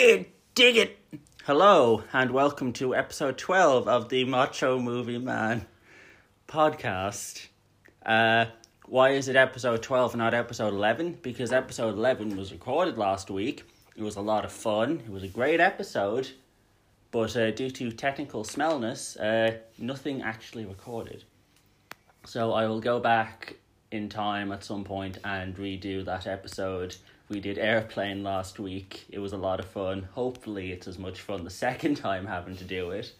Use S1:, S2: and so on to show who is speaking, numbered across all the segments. S1: Dig it! Hello, and welcome to episode 12 of the Macho Movie Man podcast. Uh, why is it episode 12 and not episode 11? Because episode 11 was recorded last week. It was a lot of fun, it was a great episode, but uh, due to technical smellness, uh, nothing actually recorded. So I will go back in time at some point and redo that episode. We did airplane last week. It was a lot of fun. Hopefully, it's as much fun the second time having to do it.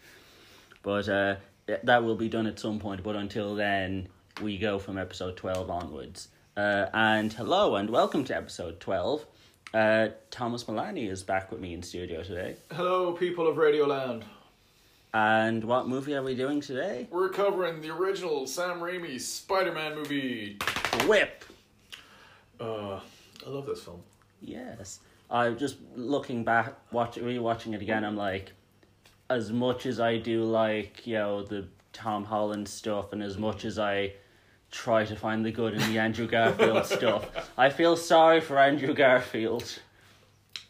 S1: But uh, th- that will be done at some point. But until then, we go from episode 12 onwards. Uh, and hello and welcome to episode 12. Uh, Thomas Milani is back with me in studio today.
S2: Hello, people of Radioland.
S1: And what movie are we doing today?
S2: We're covering the original Sam Raimi Spider-Man movie.
S1: Whip!
S2: Uh, I love this film.
S1: Yes. I just looking back, watch rewatching it again. I'm like, as much as I do like you know the Tom Holland stuff, and as much as I try to find the good in the Andrew Garfield stuff, I feel sorry for Andrew Garfield.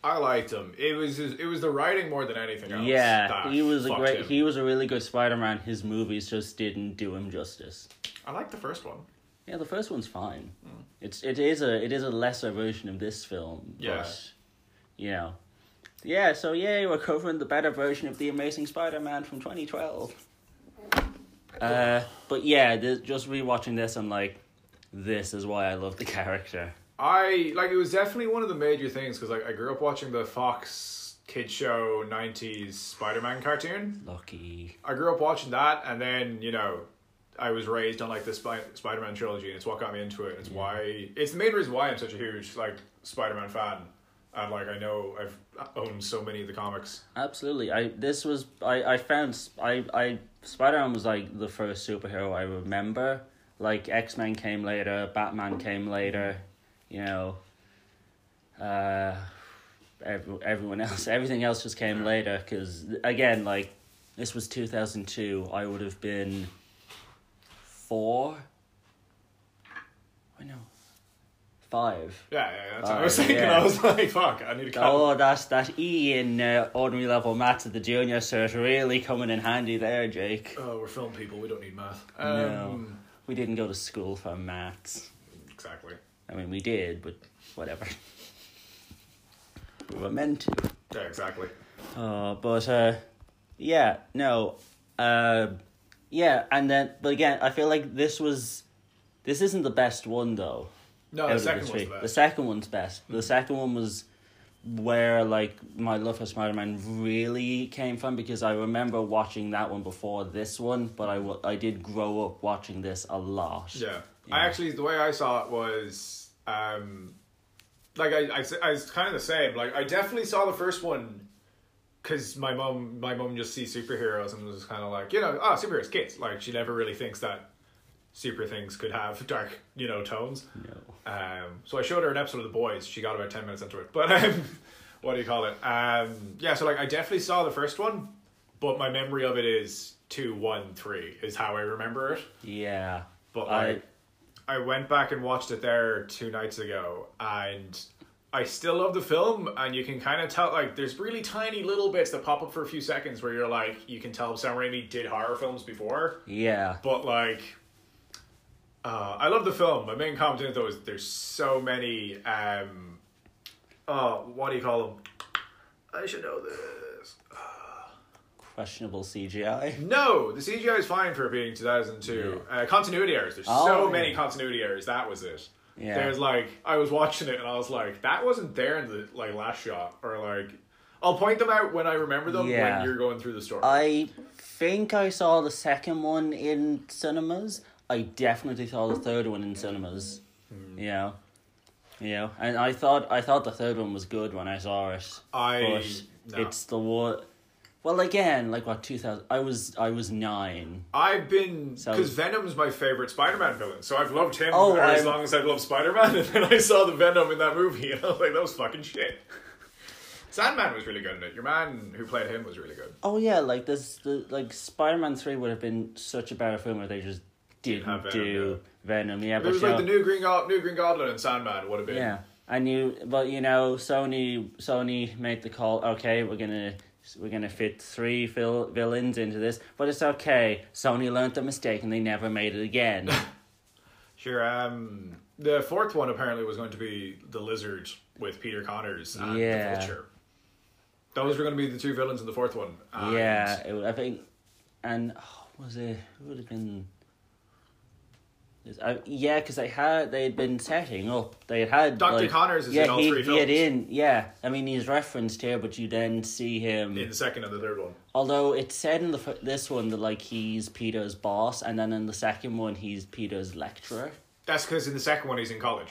S2: I liked him. It was his, it was the writing more than anything else.
S1: yeah,
S2: that
S1: he was a
S2: fucked
S1: great.
S2: him.
S1: He was a really good Spider Man. His movies just didn't do him justice.
S2: I liked the first one.
S1: Yeah, the first one's fine. It's it is a it is a lesser version of this film.
S2: Yeah.
S1: But, you know. Yeah, so yeah, we're covering the better version of the Amazing Spider-Man from 2012. Uh, but yeah, this, just rewatching this, I'm like, this is why I love the character.
S2: I like it was definitely one of the major things because like I grew up watching the Fox kid show '90s Spider-Man cartoon.
S1: Lucky.
S2: I grew up watching that, and then you know. I was raised on like the Spy- Spider-Man trilogy, and it's what got me into it. It's why it's the main reason why I'm such a huge like Spider-Man fan, and like I know I've owned so many of the comics.
S1: Absolutely. I this was I I found s- I I Spider-Man was like the first superhero I remember. Like X-Men came later, Batman came later, you know. Uh every, everyone else everything else just came later cuz again like this was 2002. I would have been 4 I know. 5
S2: Yeah, yeah, yeah, that's what I was
S1: Alright,
S2: thinking.
S1: Uh, yeah.
S2: I was like, fuck, I need a count.
S1: Oh, that's that E in uh, ordinary level maths at the junior cert really coming in handy there, Jake.
S2: Oh, we're film people, we don't need math.
S1: No.
S2: Um,
S1: We didn't go to school for maths.
S2: Exactly.
S1: I mean, we did, but whatever. we were meant to.
S2: Yeah, exactly.
S1: Uh, but uh, yeah, no, uh, yeah, and then but again, I feel like this was, this isn't the best one though.
S2: No,
S1: out
S2: Oh, the
S1: of
S2: second
S1: three.
S2: one's the
S1: The
S2: best. Mm-hmm.
S1: second one's best. The second one was where like my love for Spider Man really came from because I remember watching that one before this one, but I wa- I did grow up watching this a lot.
S2: Yeah. I actually, the way I saw it was, um, like, I, I, s- I was kind of the same. Like, I definitely saw the first one because my mom, my mom just sees superheroes and was kind of like, you know, oh, superheroes, kids. Like, she never really thinks that super things could have dark, you know, tones.
S1: No.
S2: Um, so I showed her an episode of The Boys. She got about ten minutes into it, but um, what do you call it? Um, yeah, so like I definitely saw the first one, but my memory of it is two, one, three is how I remember it.
S1: Yeah.
S2: But
S1: I-
S2: like I went back and watched it there two nights ago, and I still love the film. And you can kind of tell like there's really tiny little bits that pop up for a few seconds where you're like you can tell Sam Raimi did horror films before.
S1: Yeah.
S2: But like, uh, I love the film. My main comment in it though is there's so many. Um, oh, what do you call them? I should know this.
S1: Questionable CGI.
S2: No, the CGI is fine for it being 2002. Uh, continuity errors. There's
S1: Oh.
S2: so many continuity errors. That was it.
S1: Yeah.
S2: There's like I was watching it and I was like, that wasn't there in the like last shot or like. I'll point them out when I remember them
S1: Yeah. Uh,
S2: when you're going through the story.
S1: I think I saw the second one in cinemas. I definitely saw the third one in cinemas.
S2: Hmm.
S1: Yeah. Yeah, and I thought I thought the third one was good when I saw it.
S2: I-
S1: but
S2: no.
S1: it's the war. Well, again, like what two thousand? I was I was nine.
S2: I've been
S1: So-
S2: because Venom's my favorite Spider-Man villain, so I've loved him
S1: Oh,
S2: for as
S1: I'm-
S2: long as I've loved Spider-Man. And then I saw the Venom in that movie, and I was like, that was fucking shit. Sandman was really good in it. Your man who played him was really good.
S1: Oh yeah, like this, the like Spider Man three would have been such a better film if they just didn't
S2: Have Venom,
S1: do Venom. Yeah,
S2: It
S1: but
S2: was
S1: you
S2: like
S1: know-
S2: the new Green Goblin, New Green Goblin, and Sandman would have been.
S1: Yeah, and you but you know Sony Sony made the call. Okay, we're gonna we're gonna fit three vil- villains into this, but it's okay. Sony learned the mistake and they never made it again.
S2: Sure. Um, the fourth one apparently was going to be the lizard with Peter Connors and
S1: Yeah.
S2: the vulture. Those were going to be the two villains in the fourth one. And
S1: yeah, it, I think, and oh, was it? It would have been. is- Uh, yeah, because they had they had been setting up. They had had
S2: Dr.
S1: like-
S2: Connors is
S1: yeah,
S2: in all
S1: he,
S2: three
S1: he had in
S2: films.
S1: yeah. I mean, he's referenced here, but you then see him.
S2: in the second and the third one.
S1: Although it's said in the fir- this one that like he's Peter's boss, and then in the second one he's Peter's lecturer.
S2: That's because in the second one he's in college.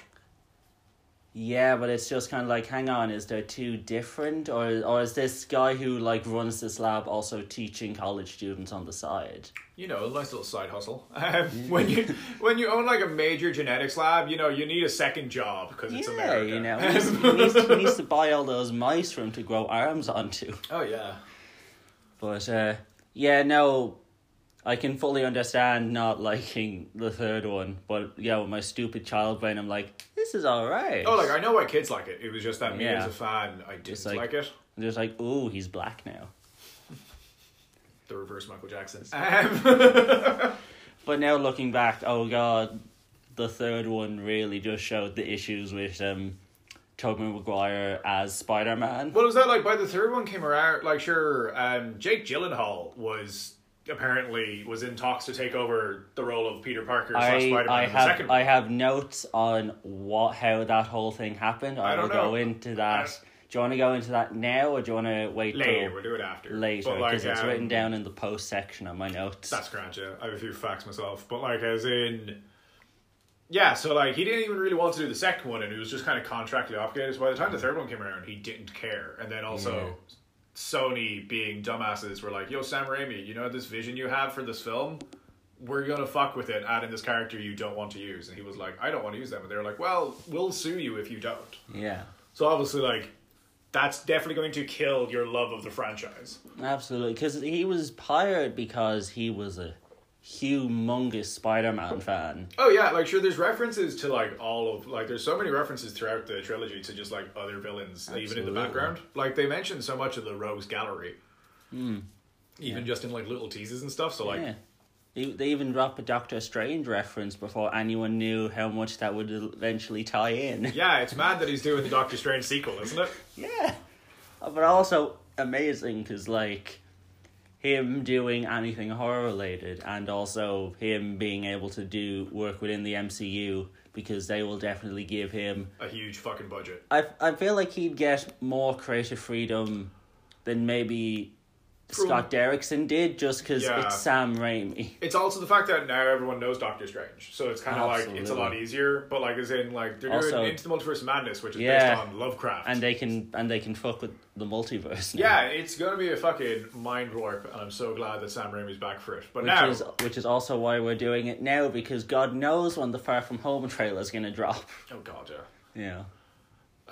S1: Yeah, but it's just kind of like, hang on, is there two different, or or is this guy who like runs this lab also teaching college students on the side?
S2: You know, a nice little side hustle. Um, when you when you own like a major genetics lab, you know you need a second job because it's
S1: yeah,
S2: America.
S1: you know, he needs, he, needs to, he needs to buy all those mice for him to grow arms onto.
S2: oh yeah.
S1: But uh, yeah, no, I can fully understand not liking the third one, but yeah, with my stupid child brain, I'm like, this is all right.
S2: Oh, like I know why kids like it. It was just that me
S1: Yeah.
S2: as a fan, I didn't
S1: like-
S2: like, it.
S1: And there's like, ooh, he's black now.
S2: The reverse Michael Jackson. Um,
S1: But now looking back, oh god, the third one really just showed the issues with um, Tobey Maguire as Spider Man.
S2: Well, it was that like by the third one came around? Like, sure, um, Jake Gyllenhaal was apparently was in talks to take over the role of Peter Parker slash
S1: I,
S2: Spider
S1: I
S2: Man in the second.
S1: have I
S2: one.
S1: have notes on what how that whole thing happened. I,
S2: I
S1: will
S2: don't
S1: go
S2: know.
S1: into
S2: I
S1: that.
S2: don't-
S1: Do you want to go into that now, or do you want to wait
S2: later,
S1: till
S2: we'll do it after.
S1: later?
S2: But, like,
S1: Because it's
S2: um,
S1: written down in the post section on my notes.
S2: That's grand, yeah. I have a few facts myself, but like, as in, yeah. So like, he didn't even really want to do the second one, and he was just kind of contractually obligated. So by the time the third one came around, he didn't care. And then also, Sony being dumbasses were like, "Yo, Sam Raimi, you know this vision you have for this film." We're gonna fuck with it, add in this character you don't want to use. And he was like, I don't want to use them. And they were like, Well, we'll sue you if you don't.
S1: Yeah,
S2: So obviously, like, that's definitely going to kill your love of the franchise.
S1: absolutely. Because he was hired because he was a humongous Spider Man fan.
S2: Oh yeah, like sure. There's references to like all of like there's so many references throughout the trilogy to just like other villains, even in the
S1: Absolutely.
S2: background. Like they mention so much of the Rogues Gallery, even just in like little teases and stuff. So like,
S1: Hmm. Yeah. They, they even drop a Doctor Strange reference before anyone knew how much that would eventually tie in.
S2: yeah, it's mad that he's doing the Doctor Strange sequel, isn't it?
S1: Yeah. Oh, But also amazing because, like, him doing anything horror related and also him being able to do work within the MCU because they will definitely give him.
S2: A huge fucking budget.
S1: I, I feel like he'd get more creative freedom than maybe Scott Derrickson did just because
S2: Yeah.
S1: it's Sam Raimi.
S2: It's also the fact that now everyone knows Doctor Strange, so it's kind of like it's a
S1: Absolutely.
S2: lot easier. But like, as in like they're
S1: Also-
S2: doing Into the Multiverse of Madness, which is
S1: Yeah.
S2: based on Lovecraft,
S1: And they can and they can fuck with the multiverse. now.
S2: yeah, it's gonna be a fucking mind warp, and I'm so glad that Sam Raimi's back for it. But
S1: Which
S2: now,
S1: is which is also why we're doing it now because God knows when the Far From Home trailer is gonna drop.
S2: oh god, yeah.
S1: Yeah,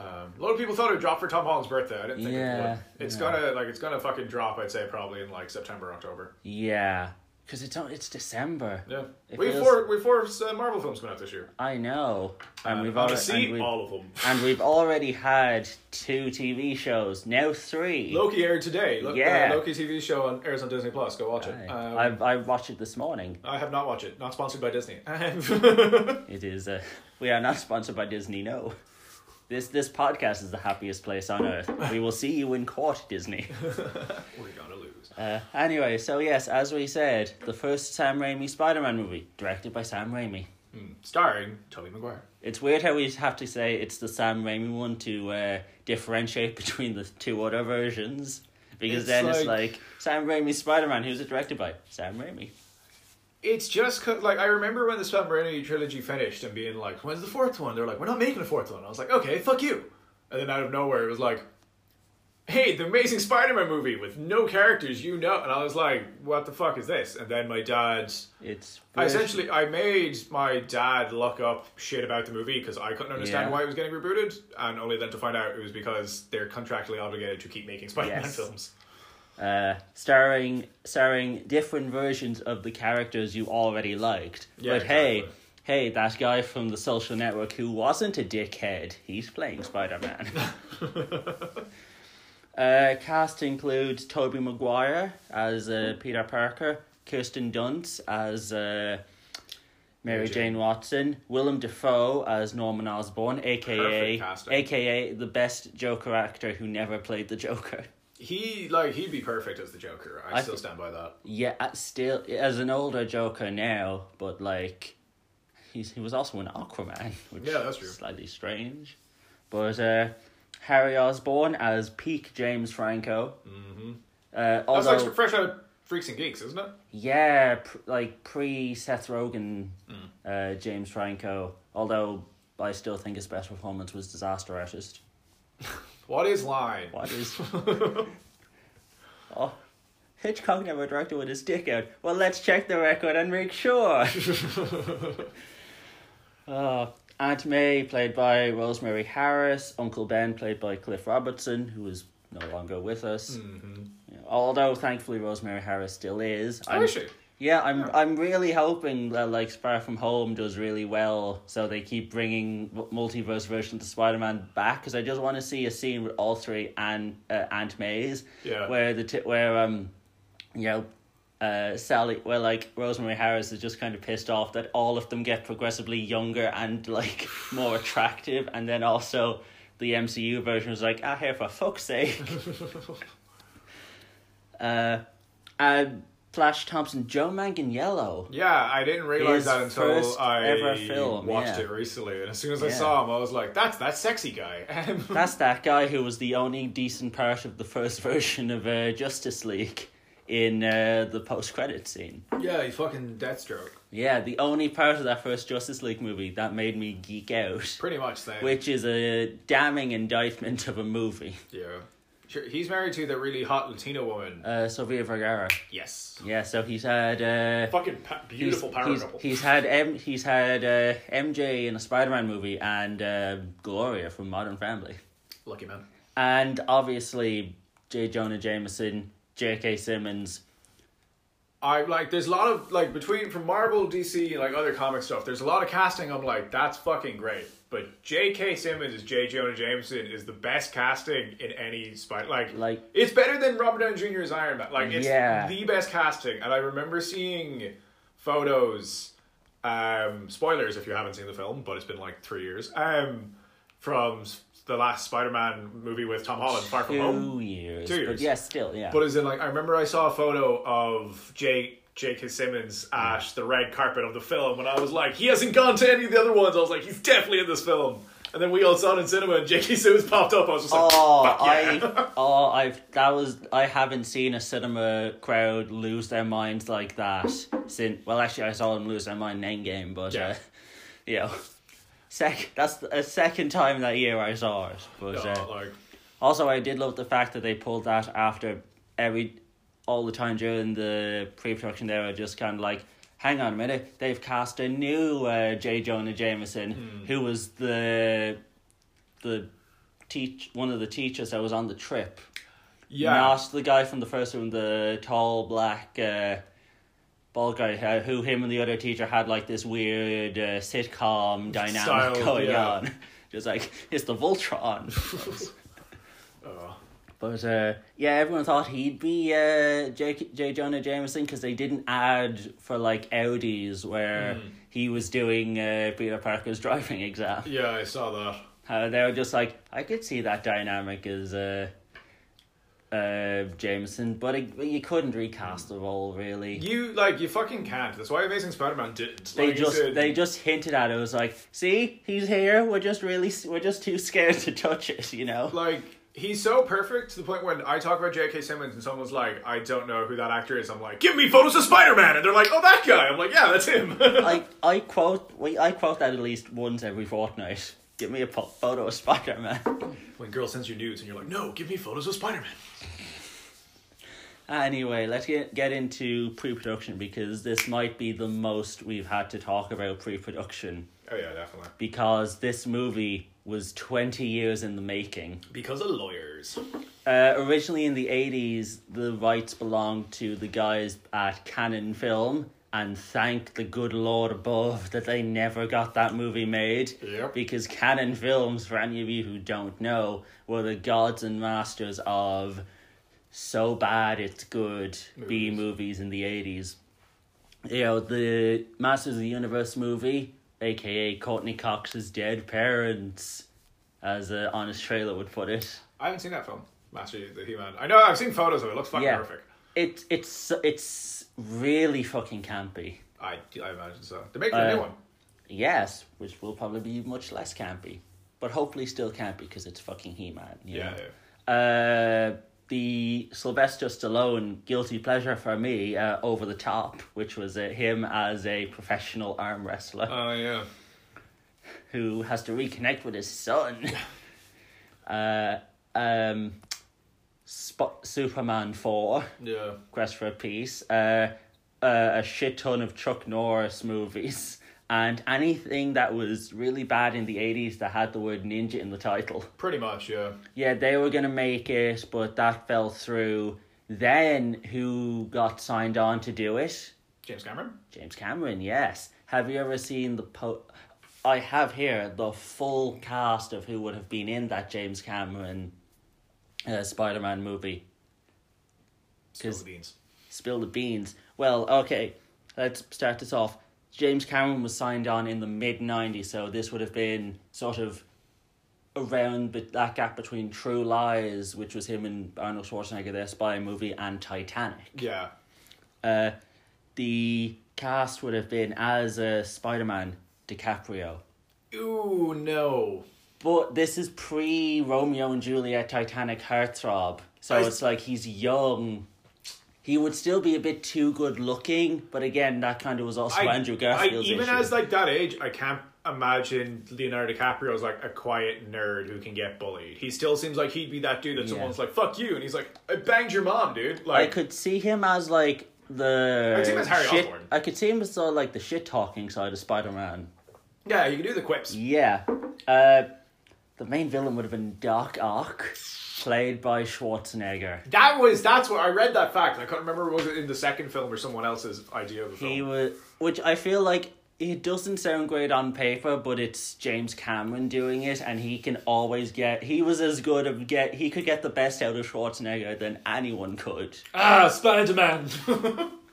S2: Um, a lot of people thought it would drop for Tom Holland's birthday. I didn't think
S1: Yeah,
S2: it would. It's
S1: yeah.
S2: gonna like it's gonna fucking drop. I'd say probably in like September, October.
S1: yeah, because it's on- it's December.
S2: Yeah,
S1: It
S2: we
S1: feels-
S2: four we four uh, Marvel films coming out this year.
S1: I know, and
S2: Um,
S1: we've
S2: I'm
S1: already
S2: gonna see
S1: and we've,
S2: all of them.
S1: and we've already had two TV shows now three.
S2: Loki aired today. Look,
S1: Yeah.
S2: uh, Loki TV show on, airs on Disney Plus. Go watch
S1: Aye.
S2: it. Um,
S1: I I watched it this morning.
S2: I have not watched it. Not sponsored by Disney. yeah,
S1: It is uh, we are not sponsored by Disney. No, this this podcast is the happiest place on earth. We will see you in court, Disney.
S2: we're gonna lose.
S1: Uh, anyway, so yes, as we said, the first Sam Raimi Spider-Man movie, directed by Sam Raimi.
S2: Starring Tobey Maguire.
S1: It's weird how we have to say it's the Sam Raimi one to uh, differentiate between the two other versions, because
S2: It's
S1: then it's
S2: like-
S1: like Sam Raimi Spider-Man. Who's it directed by? Sam Raimi.
S2: It's just 'cause- like I remember when the Sam Raimi trilogy finished and being like, "When's the fourth one?" They're like, "We're not making a fourth one." I was like, "Okay, fuck you." And then out of nowhere, it was like, "Hey, the Amazing Spider-Man movie with no characters you know," and I was like, "What the fuck is this?" And then my dad's
S1: It's
S2: I
S1: weird.
S2: essentially I made my dad look up shit about the movie because I couldn't understand
S1: Yeah.
S2: why it was getting rebooted, and only then to find out it was because they're contractually obligated to keep making Spider-Man
S1: Yes.
S2: films.
S1: uh, starring starring different versions of the characters you already liked.
S2: Yeah,
S1: but hey,
S2: exactly.
S1: hey, that guy from the social network who wasn't a dickhead, he's playing Spider Man. uh, cast includes Toby Maguire as uh,
S2: Hmm.
S1: Peter Parker, Kirsten Dunst as uh, Mary
S2: Mary Jane.
S1: Jane Watson, Willem Dafoe as Norman Osborn, aka
S2: Perfect casting.
S1: aka the best Joker actor who never played the Joker.
S2: He like he'd be perfect as the Joker. I,
S1: I
S2: still
S1: thi-
S2: stand by that.
S1: Yeah, uh, still as an older Joker now, but like, he's he was also an Aquaman, which
S2: Yeah, that's true.
S1: is slightly strange. But uh, Harry Osborn as peak James Franco. Mm-hmm. Uh,
S2: That's
S1: although,
S2: like fresh out of Freaks and Geeks, isn't it?
S1: yeah, pr- like pre Seth Rogen,
S2: Mm.
S1: uh, James Franco. Although I still think his best performance was Disaster Artist.
S2: What is lying?
S1: What is? oh, Hitchcock never directed with his dick out. Well, let's check the record and make sure. oh, Aunt May, played by Rosemary Harris. Uncle Ben, played by Cliff Robertson, who is no longer with us. Yeah, Although, thankfully, Rosemary Harris still Oh, is.
S2: I
S1: I'm-
S2: wish it.
S1: yeah, I'm I'm really hoping that like Far From Home does really well, so they keep bringing w- multiverse versions of Spider Man back because I just want to see a scene with all three and uh, Aunt May's,
S2: Yeah.
S1: where the t- where um, you know, uh, Sally, where like Rosemary Harris is just kind of pissed off that all of them get progressively younger and like more attractive, and then also the MCU version was like, ah, here for fuck's sake. uh, and Flash Thompson, Joe Manganiello.
S2: Yeah, I didn't realize
S1: His
S2: that until
S1: first
S2: I
S1: ever film,
S2: watched
S1: yeah.
S2: it recently, and as soon as I
S1: Yeah.
S2: saw him, I was like, "That's that sexy guy."
S1: That's that guy who was the only decent part of the first version of uh, Justice League in uh, the post credit scene.
S2: yeah, he fucking Deathstroke,
S1: Yeah, the only part of that first Justice League movie that made me geek out,
S2: pretty much. Same.
S1: which is a damning indictment of a movie.
S2: Yeah, sure. He's married to that really hot Latino woman.
S1: Uh, Sofia Vergara.
S2: yes.
S1: Yeah, so he's had. Uh,
S2: Fucking pa-
S1: he's-
S2: beautiful power
S1: he's,
S2: couple.
S1: he's had M- he's had uh, MJ in a Spider-Man movie and uh, Gloria from Modern Family.
S2: Lucky man.
S1: And obviously, J. Jonah Jameson, J.K. Simmons.
S2: I like. There's a lot of like between from Marvel, DC, and like other comic stuff. There's a lot of casting. I'm like, that's fucking great. But J.K. Simmons as J. Jonah Jameson is the best casting in any spot. Like,
S1: Like-
S2: it's better than Robert Downey Jr. as Iron Man. Like, it's
S1: Yeah.
S2: the best casting. And I remember seeing photos. Um, spoilers if you haven't seen the film, but it's been like three years. Um, from s- the last Spider-Man movie with Tom Holland, Far From Home.
S1: Two years.
S2: Two
S1: But
S2: years.
S1: yeah, still, yeah.
S2: But as in, like, I remember I saw a photo of Jake J.K. Simmons at the red carpet of the film, and I was like, he hasn't gone to any of the other ones. I was like, he's definitely in this film. And then we all saw it in cinema, and J.K. Simmons popped up. I was just like,
S1: Oh,
S2: fuck yeah.
S1: I, oh, I've that was I haven't seen a cinema crowd lose their minds like that since. Well, actually, I saw them lose their mind in Endgame, but yeah, uh,
S2: Yeah.
S1: you know, sec that's the- a second time that year I saw it. But uh,
S2: Oh, like,
S1: also, I did love the fact that they pulled that after every, all the time during the pre-production. They were just kind of like, "Hang on a minute, they've cast a new uh, J. Jonah Jameson,
S2: Hmm.
S1: who was the, the, teach one of the teachers that was on the trip.
S2: yeah.
S1: Not the guy from the first one, the tall black." Uh, Bald guy uh, who him and the other teacher had like this weird uh, sitcom dynamic
S2: Style,
S1: going
S2: yeah.
S1: on, just like it's the Voltron.
S2: Oh.
S1: But uh, yeah, everyone thought he'd be uh, J. J. Jonah Jameson because they didn't ad for like Audi's where he was doing uh, Peter Parker's driving exam.
S2: Yeah, I saw that.
S1: Uh, they were just like, I could see that dynamic as uh, uh, Jameson, but it, you couldn't recast the role really.
S2: You, like, you fucking can't. That's why Amazing Spider-Man didn't.
S1: They
S2: Like, you
S1: just
S2: said-
S1: they just hinted at it. It was like, see, he's here. We're just really we're just too scared to touch it, you know.
S2: Like, he's so perfect to the point when I talk about J.K. Simmons and someone's like, I don't know who that actor is. I'm like, give me photos of Spider-Man! And they're like, oh, that guy! I'm like, yeah, that's him.
S1: I I quote we I quote that at least once every fortnight. Give me a po- photo of Spider Man.
S2: When girl sends you nudes and you're like, no, give me photos of Spider Man.
S1: anyway, let's get get into pre production because this might be the most we've had to talk about pre production
S2: Oh, yeah, definitely.
S1: because this movie was twenty years in the making.
S2: Because of lawyers.
S1: Uh, originally in the eighties, the rights belonged to the guys at Canon Film. and thank the good Lord above that they never got that movie made.
S2: Yep.
S1: Because Canon Films, for any of you who don't know, were the gods and masters of so bad it's good B movies in the 80s. You know, the Masters of the Universe movie, aka Courtney Cox's Dead Parents, as uh, Honest Trailer would put it.
S2: I haven't seen that film, Master of the Human. I know I've seen photos of it. it looks fucking
S1: Yeah.
S2: horrific.
S1: It, it's, it's really fucking campy.
S2: I, I imagine so. They're making a new
S1: Uh,
S2: one.
S1: Yes, which will probably be much less campy, but hopefully still campy because it's fucking He Man.
S2: Yeah,
S1: Uh, the Sylvester Stallone guilty pleasure for me, uh, Over the Top, which was uh, him as a professional arm wrestler
S2: yeah. Oh yeah.
S1: who has to reconnect with his son. uh, um, Spot Superman 4,
S2: Yeah.
S1: Quest for Peace, uh, uh, a shit ton of Chuck Norris movies, and anything that was really bad in the 80s that had the word ninja in the title.
S2: Pretty much, yeah.
S1: Yeah, they were going to make it, but that fell through. Then, who got signed on to do it?
S2: James Cameron?
S1: James Cameron, yes. Have you ever seen the po? I have here the full cast of who would have been in that James Cameron uh, Spider Man movie.
S2: Spill
S1: 'Cause-
S2: the beans.
S1: Spill the beans. Well, okay, let's start this off. James Cameron was signed on in the mid 90s, so this would have been sort of around but that gap between True Lies, which was him and Arnold Schwarzenegger, their spy movie, and Titanic
S2: Yeah.
S1: uh, the cast would have been as uh, Spider Man DiCaprio.
S2: Ooh no.
S1: But this is pre Romeo and Juliet Titanic heartthrob. So
S2: I-
S1: it's like he's young. He would still be a bit too good looking, but again, that kind of was also Andrew Garfield's
S2: I, even
S1: issue.
S2: as like that age, I can't imagine Leonardo DiCaprio's like a quiet nerd who can get bullied. He still seems like he'd be that dude that
S1: Yeah.
S2: someone's like, "Fuck you," and he's like, "I banged your mom, dude."
S1: I
S2: Like,
S1: could see him as like the
S2: could see him as Harry
S1: shit,
S2: Osborn.
S1: I could see him as sort of like the shit talking side of Spider Man.
S2: yeah, you can do the quips.
S1: Yeah. Uh, the main villain would have been Doc Ock, played by Schwarzenegger.
S2: That was that's what I read that fact. I can't remember was it in the second film or someone else's idea of the
S1: He
S2: film.
S1: was, which I feel like it doesn't sound great on paper, but it's James Cameron doing it, and he can always get. He was as good of get. He could get the best out of Schwarzenegger than anyone could.
S2: Ah, Spider Man.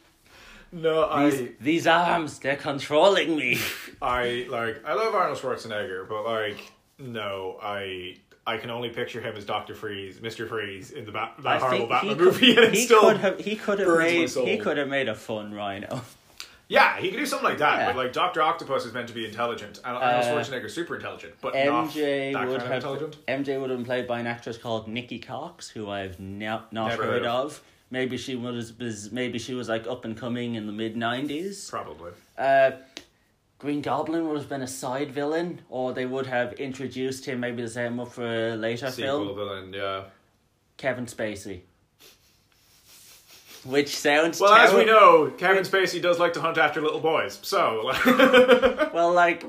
S2: no, I.
S1: These, these arms, they're controlling me.
S2: I like I love Arnold Schwarzenegger, but like no, I I can only picture him as Doctor Freeze, Mister Freeze in the bat that horrible Batman movie, and it's
S1: he
S2: still
S1: could have. He could have
S2: burns my
S1: made. He
S2: soul.
S1: could have made a fun Rhino.
S2: yeah, he could do something like that.
S1: Yeah.
S2: But like Doctor Octopus is meant to be intelligent, and Arnold Schwarzenegger's super intelligent, but not
S1: MJ
S2: that
S1: would
S2: kind of
S1: have.
S2: intelligent.
S1: MJ would have been played by an actress called Nikki Cox, who I've no, not
S2: Never
S1: heard
S2: heard
S1: of.
S2: of.
S1: Maybe she was, was maybe she was like up and coming in the mid nineties.
S2: Probably.
S1: Uh, Green Goblin would have been a side villain, or they would have introduced him maybe to set him up for a later
S2: Sequel
S1: film.
S2: villain, yeah.
S1: Kevin Spacey. Which sounds
S2: Well, as we
S1: terri-
S2: know, Kevin Spacey does like to hunt after little boys, so like,
S1: Well, like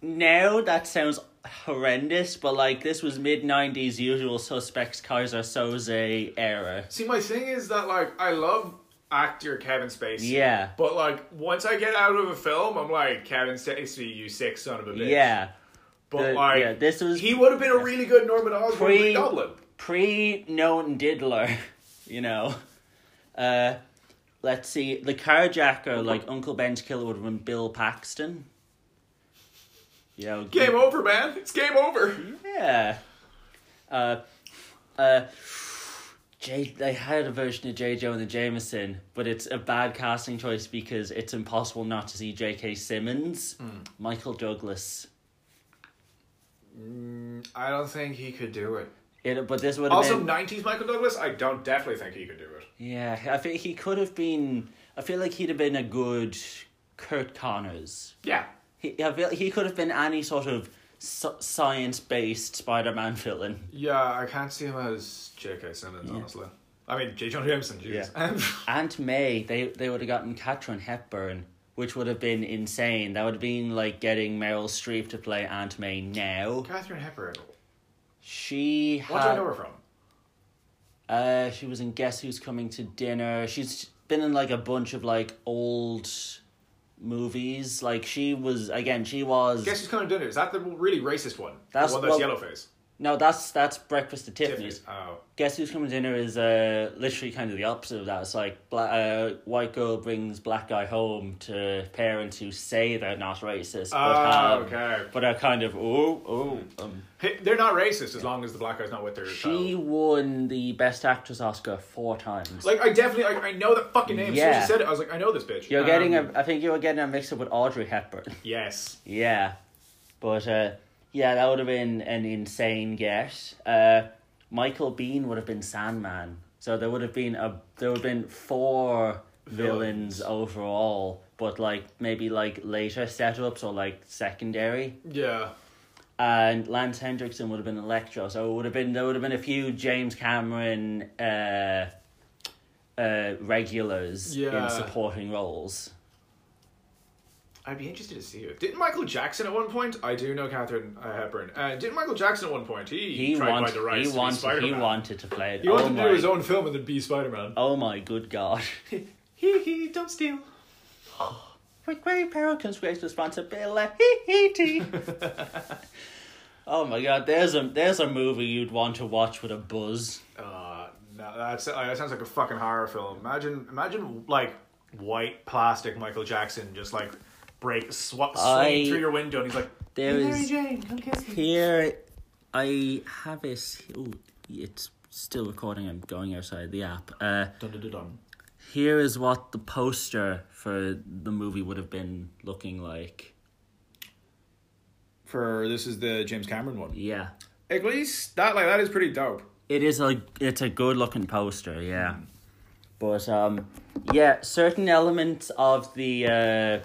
S1: now that sounds horrendous, but like this was mid '90s usual suspects Kaiser Soze era.
S2: see, my thing is that like I love actor Kevin Spacey,
S1: Yeah,
S2: But like once I get out of a film, I'm like Kevin Spacey, you sick son of a bitch.
S1: yeah.
S2: but
S1: the-
S2: like
S1: yeah, this was-
S2: he would have been a really good Norman Osborn
S1: Pre-
S2: Green Goblin.
S1: pre known diddler, you know. Uh, let's see, the carjacker, like Uncle Ben's killer, would have been Bill Paxton. You know,
S2: Game over, man. It's game over.
S1: yeah. Uh, uh, J- they had a version of J. Joe and the Jameson, but it's a bad casting choice because it's impossible not to see J.K. Simmons,
S2: Hmm.
S1: Michael Douglas.
S2: I don't think he could do it.
S1: It, but this would have
S2: Also,
S1: been,
S2: '90s Michael Douglas. I don't definitely think he could do it.
S1: Yeah, I think he could have been. I feel like he'd have been a good Kurt Connors.
S2: Yeah,
S1: He, I feel he could have been any sort of science based Spider Man villain.
S2: yeah. I can't see him as J.K. Simmons, honestly. I mean, J. John Jameson. Jeez.
S1: Aunt May, they they would have gotten Katrin Hepburn, which would have been insane. That would have been like getting Meryl Streep to play Aunt May now.
S2: Catherine Hepburn.
S1: She
S2: What do I know
S1: had,
S2: her from?
S1: uh, she was in Guess Who's Coming to Dinner. She's been in like a bunch of like old movies. Like she was again, she was
S2: Guess who's coming to dinner? Is that the really racist one?
S1: That's-
S2: the one that's
S1: well-
S2: yellow face.
S1: no, that's that's Breakfast at Tiffany's.
S2: Oh.
S1: Guess who's coming to dinner is uh, literally kind of the opposite of that. It's like black, uh, white girl brings black guy home to parents who say they're not racist, but
S2: Ah,
S1: have,
S2: okay.
S1: but are kind of oh oh. Um,
S2: Hey, They're not racist as long as the black guy's not with their
S1: she
S2: child.
S1: won the best actress Oscar four times.
S2: Like I definitely, I, I know that fucking name. As soon
S1: Yeah.
S2: as she said it, I was like, I know this bitch.
S1: You're
S2: Um,
S1: getting a, I think you were getting a mix up with Audrey Hepburn.
S2: yes.
S1: Yeah. But uh yeah, that would have been an insane guess. Uh Michael Bean would have been Sandman. So there would have been a there would have been four villains,
S2: Villains.
S1: overall, but like maybe like later setups or like secondary.
S2: Yeah.
S1: And Lance Hendrickson would have been Electro, so it would have been there would have been a few James Cameron uh uh regulars
S2: Yeah.
S1: in supporting roles.
S2: I'd be interested to see it. Didn't Michael Jackson at one point? I do know Catherine uh, Hepburn. Uh, didn't Michael Jackson at one point? He,
S1: He
S2: tried to
S1: wanted
S2: buy the rights
S1: he
S2: to be
S1: wanted he
S2: Spider-Man.
S1: wanted to play it.
S2: He wanted
S1: oh
S2: to
S1: my
S2: do his own film and then be Spider Man.
S1: Oh my good god.
S2: he he don't steal.
S1: With great power comes great responsibility. Hee, hee, tee. oh my god, there's a there's a movie you'd want to watch with a buzz.
S2: Uh, no, that's uh, that sounds like a fucking horror film. Imagine imagine like white plastic Michael Jackson just like break swap swing
S1: I-
S2: through your window and he's like,
S1: there
S2: "Hey,
S1: is-
S2: Mary Jane, come kiss me.
S1: Here I have it ooh, it's still recording, I'm going outside the app. Uh
S2: Dun, dun, dun, dun.
S1: here is what the poster for the movie would have been looking like.
S2: For this is the James Cameron one.
S1: Yeah.
S2: At least that like that is pretty dope.
S1: It is a it's a good looking poster, yeah. But um, yeah, certain elements of the uh,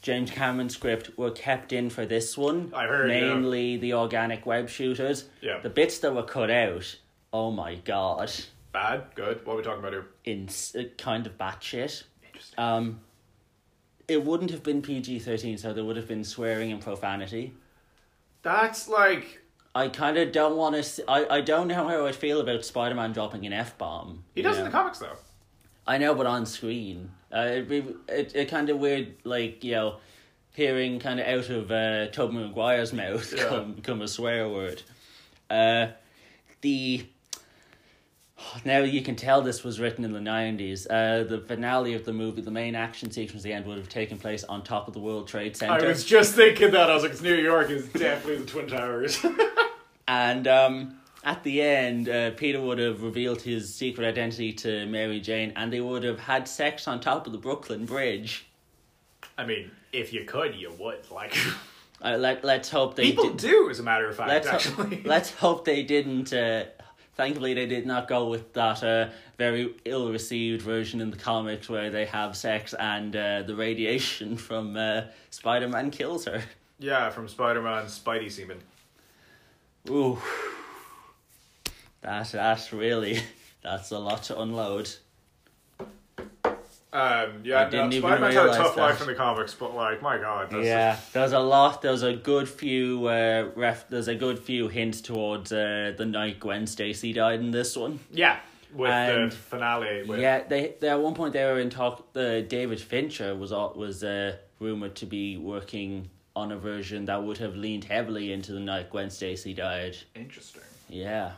S1: James Cameron script were kept in for this one.
S2: I heard, yeah.
S1: mainly the organic web shooters.
S2: Yeah.
S1: The bits that were cut out. Oh my god,
S2: Bad, good. What are we talking about here?
S1: in s- uh, kind of batshit.
S2: Interesting.
S1: Um, it wouldn't have been PG thirteen, so there would have been swearing and profanity.
S2: That's like
S1: I kind of don't want to. I I don't know how I feel about Spider Man dropping an f bomb.
S2: he does in the comics though.
S1: I know, but on screen, uh, it'd be it, it kind of weird, like you know, hearing kind of out of uh, Tobey Maguire's mouth
S2: Yeah.
S1: come come a swear word. Uh, the now you can tell this was written in the nineties. Uh, the finale of the movie, the main action sequence, at the end would have taken place on top of the World Trade
S2: I
S1: Center,
S2: was just thinking that I was like, it's New York is definitely the Twin Towers.
S1: and um. At the end, uh, Peter would have revealed his secret identity to Mary Jane, and they would have had sex on top of the Brooklyn Bridge.
S2: I mean, if you could, you would. Like
S1: Uh, let let's hope they
S2: people
S1: did-
S2: do, as a matter of fact.
S1: let's ho-
S2: actually,
S1: let's hope they didn't. Uh, thankfully, they did not go with that uh, very ill received version in the comics where they have sex and uh, the radiation from uh, Spider Man kills her.
S2: Yeah, from Spider Man Spidey Semen.
S1: Ooh, that that's really that's a lot to unload.
S2: Um, yeah, no,
S1: didn't even
S2: Spider Man's had a
S1: realize
S2: tough
S1: that.
S2: life in the comics, but like, my god, that's
S1: yeah, there's a lot. There's a good few uh, ref. There's a good few hints towards uh, the night Gwen Stacy died in this one.
S2: yeah, with
S1: And-
S2: the finale. With,
S1: Yeah, they, they at one point they were in talk. The David Fincher was al- was uh, rumored to be working on a version that would have leaned heavily into the night Gwen Stacy died.
S2: interesting.
S1: Yeah.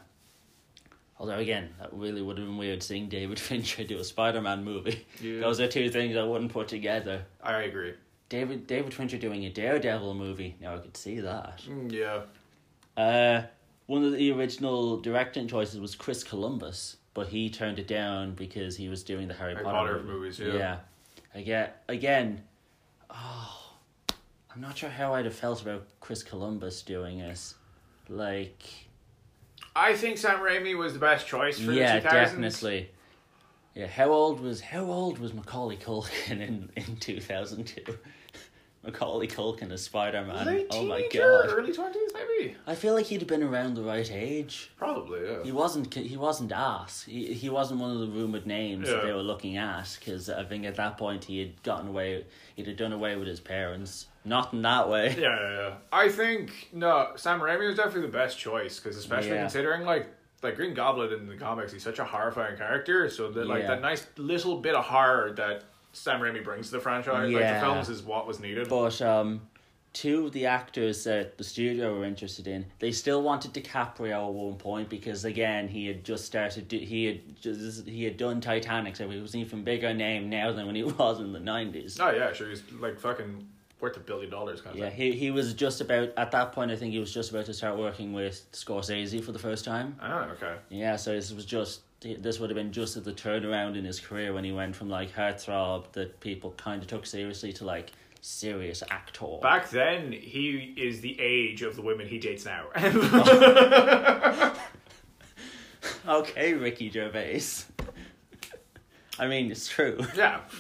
S1: Although again, that really would have been weird seeing David Fincher do a Spider Man movie.
S2: Yeah.
S1: Those are two things I wouldn't put together.
S2: I agree.
S1: David David Fincher doing a Daredevil movie. Now I could see that.
S2: Mm, Yeah,
S1: Uh, one of the original directing choices was Chris Columbus, but he turned it down because he was doing the Harry,
S2: Harry
S1: Potter,
S2: Potter
S1: movies.
S2: movies, yeah.
S1: Again, again, oh, I'm not sure how I'd have felt about Chris Columbus doing this. Like,
S2: I think Sam Raimi was the best choice for
S1: yeah,
S2: the 2000s.
S1: definitely. Yeah, how old was how old was Macaulay Culkin in in two thousand two? Macaulay Culkin as Spider Man.
S2: Late
S1: Oh my
S2: teenager,
S1: god!
S2: early twenties, maybe.
S1: I feel like he'd have been around the right age.
S2: Probably, yeah.
S1: He wasn't. He wasn't ass. He he wasn't one of the rumored names that
S2: Yeah.
S1: they were looking at because I think at that point he had gotten away. He'd have done away with his parents. Not in that way.
S2: Yeah, yeah, yeah. I think no, Sam Raimi was definitely the best choice because especially
S1: Yeah.
S2: considering like like Green Goblin in the comics, he's such a horrifying character. So that like
S1: Yeah.
S2: that nice little bit of horror that Sam Raimi brings to the franchise. Like
S1: Yeah.
S2: the films is what was needed.
S1: But um, two of the actors that the studio were interested in, they still wanted DiCaprio at one point because again he had just started. Do- he had just, he had done Titanic, so he was an even bigger name now than when he was in the nineties.
S2: oh yeah, sure. He's like fucking worth a billion dollars kind of
S1: Yeah, he
S2: thing.
S1: he was just about at that point. I think he was just about to start working with Scorsese for the first time.
S2: Oh okay.
S1: Yeah, so this was just this would have been just at the turnaround in his career when he went from like heartthrob that people kind of took seriously to like serious actor.
S2: Back then, he is the age of the women he dates now.
S1: Oh. Okay, Ricky Gervais. I mean, it's true.
S2: yeah.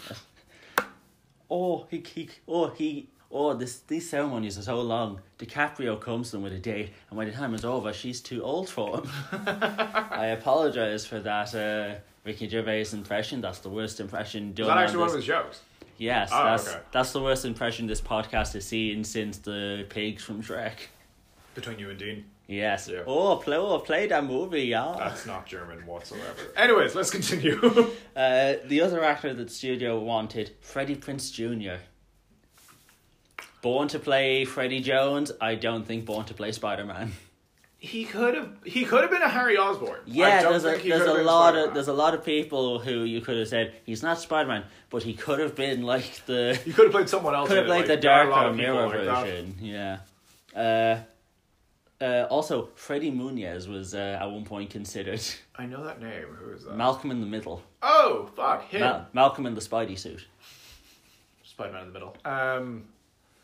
S1: Oh, he, he oh he oh this these ceremonies are so long. DiCaprio comes to them with a date, and when the time is over, she's too old for him. I apologize for that. Uh, Ricky Gervais impression. That's the worst impression done.
S2: Is that
S1: on
S2: actually one
S1: this-
S2: of his jokes?
S1: Yes,
S2: Oh,
S1: that's
S2: okay.
S1: that's the worst impression this podcast has seen since the pigs from Shrek.
S2: Between you and Dean.
S1: Yes.
S2: Yeah. Ah.
S1: Oh, play, oh, play that movie, yeah.
S2: That's not German whatsoever. Anyways, let's continue.
S1: Uh, the other actor that the studio wanted, Freddie Prince Jr. Born to play Freddie Jones, I don't think born to play Spider Man.
S2: he could have. He could have been a Harry Osborn.
S1: Yeah, there's a there's a lot of there's a lot of people who you could have said he's not Spider Man, but he could have been like the
S2: You could have played someone else.
S1: could have
S2: in it,
S1: played
S2: like,
S1: the
S2: there are a
S1: Dark
S2: lot
S1: or
S2: of people
S1: Mirror
S2: like that.
S1: version. Yeah. Uh, uh, also, Freddie Munez was uh, at one point considered
S2: I know that name. Who is that?
S1: Malcolm in the Middle,
S2: oh fuck him.
S1: Mal- Malcolm in the Spidey suit,
S2: Spider Man in the middle. Um,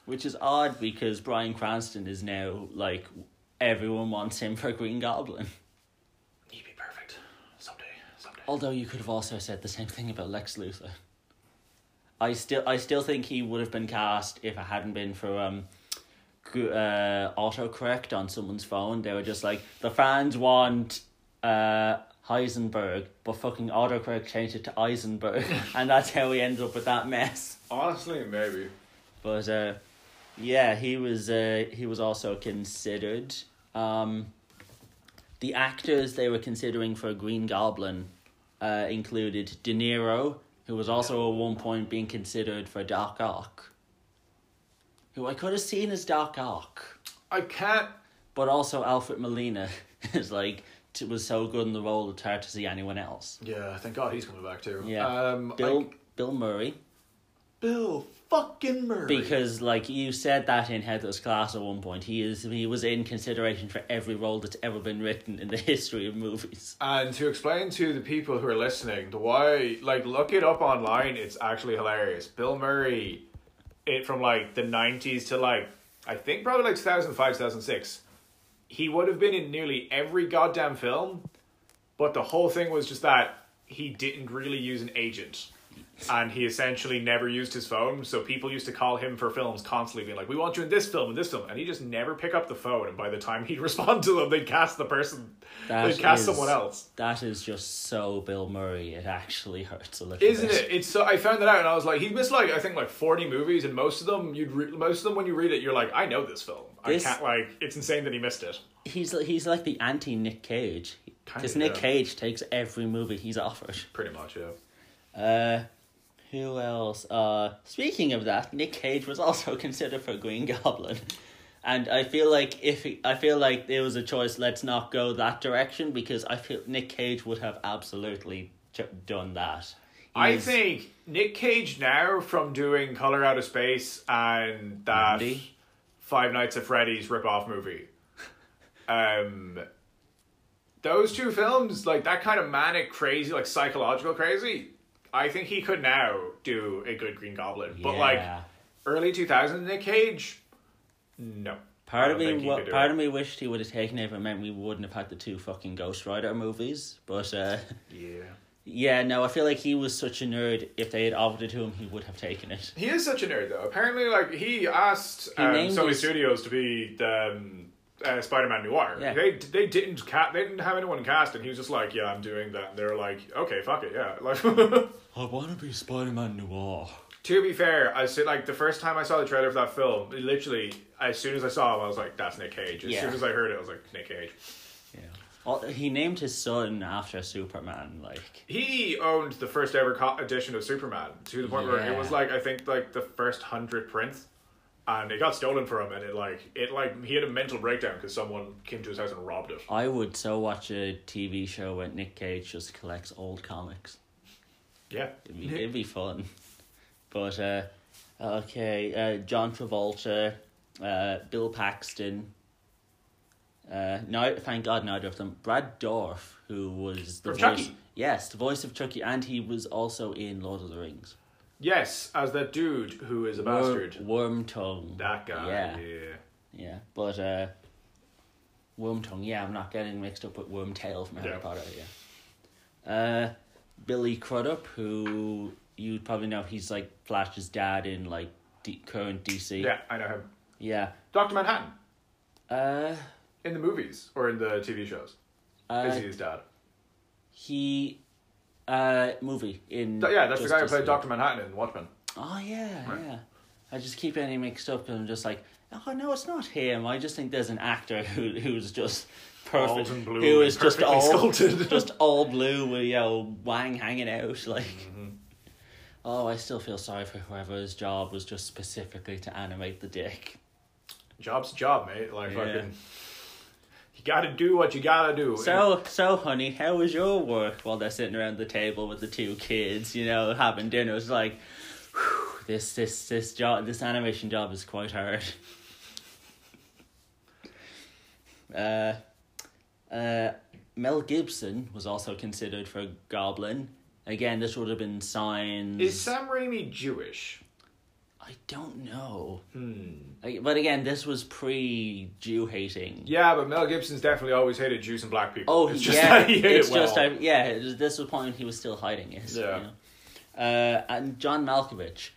S1: which is odd because Brian Cranston is now like everyone wants him for Green Goblin.
S2: he'd be perfect someday. Someday.
S1: Although you could have also said the same thing about Lex Luthor. I still, I still think he would have been cast if it hadn't been for um, g- uh, autocorrect on someone's phone. They were just like the fans want uh, Heisenberg, but fucking autocorrect changed it to Eisenberg, and that's how we ended up with that mess.
S2: Honestly, maybe.
S1: But uh, yeah, he was uh, he was also considered. Um, the actors they were considering for Green Goblin uh, included De Niro, who was also at one point being considered for Dark Ock, who I could have seen as Dark Ock,
S2: I can't.
S1: but also Alfred Molina is like t- was so good in the role it's hard to see anyone else.
S2: Yeah, thank God he's coming back too.
S1: Yeah,
S2: Um,
S1: Bill
S2: like,
S1: Bill Murray.
S2: Bill fucking Murray.
S1: Because like you said that in Heather's class at one point, he is he was in consideration for every role that's ever been written in the history of movies.
S2: And to explain to the people who are listening, the why, like, look it up online. It's actually hilarious. Bill Murray, it from like the '90s to like I think probably like 2005, 2006. He would have been in nearly every goddamn film, but the whole thing was just that he didn't really use an agent, and he essentially never used his phone. So people used to call him for films constantly, being like, "We want you in this film, in this film," and he just never pick up the phone. And by the time he'd respond to them, they'd cast the person,
S1: That
S2: they'd cast
S1: is-
S2: someone else.
S1: That is just so Bill Murray. It actually hurts a little.
S2: Isn't
S1: bit.
S2: it? It's so I found that out, and I was like, he missed like I think like forty movies, and most of them you'd re- most of them when you read it, you're like, I know this film.
S1: This-
S2: I can't like it's insane that he missed it.
S1: He's he's like the anti Nick Cage because
S2: Kinda,
S1: Nick
S2: yeah.
S1: Cage takes every movie he's offered.
S2: Pretty much, yeah.
S1: Uh, who else? Uh, speaking of that, Nick Cage was also considered for Green Goblin, and I feel like if he, I feel like there was a choice, let's not go that direction because I feel Nick Cage would have absolutely ch- done that.
S2: I
S1: He's-
S2: think Nick Cage now from doing Color Out of Space and that
S1: Mandy?
S2: Five Nights at Freddy's rip-off movie. Um those two films, like that kind of manic crazy, like psychological crazy, I think he could now do a good Green Goblin. But like
S1: Yeah.
S2: early 2000s Nick Cage? No. I
S1: part of
S2: don't
S1: me,
S2: think he
S1: wa-
S2: could do
S1: part
S2: it.
S1: of me wished he would have taken it, if it meant we wouldn't have had the two fucking Ghost Rider movies, but. uh...
S2: Yeah.
S1: Yeah, no, I feel like he was such a nerd. If they had offered it to him, he would have taken it.
S2: He is such a nerd, though. Apparently, like, he asked um,
S1: named
S2: Sony
S1: his-
S2: Studios to be the, um, uh, Spider-Man Noir.
S1: Yeah.
S2: They, they didn't ca- they didn't have anyone cast, and he was just like, yeah, I'm doing that. And they were like, okay, fuck it, yeah. Like, to
S1: I want to be Spider Man Noir.
S2: be fair, I said, like, the first time I saw the trailer for that film, literally, as soon as I saw him, I was like, that's Nick Cage. As
S1: Yeah.
S2: soon as I heard it, I was like, Nick Cage.
S1: Yeah. all, he named his son after Superman. Like,
S2: He owned the first ever co- edition of Superman to the point where it was
S1: Yeah.
S2: like I think like the first hundred prints, and it got stolen from him, and it like it like he had a mental breakdown because someone came to his house and robbed it.
S1: I would so watch a TV show where Nick Cage just collects old comics.
S2: Yeah,
S1: It'd be, it'd be fun. But uh, okay, uh, John Travolta, uh, Bill Paxton. Uh, no, thank God, neither of them. Brad Dorff, who was the
S2: From
S1: voice,
S2: Chucky.
S1: yes, the voice of Chucky, and he was also in Lord of the Rings.
S2: yes, as that dude who is a
S1: Worm,
S2: bastard.
S1: Worm Tongue.
S2: That guy.
S1: Yeah,
S2: Yeah.
S1: yeah. But uh, Worm Tongue. Yeah, I'm not getting mixed up with Worm Tail from Harry
S2: Yeah.
S1: Potter. Yeah. Uh, Billy Crudup, who you probably know, he's like Flash's dad in like D- current DC.
S2: Yeah, I know him.
S1: Yeah.
S2: Doctor Manhattan
S1: Uh,
S2: in the movies or in the TV shows.
S1: uh,
S2: Is he his dad?
S1: he. Uh, movie in.
S2: Th- yeah, that's the guy who
S1: Justice
S2: played
S1: League.
S2: Doctor Manhattan in Watchmen.
S1: Oh yeah,
S2: Right.
S1: yeah. I just keep getting mixed up, and I'm just like, oh no, it's not him. I just think there's an actor who who's just perfect,
S2: Bald and blue
S1: who
S2: and
S1: is just
S2: perfectly
S1: all
S2: sculpted.
S1: just all blue with you know, wang hanging out. Like,
S2: Mm-hmm.
S1: oh, I still feel sorry for whoever's job was just specifically to animate the dick.
S2: Job's a job, mate. Like
S1: Yeah.
S2: fucking, you gotta do what you gotta do.
S1: So, so, honey, how was your work while they're sitting around the table with the two kids, you know, having dinner? It's like, whew, this, this, this job, this animation job is quite hard. Uh, uh, Mel Gibson was also considered for Goblin. Again, this would have been signs.
S2: is Sam Raimi Jewish?
S1: I don't know. Hmm. but again, this was pre Jew hating.
S2: Yeah, but Mel Gibson's definitely always hated Jews and black people.
S1: Oh,
S2: it's
S1: he-
S2: just
S1: yeah.
S2: that he hated
S1: it's
S2: well.
S1: just I, yeah. It was, this was point he was still hiding it. you
S2: Yeah.
S1: know. Uh, and John Malkovich,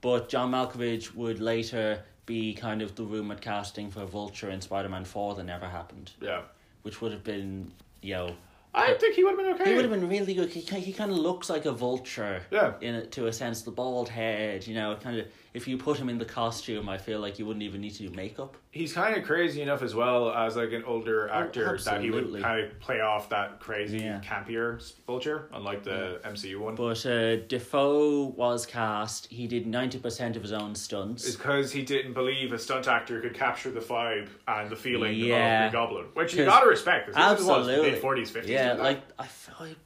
S1: but John Malkovich would later be kind of the rumored casting for Vulture in Spider Man Four that never happened,
S2: yeah.
S1: which would have been you know.
S2: I think he would have been okay.
S1: He would have been really good. He, ki- he kind of looks like a vulture,
S2: Yeah.
S1: in a, to a sense, the bald head. You know, kind of. If you put him in the costume, I feel like you wouldn't even need to do makeup.
S2: He's kind of crazy enough as well as like an older actor that he
S1: Oh, absolutely.
S2: would kind of play off that crazy
S1: Yeah.
S2: campier vulture, unlike the MCU one.
S1: But uh, Defoe was cast. He did ninety percent of his own stunts.
S2: It's because he didn't believe a stunt actor could capture the vibe and the feeling
S1: Yeah.
S2: of the Goblin, which you
S1: 'Cause-
S2: gotta respect. 'cause this was
S1: Absolutely.
S2: mid forties, fifties.
S1: Yeah, like I feel like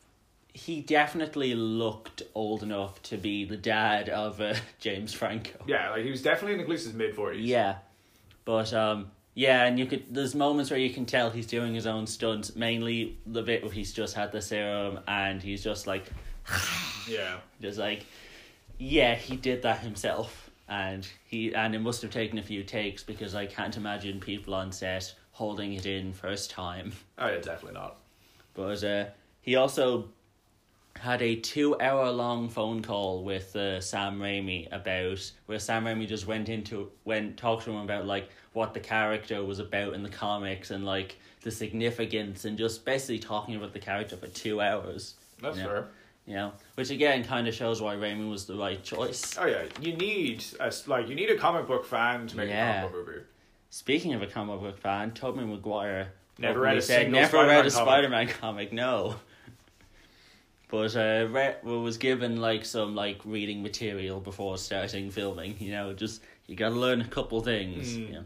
S1: he definitely looked old enough to be the dad of uh, James Franco.
S2: yeah, like he was definitely in at least his mid forties.
S1: Yeah, but um, yeah, and you could. There's moments where you can tell he's doing his own stunts. Mainly the bit where he's just had the serum and he's just like,
S2: yeah.
S1: just like, yeah, he did that himself, and he and it must have taken a few takes because I can't imagine people on set holding it in first time.
S2: Oh, yeah, definitely not.
S1: But uh, he also had a two hour long phone call with uh, Sam Raimi about where Sam Raimi just went into went talked to him about like what the character was about in the comics and like the significance and just basically talking about the character for two hours.
S2: That's
S1: Yeah.
S2: fair.
S1: You know, which again kind of shows why Raimi was the right choice.
S2: Oh yeah, you need a s- like you need a comic book fan to make
S1: Yeah.
S2: a comic book movie.
S1: Speaking of a comic book fan, Tobey Maguire
S2: Never
S1: openly
S2: read a single
S1: never read a
S2: Spider-Man comic."
S1: Spider-Man comic. No, but uh, re- well, was given like some like reading material before starting filming. You know, just you got to learn a couple things.
S2: Hmm.
S1: Yeah.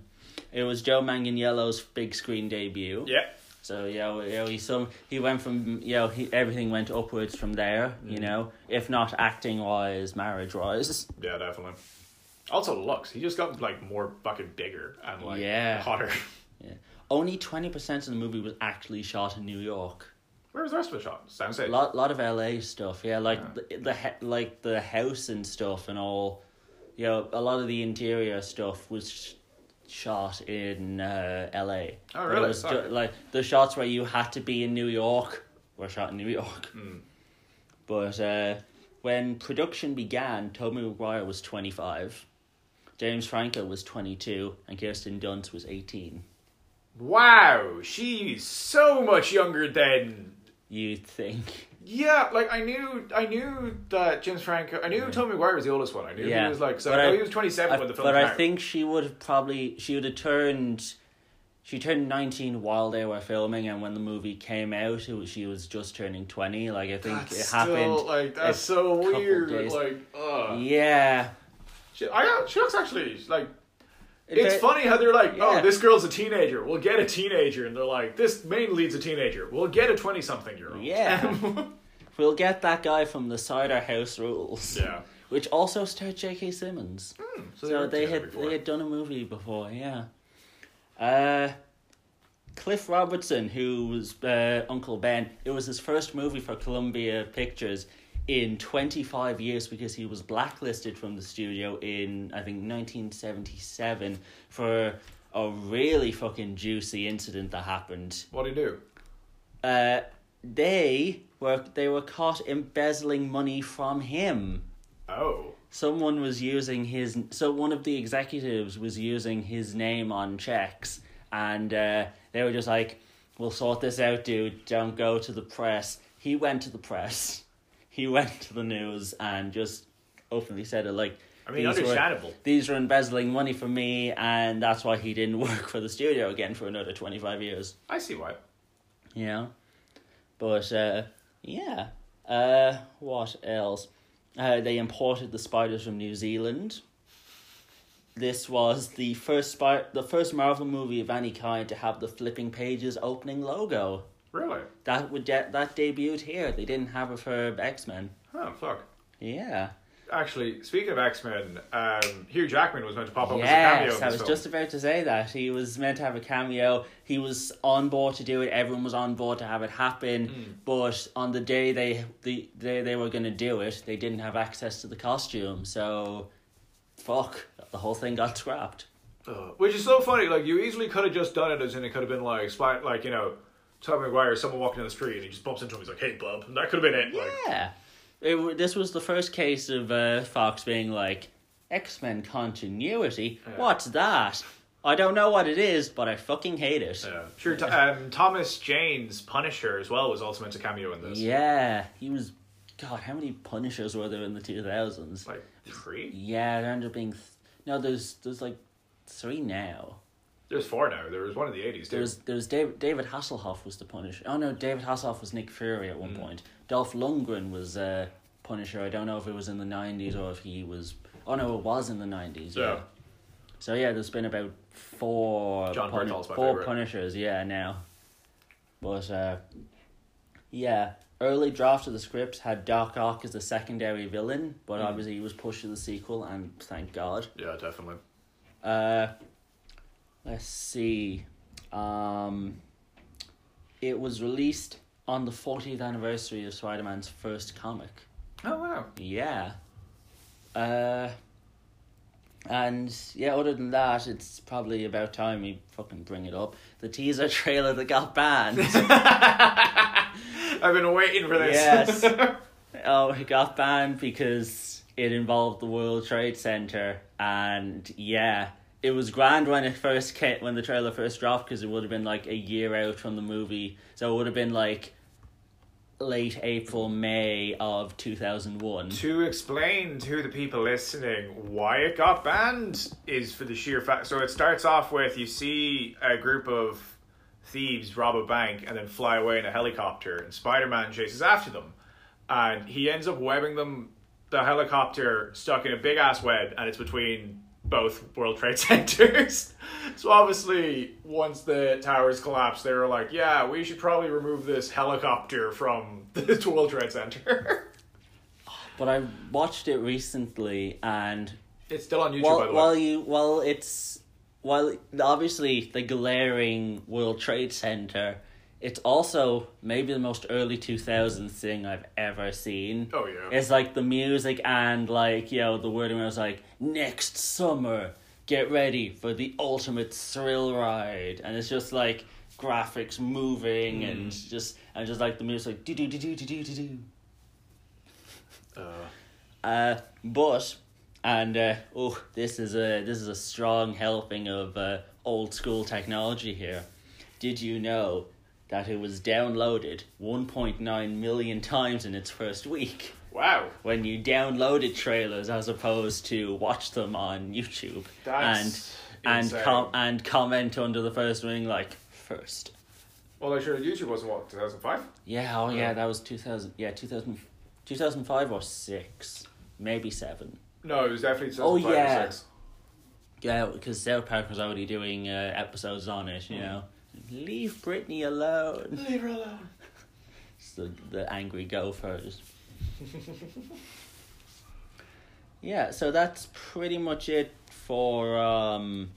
S1: It was Joe Manganiello's big screen debut.
S2: Yeah,
S1: So you know, you know, he some he went from you know he everything went upwards from there.
S2: Hmm.
S1: You know, if not acting wise, marriage wise.
S2: yeah, definitely. Also, looks he just got like more fucking bigger and like
S1: Yeah.
S2: hotter.
S1: Yeah. Only twenty percent of the movie was actually shot in New York.
S2: Where was the rest of the shot? Soundstage.
S1: lot lot of LA stuff. Yeah, like The, the he- like the house and stuff and all. You know, a lot of the interior stuff was sh- shot in uh, LA.
S2: Oh,
S1: But
S2: really?
S1: It was
S2: Fuck.
S1: ju- like the shots where you had to be in New York were shot in New York.
S2: Hmm.
S1: But uh, when production began, Tobey Maguire was twenty five. James Franco was 22 and Kirsten Dunst was 18.
S2: wow, she's so much younger than.
S1: You'd think.
S2: Yeah, like I knew, I knew that James Franco. I knew Tommy McGuire was the oldest one. I knew
S1: Yeah.
S2: he was like, so
S1: But
S2: I,
S1: I-
S2: knew he was twenty seven
S1: I-
S2: when the film
S1: but
S2: came
S1: I
S2: out.
S1: think she would have probably she would have turned she turned 19 while they were filming and when the movie came out it was, she was just turning 20 like i think
S2: That's
S1: it happened
S2: Still, like that's
S1: a
S2: so
S1: couple
S2: weird.
S1: days.
S2: Like, ugh.
S1: yeah
S2: She, I, she looks actually like.
S1: It-
S2: It's
S1: it-
S2: funny how they're like,
S1: yeah.
S2: oh, this girl's a teenager. We'll get a teenager, and they're like, this main lead's a teenager. We'll get a twenty-something-year-old.
S1: Yeah. we'll get that guy from the cider house rules
S2: yeah.
S1: which also starred J.K. Simmons.
S2: Hmm, So
S1: so
S2: worked
S1: they
S2: together
S1: had
S2: before.
S1: they had done a movie before, yeah. Uh, Cliff Robertson, who was uh, Uncle Ben, it was his first movie for Columbia Pictures in twenty five years because he was blacklisted from the studio in I think nineteen seventy seven for a really fucking juicy incident that happened
S2: What do you do?
S1: uh, they were they were caught embezzling money from him.
S2: Oh,
S1: Someone was using his so one of the executives was using his name on checks, and uh, they were just like, "We'll sort this out, dude. Don't go to the press." He went to the press. He went to the news and just openly said it like.
S2: I mean,
S1: "These were-
S2: understandable.
S1: these were embezzling money from me, and that's why he didn't work for the studio again for another twenty five years
S2: I see why.
S1: you know. But uh, yeah, uh, what else? Uh, they imported the spiders from New Zealand. This was the first spy- the first Marvel movie of any kind to have the flipping pages opening logo.
S2: Really?
S1: That would de- that debuted here. They didn't have it for X Men.
S2: Huh? Fuck.
S1: Yeah.
S2: Actually, speaking of X Men, um, Hugh Jackman was meant to pop up as Oh, a cameo.
S1: Yes,
S2: In
S1: I
S2: this
S1: was
S2: film.
S1: just about to say that. He was meant to have a cameo. He was on board to do it. Everyone was on board to have it happen.
S2: Hmm.
S1: But on the day they the day they were going to do it, they didn't have access to the costume. So, fuck, the whole thing got scrapped.
S2: Uh, which is so funny. Like you easily could have just done it, as in it could have been like, spy, like you know, Tom McGuire, someone walking down the street, and he just bumps into him. He's like, "Hey, bub," and that could have been it. Like,
S1: Yeah. It, wa- this was the first case of uh, Fox being like, X Men continuity? What's that? I don't know what it is, but I fucking hate it.
S2: yeah. Sure. Th- um, Thomas Jane's Punisher as well was also meant to cameo in this.
S1: Yeah, he was. God, how many Punishers were there in the two thousands?
S2: Like three?
S1: Yeah, there ended up being. Th- no, there's there's like three now.
S2: There's four now. There was one in the eighties.
S1: There was there was David David Hasselhoff was the Punisher. Oh no, David Hasselhoff was Nick Fury at
S2: Mm.
S1: one point. Dolph Lundgren was uh, Punisher. I don't know if it was in the nineties or if he was. Oh no, it was in the nineties.
S2: Yeah.
S1: So yeah, there's been about four
S2: John
S1: puni-
S2: Bernthal's my
S1: four
S2: favourite.
S1: Punishers, yeah, now. But uh, yeah, early drafts of the scripts had Dark Ark as the secondary villain, but
S2: Mm.
S1: obviously he was pushed to the sequel, and thank God.
S2: Yeah, definitely.
S1: Uh, let's see. Um, it was released on the 40th anniversary of Spider Man's first comic.
S2: Oh wow.
S1: Yeah. Uh, and yeah, other than that, it's probably about time we fucking bring it up. The teaser trailer that got banned.
S2: I've been waiting for this.
S1: Yes. oh, it got banned because it involved the World Trade Center, and yeah. It was grand when it first came, when the trailer first dropped, because it would have been like a year out from the movie, so it would have been like late April, May of two thousand one.
S2: to explain to the people listening why it got banned is for the sheer fact. So it starts off with you see a group of thieves rob a bank and then fly away in a helicopter, and Spider Man chases after them, and he ends up webbing them the helicopter stuck in a big ass web, and it's between both World Trade Centers. so obviously, once the towers collapsed, they were like, "Yeah, we should probably remove this helicopter from the World Trade Center."
S1: But I watched it recently, and
S2: It's still on YouTube, by
S1: while
S2: the way.
S1: while you while it's while obviously the glaring World Trade Center, it's also maybe the most early two thousands thing I've ever seen.
S2: Oh, yeah.
S1: it's like the music and like you know the wording was like next summer. Get ready for the ultimate thrill ride, and it's just like graphics moving and
S2: Mm.
S1: just and just like the music, do do do do do do do do. Uh, but and uh, oh, this is a this is a strong helping of uh, old school technology here. Did you know that it was downloaded 1.9 million times in its first week
S2: Wow.
S1: when you downloaded trailers as opposed to watch them on YouTube?
S2: That's-
S1: And and
S2: Insane.
S1: com- and comment under the first wing like first.
S2: Well, I sure YouTube wasn't what 2005.
S1: Yeah, oh yeah, that was 2000. Yeah, 2000, 2005 or 6, maybe 7.
S2: No, it was definitely
S1: Oh,
S2: 2005
S1: yeah.
S2: or six.
S1: Yeah, because South Park was already doing uh, episodes on it, you know. Leave Britney alone.
S2: Leave her alone.
S1: It's the, the angry gophers. yeah, so that's pretty much it for um,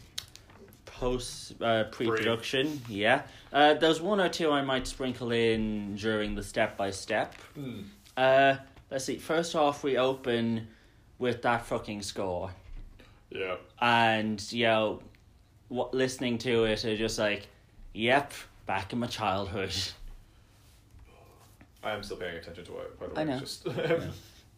S1: post uh, pre production. Yeah, uh, there's one or two I might sprinkle in during the step by step.
S2: Hmm.
S1: Uh, let's see. First off, we open with that fucking score,
S2: Yeah.
S1: and you know, what listening to it, I just like, yep, back in my childhood.
S2: I am still paying attention to it, by the way.
S1: I know.
S2: Just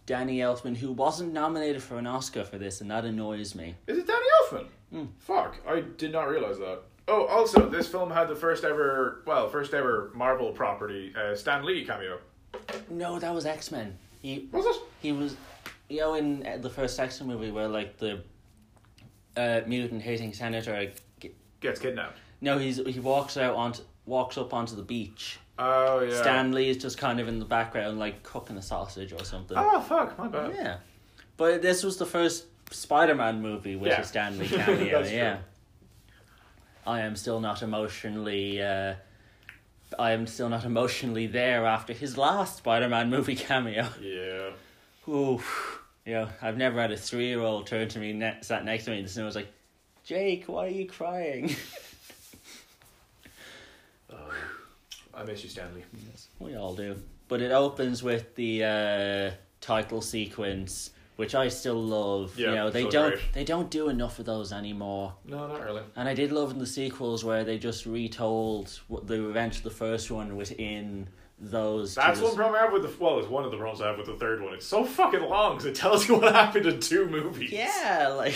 S1: Danny Elfman, who wasn't nominated for an Oscar for this, and that annoys me.
S2: Is it Danny Elfman?
S1: Hmm.
S2: Fuck, I did not realize that. Oh, also, this film had the first ever, well, first ever Marvel property, uh, Stan Lee cameo.
S1: No, that was X Men. He
S2: Was it?
S1: he was, you know, in uh, the first X Men movie where like the uh, mutant hating senator. like, g-
S2: Gets kidnapped.
S1: No, he's he walks out onto walks up onto the beach.
S2: Oh yeah.
S1: Stan Lee is just kind of in the background, like cooking a sausage or something.
S2: Oh fuck, my bad.
S1: Yeah, but this was the first Spider-Man movie with
S2: Yeah.
S1: a Stan Lee cameo.
S2: That's true.
S1: yeah, I am still not emotionally. Uh, I am still not emotionally there after his last Spider-Man movie cameo.
S2: Yeah.
S1: Ooh, you know, I've never had a three-year-old turn to me, ne- sat next to me, and the snow was like, "Jake, why are you crying?"
S2: I miss you, Stan Lee.
S1: We all do. But it opens with the uh, title sequence, which I still love.
S2: Yeah,
S1: you know, they
S2: so
S1: don't
S2: great.
S1: they don't do enough of those anymore.
S2: No, not really.
S1: And I did love in the sequels where they just retold what the event of the first one within those. to
S2: That's
S1: just-
S2: one problem I have with the well, it's one of the problems I have with the third one. It's so fucking long because it tells you what happened in two movies.
S1: Yeah, like. I-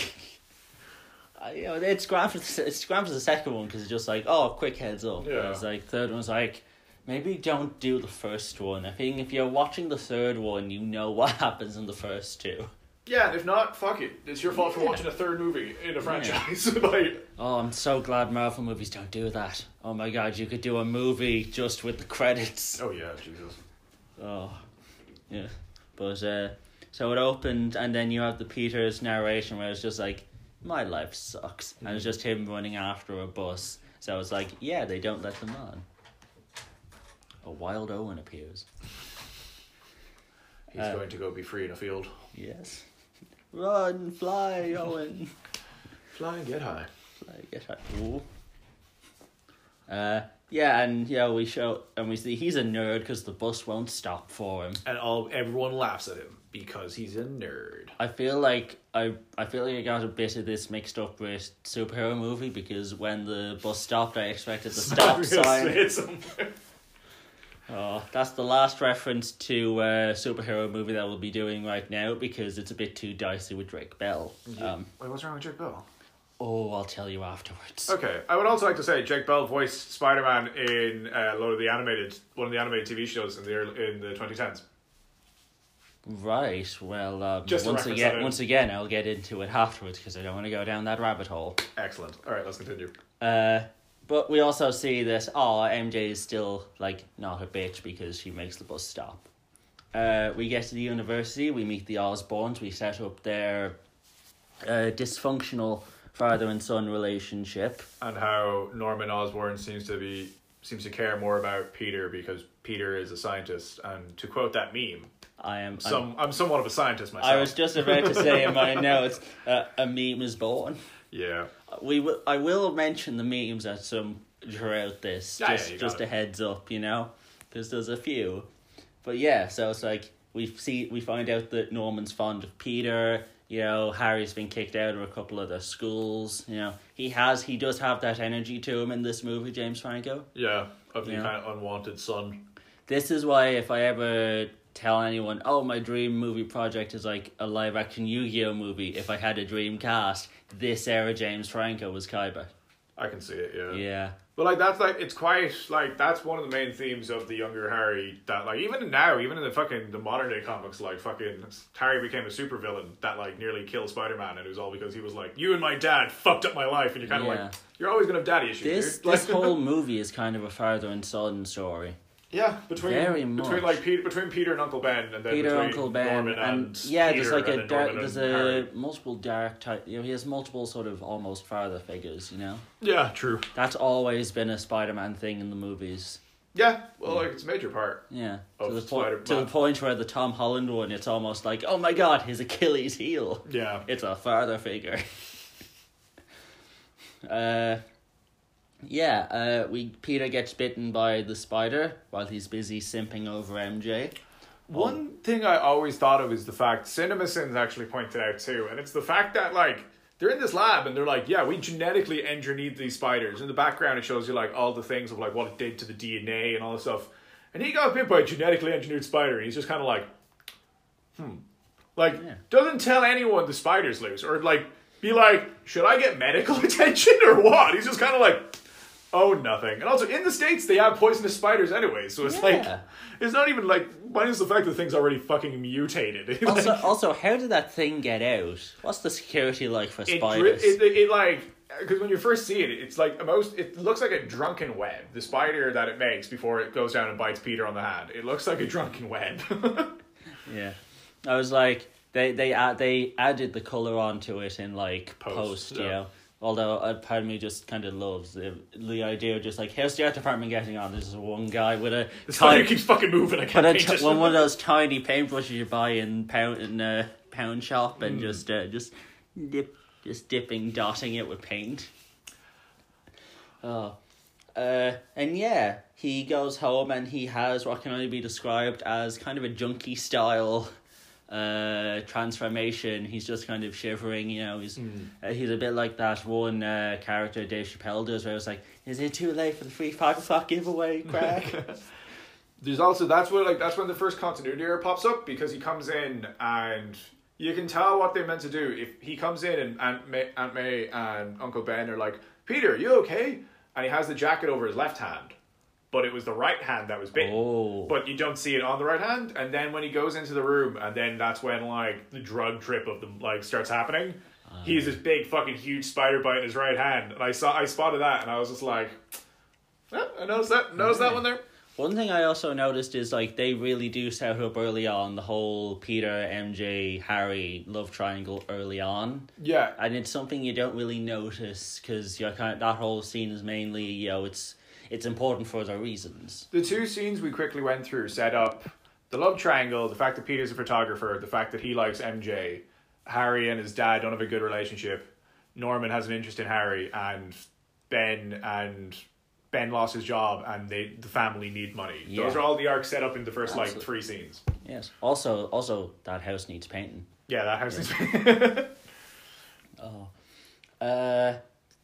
S1: You know, it's grand for the, it's grand for the second one because it's just like oh quick heads up.
S2: Yeah.
S1: It's like third one's like maybe don't do the first one. I think if you're watching the third one, you know what happens in the first two.
S2: Yeah, and if not, fuck it. It's your fault for watching a third movie in a franchise. like,
S1: Oh, I'm so glad Marvel movies don't do that. Oh my god, you could do a movie just with the credits.
S2: oh yeah, Jesus.
S1: Oh, yeah. But, uh, so it opened, and then you have the Peter's narration where it's just like, my life sucks. And it's just him running after a bus. So it's like, yeah, they don't let them on. A wild Owen appears.
S2: He's
S1: Uh,
S2: going to go be free in a field.
S1: Yes. Run, fly, Owen.
S2: Fly and get high.
S1: Like, yes, I- ooh. Uh, yeah, and yeah, we show and we see he's a nerd because the bus won't stop for him.
S2: And all everyone laughs at him because he's a nerd.
S1: I feel like I I feel like I got a bit of this mixed up with superhero movie because when the bus stopped, I expected the stop sign. Oh, that's the last reference to uh, superhero movie that we'll be doing right now because it's a bit too dicey with Drake Bell. Um,
S2: Wait, what's wrong with Jake Bell?
S1: oh, I'll tell you afterwards.
S2: Okay, I would also like to say Jake Bell voiced Spider Man in uh, a lot of the animated one of the animated TV shows in the early, in the 2010s.
S1: Right. Well, um,
S2: Just a
S1: once
S2: reference
S1: again,
S2: that I-
S1: once again, I'll get into it afterwards because I don't want to go down that rabbit hole.
S2: Excellent. All right, let's continue.
S1: Uh, but we also see that oh, MJ is still like not a bitch because she makes the bus stop. Uh, we get to the university. We meet the Osborns. We set up their uh, dysfunctional father and son relationship.
S2: And how Norman Osborn seems to be seems to care more about Peter because Peter is a scientist. And to quote that meme,
S1: I am. I'm-
S2: some I'm somewhat of a scientist myself.
S1: I was just about to say in my notes, uh, a meme is born.
S2: yeah.
S1: we will I will mention the memes at some throughout this.
S2: Yeah, yeah,
S1: just
S2: you got
S1: just a
S2: it.
S1: heads up, you know, because there's a few. But yeah, so it's like we see we find out that Norman's fond of Peter. You know, Harry's been kicked out of a couple of their schools. You know, he has he does have that energy to him in this movie, James Franco.
S2: Yeah, of the
S1: Yeah.
S2: kind of unwanted son.
S1: This is why if I ever tell anyone, oh, my dream movie project is like a live action Yu Gi Oh movie. If I had a dream cast, this era James Franco was Kaiba.
S2: I can see it. Yeah.
S1: Yeah.
S2: But like that's like it's quite like that's one of the main themes of the younger Harry that like even now even in the fucking the modern day comics like fucking Harry became a supervillain that like nearly killed Spider Man and it was all because he was like you and my dad fucked up my life and you're kind of
S1: Yeah.
S2: like you're always gonna have daddy issues.
S1: This
S2: dude." Like-
S1: this whole movie is kind of a father and son story.
S2: yeah between
S1: very much.
S2: between like Peter between Peter and Uncle Ben and then
S1: Peter,
S2: between
S1: Uncle Ben,
S2: Norman
S1: and,
S2: and,
S1: yeah, there's
S2: Peter
S1: like
S2: and
S1: a
S2: then
S1: dark,
S2: Norman
S1: there's
S2: and
S1: a
S2: Harry.
S1: multiple dark type. You know, he has multiple sort of almost father figures. You know,
S2: yeah true
S1: that's always been a Spider-Man thing in the movies.
S2: yeah well like it's a major part
S1: Yeah,
S2: Of
S1: to the point to the
S2: Spider-Man.
S1: point where the Tom Holland one, it's almost like, oh my god, his Achilles heel.
S2: yeah
S1: It's a father figure. uh, yeah. Uh, we Peter gets bitten by the spider while he's busy simping over MJ. Um,
S2: One thing I always thought of is the fact CinemaSins actually pointed out too, and it's the fact that like they're in this lab and they're like, yeah, we genetically engineered these spiders. In the background, it shows you like all the things of like what it did to the DNA and all this stuff. And he got bit by a genetically engineered spider, and he's just kind of like, hmm, like
S1: Yeah.
S2: doesn't tell anyone the spiders loose or like be like, should I get medical attention or what? He's just kind of like. Oh, nothing. And also, in the States, they have poisonous spiders anyway, so it's
S1: Yeah.
S2: like, it's not even like minus the fact that things already fucking mutated.
S1: Also, also, how did that thing get out? What's the security like for
S2: it, dri-
S1: spiders?
S2: it, it, it like because when you first see it, it's like a most. It looks like a drunken web. The spider that it makes before it goes down and bites Peter on the hand. It looks like a drunken web.
S1: yeah, I was like, they they add, they added the color onto it in like post,
S2: Post,
S1: you
S2: yeah.
S1: know. Although a part of me just kind of loves the the idea of just like how's the art department getting on? There's this one guy with a
S2: the spider
S1: tiny,
S2: keeps fucking moving. I
S1: with
S2: can't
S1: a
S2: paint
S1: t-
S2: this.
S1: one, one of those tiny paintbrushes you buy in pound in a pound shop and just uh, just dip just dipping dotting it with paint. Oh, uh, and yeah, he goes home and he has what can only be described as kind of a junkie style uh transformation he's just kind of shivering you know he's uh, he's a bit like that one uh character dave chappelle does where it's like is it too late for the free five o'clock giveaway crack
S2: There's also that's where like that's when the first continuity error pops up because he comes in and you can tell what they meant to do. If he comes in and Aunt May, Aunt May and Uncle Ben are like, "Peter, you okay?" and he has the jacket over his left hand, but it was the right hand that was bitten.
S1: Oh.
S2: But you don't see it on the right hand, and then when he goes into the room, and then that's when like the drug trip of them like starts happening. He has this big fucking huge spider bite in his right hand, and I saw I spotted that, and I was just like, "Oh, I noticed that, noticed that one there.
S1: One thing I also noticed is like they really do set up early on the whole Peter, MJ, Harry love triangle early on,
S2: Yeah,
S1: and it's something you don't really notice because you're kind that whole scene is mainly you know it's it's important for other reasons.
S2: the two scenes we quickly went through set up the love triangle, the fact that Peter's a photographer, the fact that he likes MJ, Harry and his dad don't have a good relationship, Norman has an interest in Harry, and Ben and Ben lost his job, and they the family need money.
S1: Yeah.
S2: Those are all the arcs set up in the first
S1: Absolutely.
S2: like three scenes.
S1: Yes. Also, also that house needs painting.
S2: Yeah, that house is.
S1: Uh,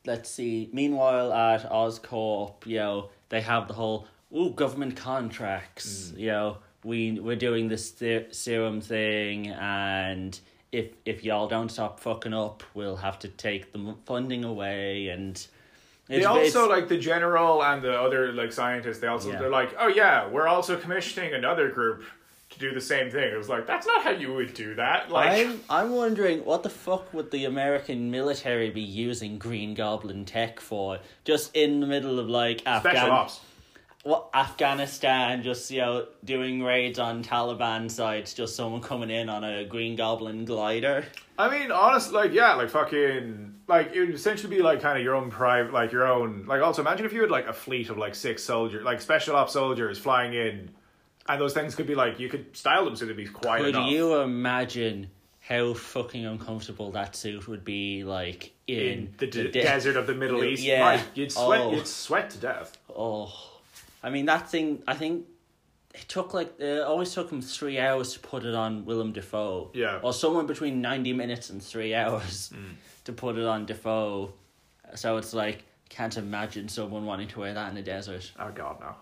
S1: let's see. Meanwhile, at Oscorp, you know, they have the whole ooh government
S2: Mm.
S1: contracts. You know, we we're doing this ser- serum thing, and if if y'all don't stop fucking up, we'll have to take the m- funding away. And it's,
S2: They also
S1: it's-
S2: like the general and the other like scientists. They also
S1: Yeah.
S2: they're like, oh yeah, we're also commissioning another group to do the same thing. It was like that's not how you would do that. Like,
S1: I'm I'm wondering what the fuck would the American military be using Green Goblin tech for? Just in the middle of like
S2: special
S1: Afghan
S2: ops.
S1: what Afghanistan just you know doing raids on Taliban sites, just someone coming in on a Green Goblin glider.
S2: I mean, honest, like yeah, like fucking, like it would essentially be like kind of your own private, like your own, like also imagine if you had like a fleet of like six soldiers, like special ops soldiers flying in, and those things could be like you could style them so they'd be quiet
S1: Could
S2: enough.
S1: you imagine how fucking uncomfortable that suit would be like in,
S2: in the, de-
S1: de-
S2: desert of the Middle East,
S1: Yeah.
S2: Like, you'd sweat,
S1: Oh.
S2: you'd sweat to death.
S1: Oh, I mean that thing. I think it took like it always took him three hours to put it on Willem Dafoe.
S2: Yeah. Mm.
S1: or somewhere between ninety minutes and three hours to put it on Defoe. So it's like can't imagine someone wanting to wear that in the desert.
S2: Oh god, no,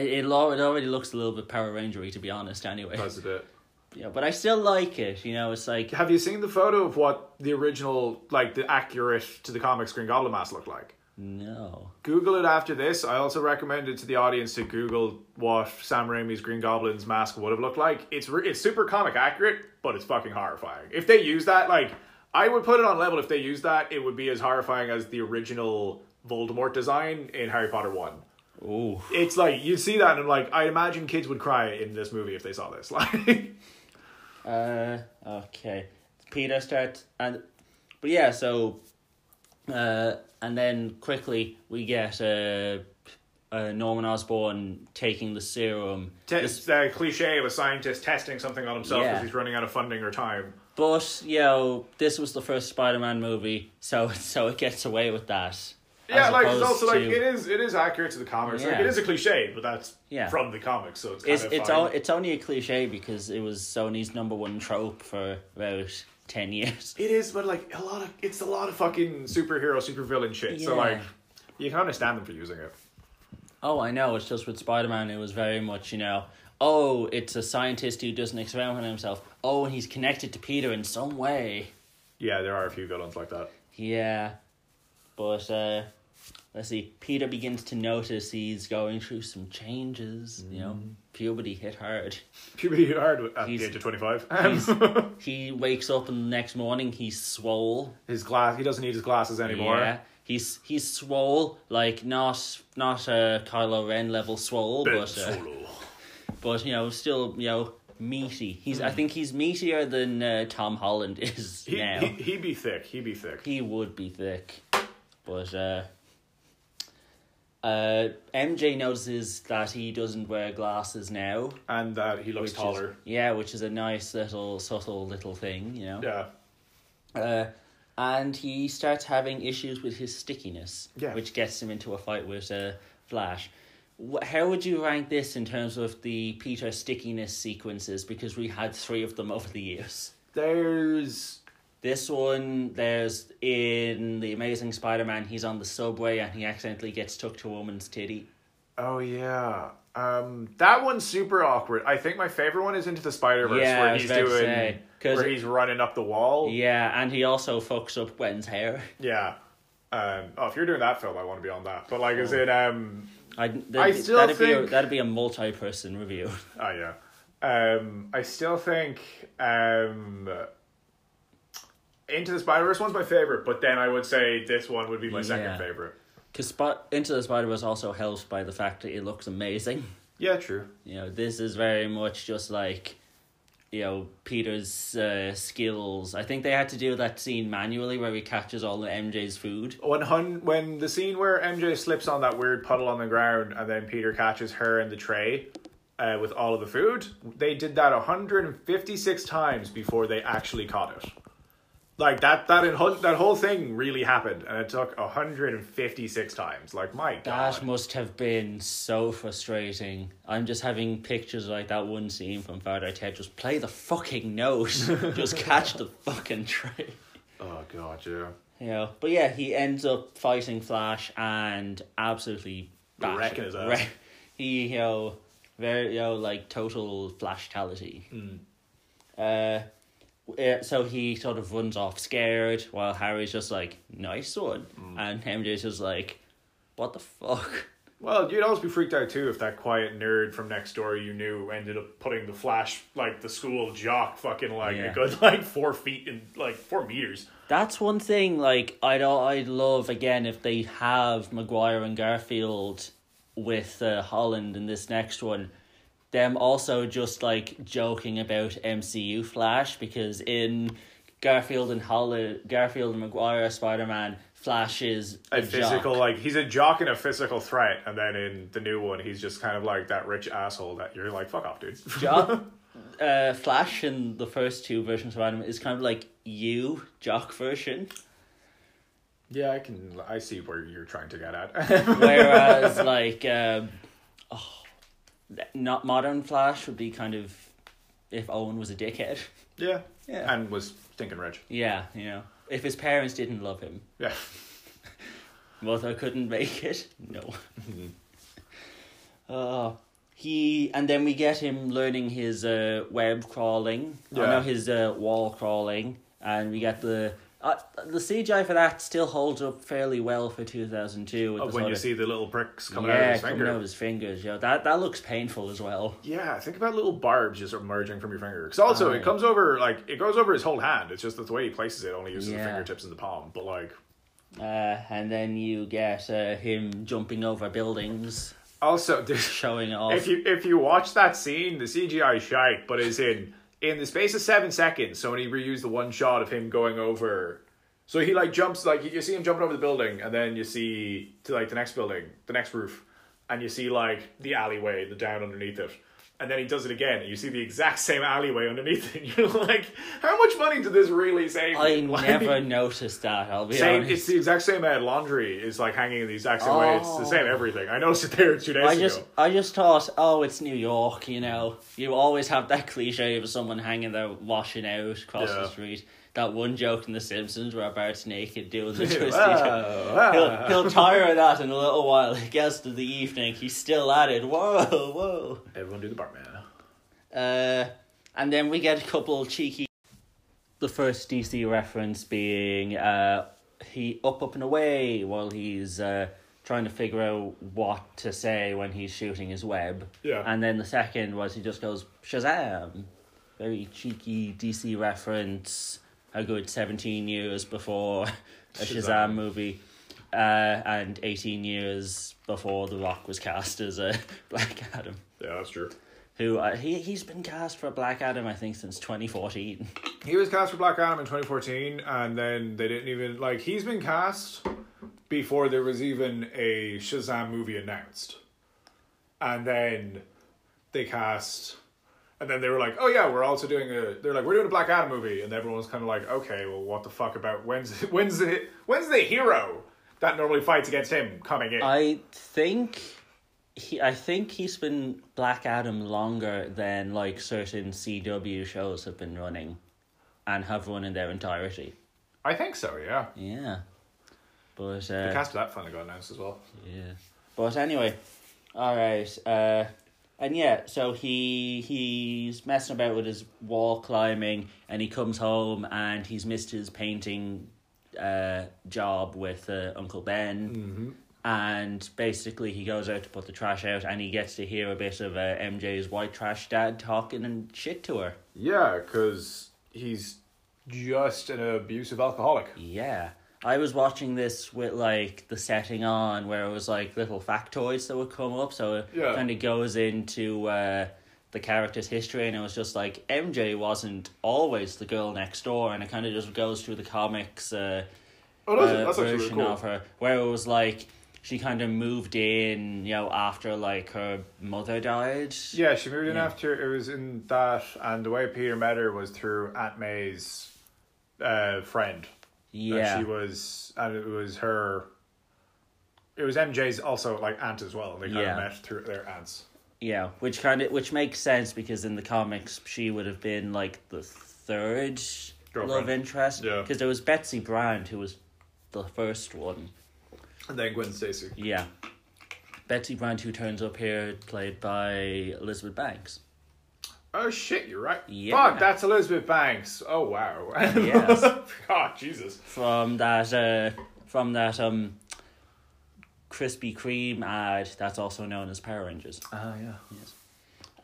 S1: It, it, al- it already looks a little bit Power Rangery, to be honest. Anyway,
S2: that's a bit.
S1: Yeah, but I still like it. You know, it's like
S2: Have you seen the photo of what the original, like the accurate to the comics Green Goblin mask looked like?
S1: no.
S2: Google it after this. I also recommend it to the audience to Google what Sam Raimi's Green Goblin's mask would have looked like. It's re- it's super comic accurate, but it's fucking horrifying. If they use that, like I would put it on level. If they use that, it would be as horrifying as the original Voldemort design in Harry Potter One.
S1: Ooh.
S2: It's like you see that, and I'm like, I imagine kids would cry in this movie if they saw this. Like,
S1: Uh, okay. Peter starts and, but yeah. So, uh, and then quickly we get uh, uh Norman Osborn taking the serum.
S2: t- it's the cliche of a scientist testing something on himself
S1: Yeah.
S2: because he's running out of funding or time.
S1: But you know, this was the first Spider-Man movie, so so it gets away with that.
S2: Yeah,
S1: As
S2: like it's
S1: opposed
S2: also like
S1: to-
S2: it is it is accurate to the comics. Like
S1: Yeah.
S2: it is a cliche, but that's
S1: Yeah.
S2: from the comics, so it's kind
S1: It's
S2: of
S1: it's,
S2: fine.
S1: o- it's only a cliche because it was Sony's number one trope for about ten years.
S2: It is, but like a lot of it's a lot of fucking superhero, supervillain shit. So
S1: Yeah.
S2: like you can understand them for using it.
S1: Oh, I know. It's just with Spider Man, it was very much, you know, oh, it's a scientist who does an experiment on himself. Oh, and he's connected to Peter in some way.
S2: Yeah, there are a few villains like that.
S1: Yeah. But, uh, let's see. Peter begins to notice he's going through some changes, you know. Puberty hit hard.
S2: Puberty hit hard at
S1: He's-
S2: the age of twenty five.
S1: He wakes up and the next morning he's swole.
S2: his glass he doesn't need his glasses anymore.
S1: Yeah. He's he's swole, like not not uh Kylo Ren level swole,
S2: Ben
S1: but uh,
S2: Solo.
S1: but you know, still you know, meaty. He's I think he's meatier than uh, Tom Holland is
S2: Hmm. He,
S1: now.
S2: he
S1: He,
S2: he be thick. He be thick.
S1: would be thick, but uh, uh, MJ notices that he doesn't wear glasses now.
S2: and that he looks
S1: which is-
S2: taller.
S1: yeah, which is a nice little subtle little thing, you know.
S2: yeah.
S1: Uh, and he starts having issues with his stickiness,
S2: Yeah.
S1: which gets him into a fight with uh, Flash. Wh- How would you rank this in terms of the Peter stickiness sequences? Because we had three of them over the years.
S2: There's
S1: This one, there's in The Amazing Spider Man, he's on the subway and he accidentally gets stuck to a woman's titty.
S2: Oh yeah. Um, that one's super awkward. I think my favorite one is Into the Spider Verse,
S1: Yeah, I
S2: where
S1: was
S2: he's
S1: about to
S2: doing,
S1: say, 'cause
S2: where
S1: it-
S2: he's running up the wall. Yeah.
S1: Yeah, and he also fucks up Gwen's hair.
S2: Um, oh, if you're doing that film, I want to be on that. But like, is it? Um,
S1: I,
S2: I still
S1: that'd Be a,
S2: think-
S1: that'd be a multi person review.
S2: oh yeah. Um, I still think um, Into the Spider Verse one's my favorite, but then I would say this one would be my
S1: Yeah.
S2: second favorite.
S1: Because Spot- Into the Spider was also helped by the fact that it looks amazing.
S2: Yeah, true.
S1: You know, this is very much just like, you know, Peter's uh, skills. I think they had to do that scene manually where he catches all the MJ's food.
S2: When hun- when the scene where MJ slips on that weird puddle on the ground and then Peter catches her in the tray uh, with all of the food, they did that 156 times before they actually caught it. Like that that in- that whole thing really happened and it took 156 times. Like my god.
S1: That must have been so frustrating. I'm just having pictures like that one scene from Faraday Ted. Just play the fucking note. just catch the fucking tray.
S2: oh god, yeah.
S1: You know, but yeah, he ends up fighting Flash and absolutely bashing-
S2: Wrecking his ass.
S1: wreck- he you know very you know like total flash tality.
S2: Hmm.
S1: Uh, yeah, so he sort of runs off scared, while Harry's just like, "Nice one,"
S2: Hmm.
S1: and MJ's just like, "What the fuck."
S2: Well, you'd always be freaked out too if that quiet nerd from next door you knew ended up putting the flash like the school jock fucking like
S1: Yeah.
S2: a good like four feet and like four meters.
S1: That's one thing. Like I'd I'd love again if they have Maguire and Garfield with uh, Holland in this next one. Them also just like joking about MCU Flash because in Garfield and Holland, Garfield and Maguire Spider Man, Flash is
S2: a
S1: jock.
S2: physical like he's a jock and a physical threat and then in the new one he's just kind of like that rich asshole that you're like fuck off dude
S1: Jock, uh, Flash in the first two versions of Spider Man is kind of like you Jock version.
S2: yeah i can i see where you're trying to get at
S1: Whereas, like, um, oh, not modern Flash would be kind of if Owen was a dickhead.
S2: yeah
S1: Yeah.
S2: and was stinking rich
S1: Yeah, you know, if his parents didn't love him,
S2: yeah
S1: mother couldn't make it. No. Oh, he and then we get him learning his uh, web crawling. I
S2: Yeah.
S1: know his uh, wall crawling, and we get the uh, the CGI for that still holds up fairly well for two thousand two.
S2: Of when you see the little pricks coming out of
S1: yeah,
S2: his
S1: coming out
S2: finger.
S1: of his fingers. Yeah, that that looks painful as well.
S2: Yeah, think about little barbs just emerging from your finger. Because also,
S1: Oh.
S2: it comes over like it goes over his whole hand. It's just that the way he places it only uses
S1: Yeah.
S2: the fingertips and the palm. But like,
S1: Uh, and then you get uh, him jumping over buildings,
S2: also, there's
S1: showing off.
S2: If you if you watch that scene, the CGI is shite, but it's in in the space of seven seconds. Somebody reused the one shot of him going over. So he like jumps like you- you see him jumping over the building, and then you see to like the next building, the next roof, and you see like the alleyway, the down underneath it. And then he does it again, and you see the exact same alleyway underneath it. And you're like, how much money did this really save?
S1: I
S2: me? Like,
S1: never noticed that. I'll be
S2: Same,
S1: honest.
S2: it's the exact same ad. Laundry is like hanging in the exact same way. It's
S1: Oh.
S2: the same everything. I noticed it there two days
S1: I
S2: ago.
S1: just, I just thought, oh, it's New York. You know, you always have that cliche of someone hanging their washing out across the
S2: Yeah.
S1: street. That one joke in The Simpsons where Bart's naked doing the twisty.
S2: Uh,
S1: turn.
S2: Wow,
S1: He'll,
S2: wow.
S1: he'll tire of that in a little while. It gets to the evening. He's still at it. Whoa, whoa.
S2: Everyone do the Bartman.
S1: Uh, and then we get a couple cheeky. The first DC reference being uh, he up up and away while he's uh, trying to figure out what to say when he's shooting his web.
S2: Yeah.
S1: And then the second was he just goes Shazam, very cheeky DC reference. A good seventeen years before a Shazam,
S2: Shazam.
S1: movie. Uh, and 18 years before The Rock was cast as a Black Adam
S2: Yeah, that's true.
S1: who uh, he he's been cast for Black Adam I think since 2014.
S2: He was cast for Black Adam in 2014, and then they didn't even like. He's been cast before there was even a Shazam movie announced, and then they cast, and then they were like, "Oh yeah, we're also doing a." They're like, "We're doing a Black Adam movie," and everyone was kind of like, "Okay, well, what the fuck about when's when's the when's the hero that normally fights against him coming in?"
S1: I think he I think he's been Black Adam longer than like certain CW shows have been running and have run in their entirety.
S2: I think so. Yeah,
S1: Yeah. But
S2: the
S1: uh,
S2: cast for that finally got announced as well.
S1: yeah. But anyway, all right. Uh and yeah, so he he's messing about with his wall climbing, and he comes home and he's missed his painting uh, job with uh, Uncle Ben, and basically he goes out to put the trash out, and he gets to hear a bit of uh, MJ's white trash dad talking and shit to her.
S2: Yeah, because he's just an abusive alcoholic.
S1: Yeah. I was watching this with like the setting on where it was like little factoids that would come up, so it
S2: Yeah.
S1: kind of goes into uh, the character's history, and it was just like MJ wasn't always the girl next door, and it kind of just goes through the comics uh,
S2: Oh, that's,
S1: uh,
S2: that's actually really
S1: version
S2: cool.
S1: of her, where it was like she kind of moved in, you know, after like her mother died.
S2: Yeah, she moved in after it was in that, and the way Peter met her was through Aunt May's uh, friend.
S1: Yeah.
S2: and she was, and it was her. It was MJ's also like aunt as well. They kind
S1: Yeah.
S2: of met through their aunts.
S1: Yeah, which kind of which makes sense because in the comics she would have been like the third
S2: Girlfriend.
S1: love interest.
S2: Yeah.
S1: because there was Betsy Brand who was the first one.
S2: And then Gwen Stacy.
S1: Yeah, Betsy Brand who turns up here played by Elizabeth Banks.
S2: Oh shit, you're right.
S1: Yeah.
S2: Fuck, that's Elizabeth Banks. Oh wow.
S1: Yes.
S2: God, Jesus.
S1: from that uh, from that um Krispy Kreme ad that's also known as Power Rangers.
S2: Oh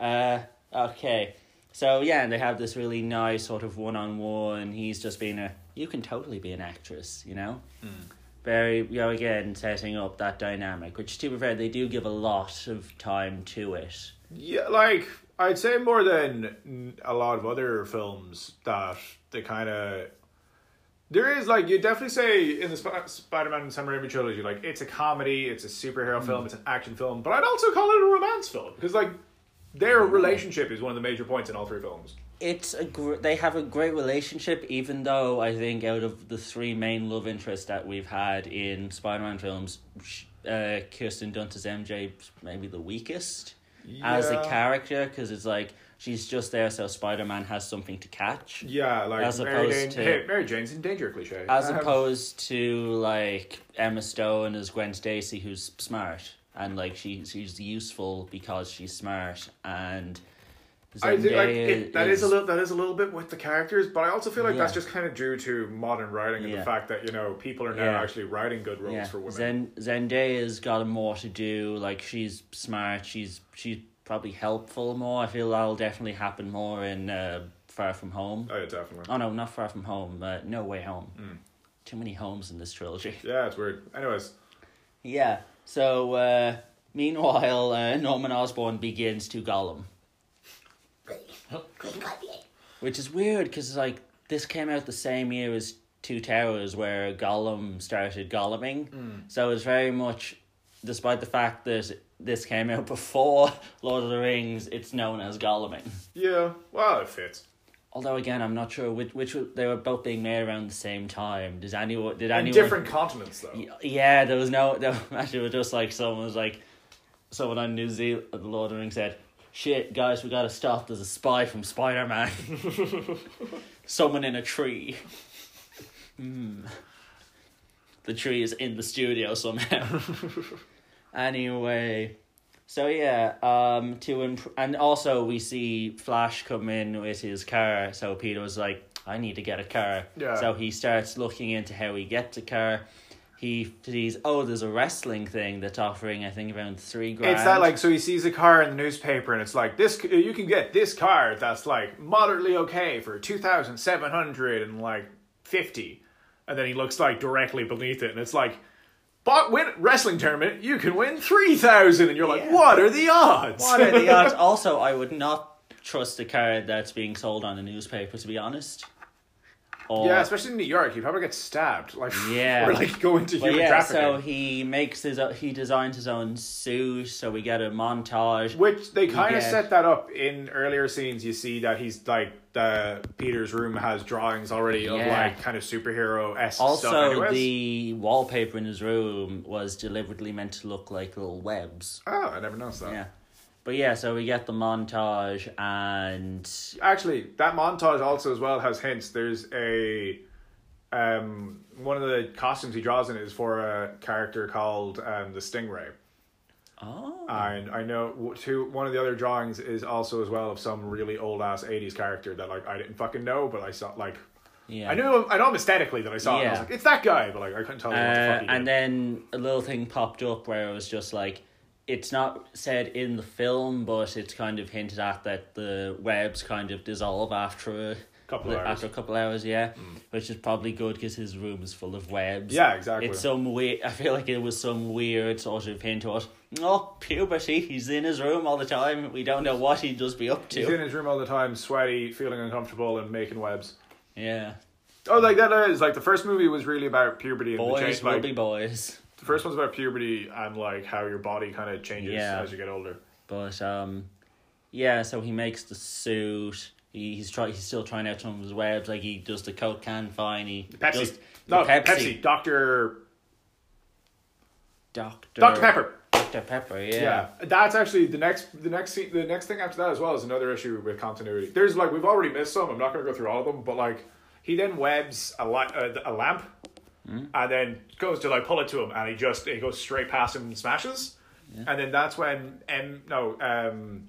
S2: yeah.
S1: Uh, okay. So yeah, and they have this really nice sort of one on one. He's just been a you can totally be an actress, you know. Very you know again setting up that dynamic, which to be fair they do give a lot of time to it.
S2: Yeah, like I'd say more than a lot of other films that they kind of there is like you definitely say in the Sp- Spider-Man and Sam Raimi trilogy, like it's a comedy, it's a superhero film, it's an action film, but I'd also call it a romance film because like their relationship is one of the major points in all three films.
S1: It's a gr- they have a great relationship, even though I think out of the three main love interests that we've had in Spider Man films, sh- uh, Kirsten Dunst as MJ is maybe the weakest. as a
S2: Yeah.
S1: character because it's like she's just there so Spider Man has something to catch.
S2: Yeah, like
S1: As
S2: Mary,
S1: opposed
S2: Jane-
S1: to-
S2: hey, Mary Jane's in danger cliche.
S1: As
S2: Um,
S1: opposed to like Emma Stone as Gwen Stacy, who's smart and like she she's useful because she's smart and
S2: I think like
S1: Zendaya
S2: it, that is, a little that is a little bit with the characters, but I also feel like that's
S1: Yeah.
S2: just kind of due to modern writing and
S1: Yeah.
S2: the fact that you know people are now
S1: Yeah.
S2: actually writing good roles
S1: yeah.
S2: for women.
S1: Zen, Zendaya's got more to do. Like she's smart. She's she's probably helpful more. I feel that'll definitely happen more in uh, Far From Home.
S2: oh Hmm. yeah, definitely.
S1: Oh no, not Far From Home. Uh, no Way Home. Too many homes in this trilogy.
S2: Yeah, it's weird. Anyways,
S1: Yeah. So uh, meanwhile, uh, Norman Osborn begins to Gollum, Oh, which is weird because like this came out the same year as Two Towers, where Gollum started Golluming.
S2: Hmm.
S1: So it's very much, despite the fact that this came out before Lord of the Rings, it's known as Golluming.
S2: yeah, well, it fits.
S1: Although again, I'm not sure which which were- they were both being made around the same time. Does anyone did
S2: In
S1: anyone
S2: different continents though.
S1: Yeah, there was no. There, actually, it was just like someone was like, someone on New Zealand, the Lord of the Rings said, "Shit, guys, we gotta stop. There's a spy from Spider Man. someone in a tree. Hmm. The tree is in the studio somehow. anyway, so yeah, um, to imp- and also we see Flash come in with his car. So Peter was like, "I need to get a car."
S2: Yeah.
S1: So he starts looking into how he gets a car. He sees, oh, there's a wrestling thing that's offering, I think, around three grand.
S2: It's that like so he sees a car in the newspaper and it's like this you can get this car that's like moderately okay for two thousand seven hundred and like fifty, and then he looks like directly beneath it and it's like, but win wrestling tournament you can win three thousand and you're like
S1: Yeah.
S2: what are the odds?
S1: What are the odds? Also, I would not trust a car that's being sold on the newspaper, to be honest. Or,
S2: yeah, especially in New York, you probably get stabbed. Like
S1: Yeah.
S2: or like go into
S1: But
S2: human
S1: yeah,
S2: trafficking.
S1: so he makes his o- he designs his own suit, so we get a montage.
S2: Which they kind
S1: Yeah.
S2: of set that up in earlier scenes. You see that he's like the Peter's room has drawings already of
S1: Yeah.
S2: like kind of superhero s stuff.
S1: also,
S2: anyways.
S1: the wallpaper in his room was deliberately meant to look like little webs.
S2: oh, I never noticed that.
S1: Yeah, but yeah, so we get the montage, and
S2: Actually, that montage also as well has hints. There's a um one of the costumes he draws in is for a character called um, the Stingray.
S1: oh,
S2: And I know w- two one of the other drawings is also as well of some really old ass '80s character that like I didn't fucking know, but I saw like
S1: yeah,
S2: I knew him, I know him aesthetically that I saw him. I was
S1: Yeah.
S2: like, it's that guy, but like I couldn't tell you what the
S1: Uh,
S2: fuck he
S1: and
S2: did.
S1: then a little thing popped up where it was just like, it's not said in the film, but it's kind of hinted at that the webs kind of dissolve after a
S2: Couple hours. Mm.
S1: After a couple hours, yeah, which is probably good because his room is full of webs.
S2: Yeah, exactly.
S1: It's some weird. I feel like it was some weird sort of hint to it. Oh, puberty. He's in his room all the time. We don't know what he'd just be up
S2: He's in
S1: to.
S2: his room all the time, sweaty, feeling uncomfortable, and making webs.
S1: Yeah,
S2: Oh, like that is like the first movie was really about puberty and the
S1: boys
S2: change.
S1: will
S2: Like
S1: be boys.
S2: the first one's about puberty and like how your body kind of changes
S1: Yeah.
S2: as you get older.
S1: But um, yeah. So he makes the suit. He, he's try. He's still trying out some of his webs. Like he does the coke can fine. He
S2: Pepsi,
S1: does the
S2: no Pepsi, Doctor
S1: Doctor
S2: Doctor Pepper.
S1: Doctor Pepper. Yeah.
S2: Yeah. that's actually the next the next scene, the next thing after that as well is another issue with continuity. There's like we've already missed some. I'm not going to go through all of them, but like he then webs a li- uh, a lamp, and then goes to like pull it to him, and he just he goes straight past him and smashes, and then that's when M no um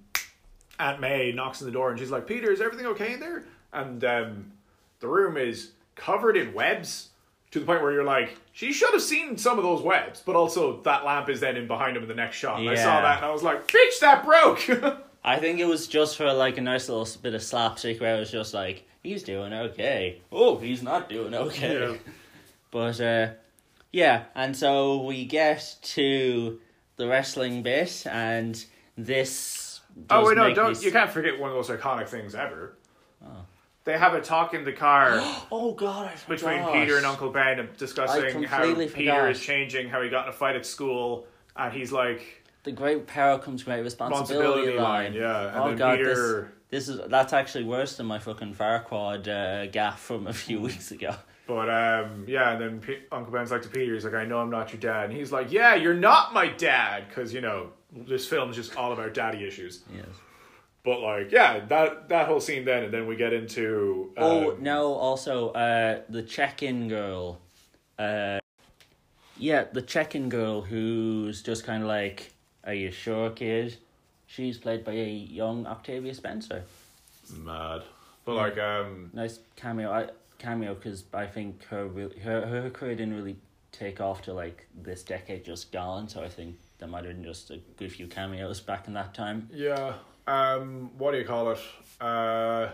S2: Aunt May knocks on the door and she's like, Peter, is everything okay in there? And um, the room is covered in webs to the point where you're like, she should have seen some of those webs, but also that lamp is then in behind him in the next shot. And I
S1: Yeah.
S2: saw that and I was like, bitch, that broke.
S1: I think it was just for like a nice little s- bit of slapstick where it was just like he's doing okay. Oh, he's not doing okay.
S2: Yeah.
S1: But uh, yeah, and so we get to the wrestling bit, and this.
S2: oh,
S1: does
S2: wait, no,
S1: make me
S2: don't.
S1: s-
S2: You can't forget one of the most iconic things ever. They have a talk in the car
S1: Oh God, I
S2: between
S1: forgot.
S2: Peter and Uncle Ben and discussing how
S1: completely
S2: Peter
S1: forgot.
S2: is changing, how he got in a fight at school, and he's like,
S1: The great power comes great responsibility,
S2: Responsibility
S1: line.
S2: line, yeah, and
S1: oh
S2: then
S1: god,
S2: Peter-
S1: this, this is that's actually worse than my fucking Farquad uh, gaff from a few weeks ago.
S2: But um, yeah, and then P- Uncle Ben's like to Peter, he's like, I know I'm not your dad. And he's like, Yeah, you're not my dad. Because, you know, this film's just all about daddy issues.
S1: Yes.
S2: But, like, yeah, that that whole scene then, and then we get into. Um,
S1: oh no! Also, uh, the check-in girl. Uh, yeah, the check-in girl who's just kind of like Are you sure, kid? She's played by a young Octavia Spencer.
S2: Mad. But like, um,
S1: Nice cameo. I cameo because I think her re- her her career didn't really take off to like this decade just gone. So I think there might have been just a good few cameos back in that time.
S2: yeah. Um, what do you call it? Uh,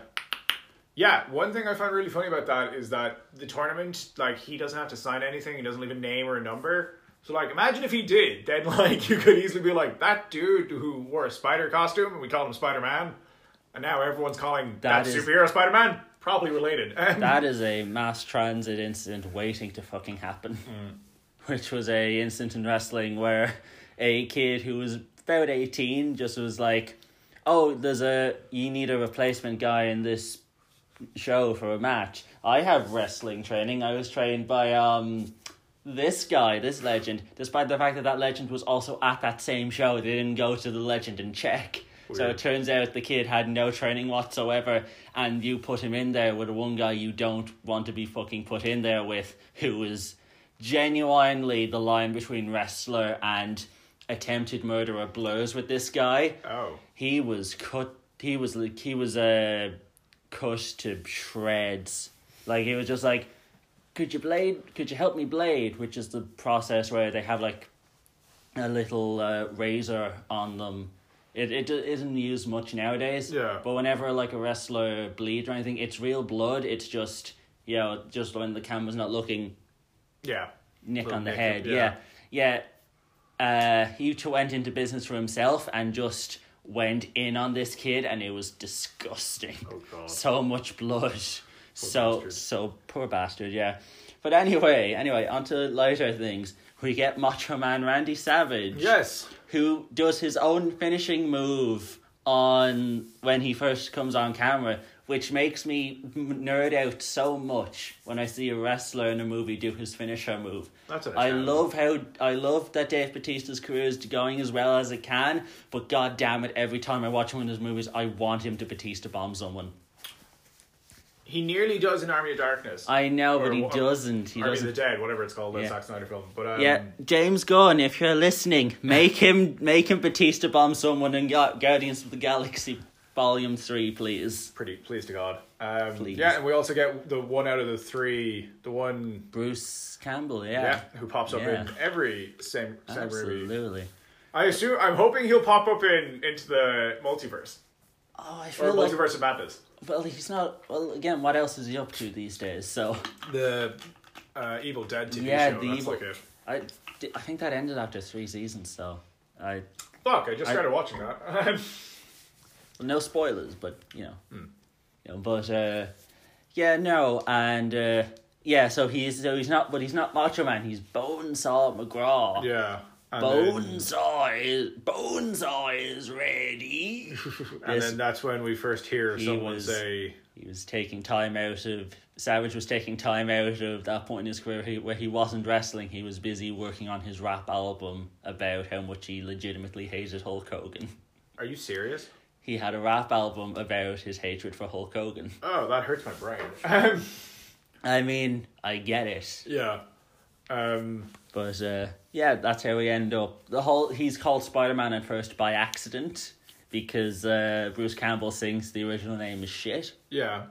S2: yeah. One thing I find really funny about that is that the tournament, like, he doesn't have to sign anything. He doesn't leave a name or a number. So like, imagine if he did, then like, you could easily be like that dude who wore a spider costume and we called him Spider Man, and now everyone's calling that,
S1: That is-
S2: superhero Spider Man. Probably related.
S1: That is a mass transit incident waiting to fucking happen, which was a incident in wrestling where a kid who was about eighteen just was like, "Oh, there's a you need a replacement guy in this show for a match. I have wrestling training. I was trained by um this guy, this legend. Despite the fact that that legend was also at that same show, they didn't go to the legend and check. So
S2: Weird.
S1: it turns out the kid had no training whatsoever, and you put him in there with one guy you don't want to be fucking put in there with, who was genuinely the line between wrestler and attempted murderer blurs with this guy
S2: oh.
S1: he was cut he was like he was uh cut to shreds like he was just like could you blade could you help me blade which is the process where they have like a little uh, razor on them it, it do- isn't used much nowadays
S2: Yeah.
S1: but whenever like a wrestler bleeds or anything it's real blood it's just you know just when the camera's not looking
S2: Yeah.
S1: nick
S2: Little
S1: on the
S2: nick,
S1: head.
S2: yeah.
S1: Yeah, yeah. Uh, he t- went into business for himself and just went in on this kid, and it was disgusting.
S2: Oh, God.
S1: So much blood. so
S2: bastard.
S1: so poor bastard. Yeah. But anyway, anyway, onto lighter things. We get Macho Man Randy Savage
S2: Yes.
S1: who does his own finishing move on when he first comes on camera, which makes me m- nerd out so much when I see a wrestler in a movie do his finisher move.
S2: That's
S1: I
S2: understandable.
S1: love how I love that Dave Bautista's career is going as well as it can, but god damn it, every time I watch one of his movies, I want him to Batista bomb someone.
S2: He nearly does in Army of Darkness.
S1: I know,
S2: Or
S1: but he
S2: what-
S1: doesn't. He
S2: Army
S1: doesn't.
S2: of the Dead, whatever it's called, that
S1: Yeah.
S2: Zack Snyder film. But um,
S1: Yeah, James Gunn, if you're listening, make him make him Batista bomb someone in Gu- Guardians of the Galaxy Volume Three, please.
S2: pretty please to God. Um,
S1: Please.
S2: Yeah, and we also get the one out of the three, the one
S1: Bruce Campbell, yeah,
S2: yeah, who pops up
S1: Yeah.
S2: in every same same movie.
S1: absolutely.
S2: I assume I'm hoping he'll pop up in into the multiverse
S1: Oh, I
S2: or
S1: feel like
S2: multiverse of madness.
S1: well, he's not. Well, again, what else is he up to these days? So
S2: The uh, Evil Dead TV
S1: Yeah,
S2: show.
S1: the
S2: that's
S1: Evil-
S2: like it.
S1: I, di- I think that ended after three seasons. So I,
S2: Fuck! I just
S1: I-
S2: started watching that.
S1: well, no spoilers, but you know,
S2: Hmm.
S1: you know, but uh, yeah, no, and uh, yeah, so he's so he's not, but he's not Macho Man. He's Bonesaw McGraw.
S2: yeah. And then,
S1: Bonesaw is Bonesaw is ready.
S2: and
S1: Yes.
S2: then that's when we first hear
S1: He
S2: someone
S1: was-
S2: say,
S1: he was taking time out of Savage was taking time out of that point in his career he- where he wasn't wrestling. He was busy working on his rap album about how much he legitimately hated Hulk Hogan.
S2: "Are you serious?"
S1: He had a rap album about his hatred for Hulk Hogan.
S2: Oh, that hurts my brain.
S1: I mean, I get it.
S2: yeah. Um,
S1: But uh, yeah, that's how we end up. The whole he's called Spider Man at first by accident because uh, Bruce Campbell sings the original name is shit,
S2: yeah.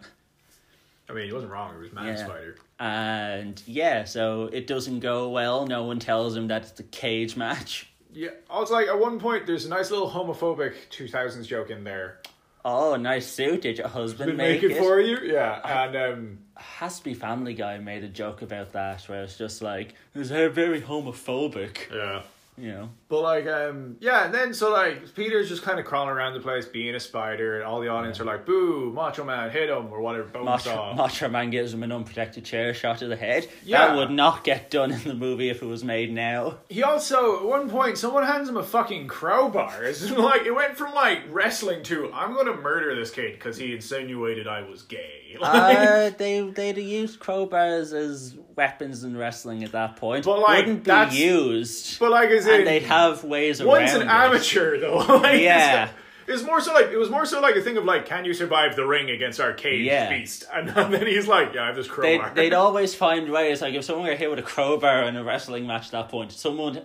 S2: I mean, he wasn't wrong. It was Man
S1: Yeah.
S2: Spider.
S1: and yeah, so it doesn't go well. No one tells him that it's the cage match.
S2: Yeah. Also, like at one point, there's a nice little homophobic 2000s joke in there.
S1: Oh, nice suit! Did your husband
S2: Been
S1: make,
S2: making
S1: it?
S2: for you, yeah. And um,
S1: Has to be Family Guy made a joke about that, where it's just like it was uh, very homophobic,
S2: yeah.
S1: you know.
S2: But like um, yeah. And then so like Peter's just kind of crawling around the place, being a spider, and all the audience are like, "Boo, Macho Man, hit him," or whatever.
S1: Macho,
S2: Bonesaw.
S1: Macho Man gives him an unprotected chair shot to the head.
S2: Yeah.
S1: That would not get done in the movie if it was made now.
S2: He also at one point, someone hands him a fucking crowbar. It's like it went from like wrestling to I'm gonna murder this kid because he insinuated I was gay. Like,
S1: Uh, they they'd used crowbars as weapons in wrestling at that point.
S2: But, like,
S1: wouldn't
S2: that's-
S1: be used,
S2: but like, as in,
S1: and they'd have ways around.
S2: One's an
S1: it.
S2: amateur though. like,
S1: Yeah.
S2: It's, it's more so like it was more so like a thing of like, can you survive the ring against our caged
S1: Yeah.
S2: beast? And then he's like, yeah, I have this
S1: They'd,
S2: crowbar.
S1: they'd always find ways. Like if someone were hit with a crowbar in a wrestling match at that point, someone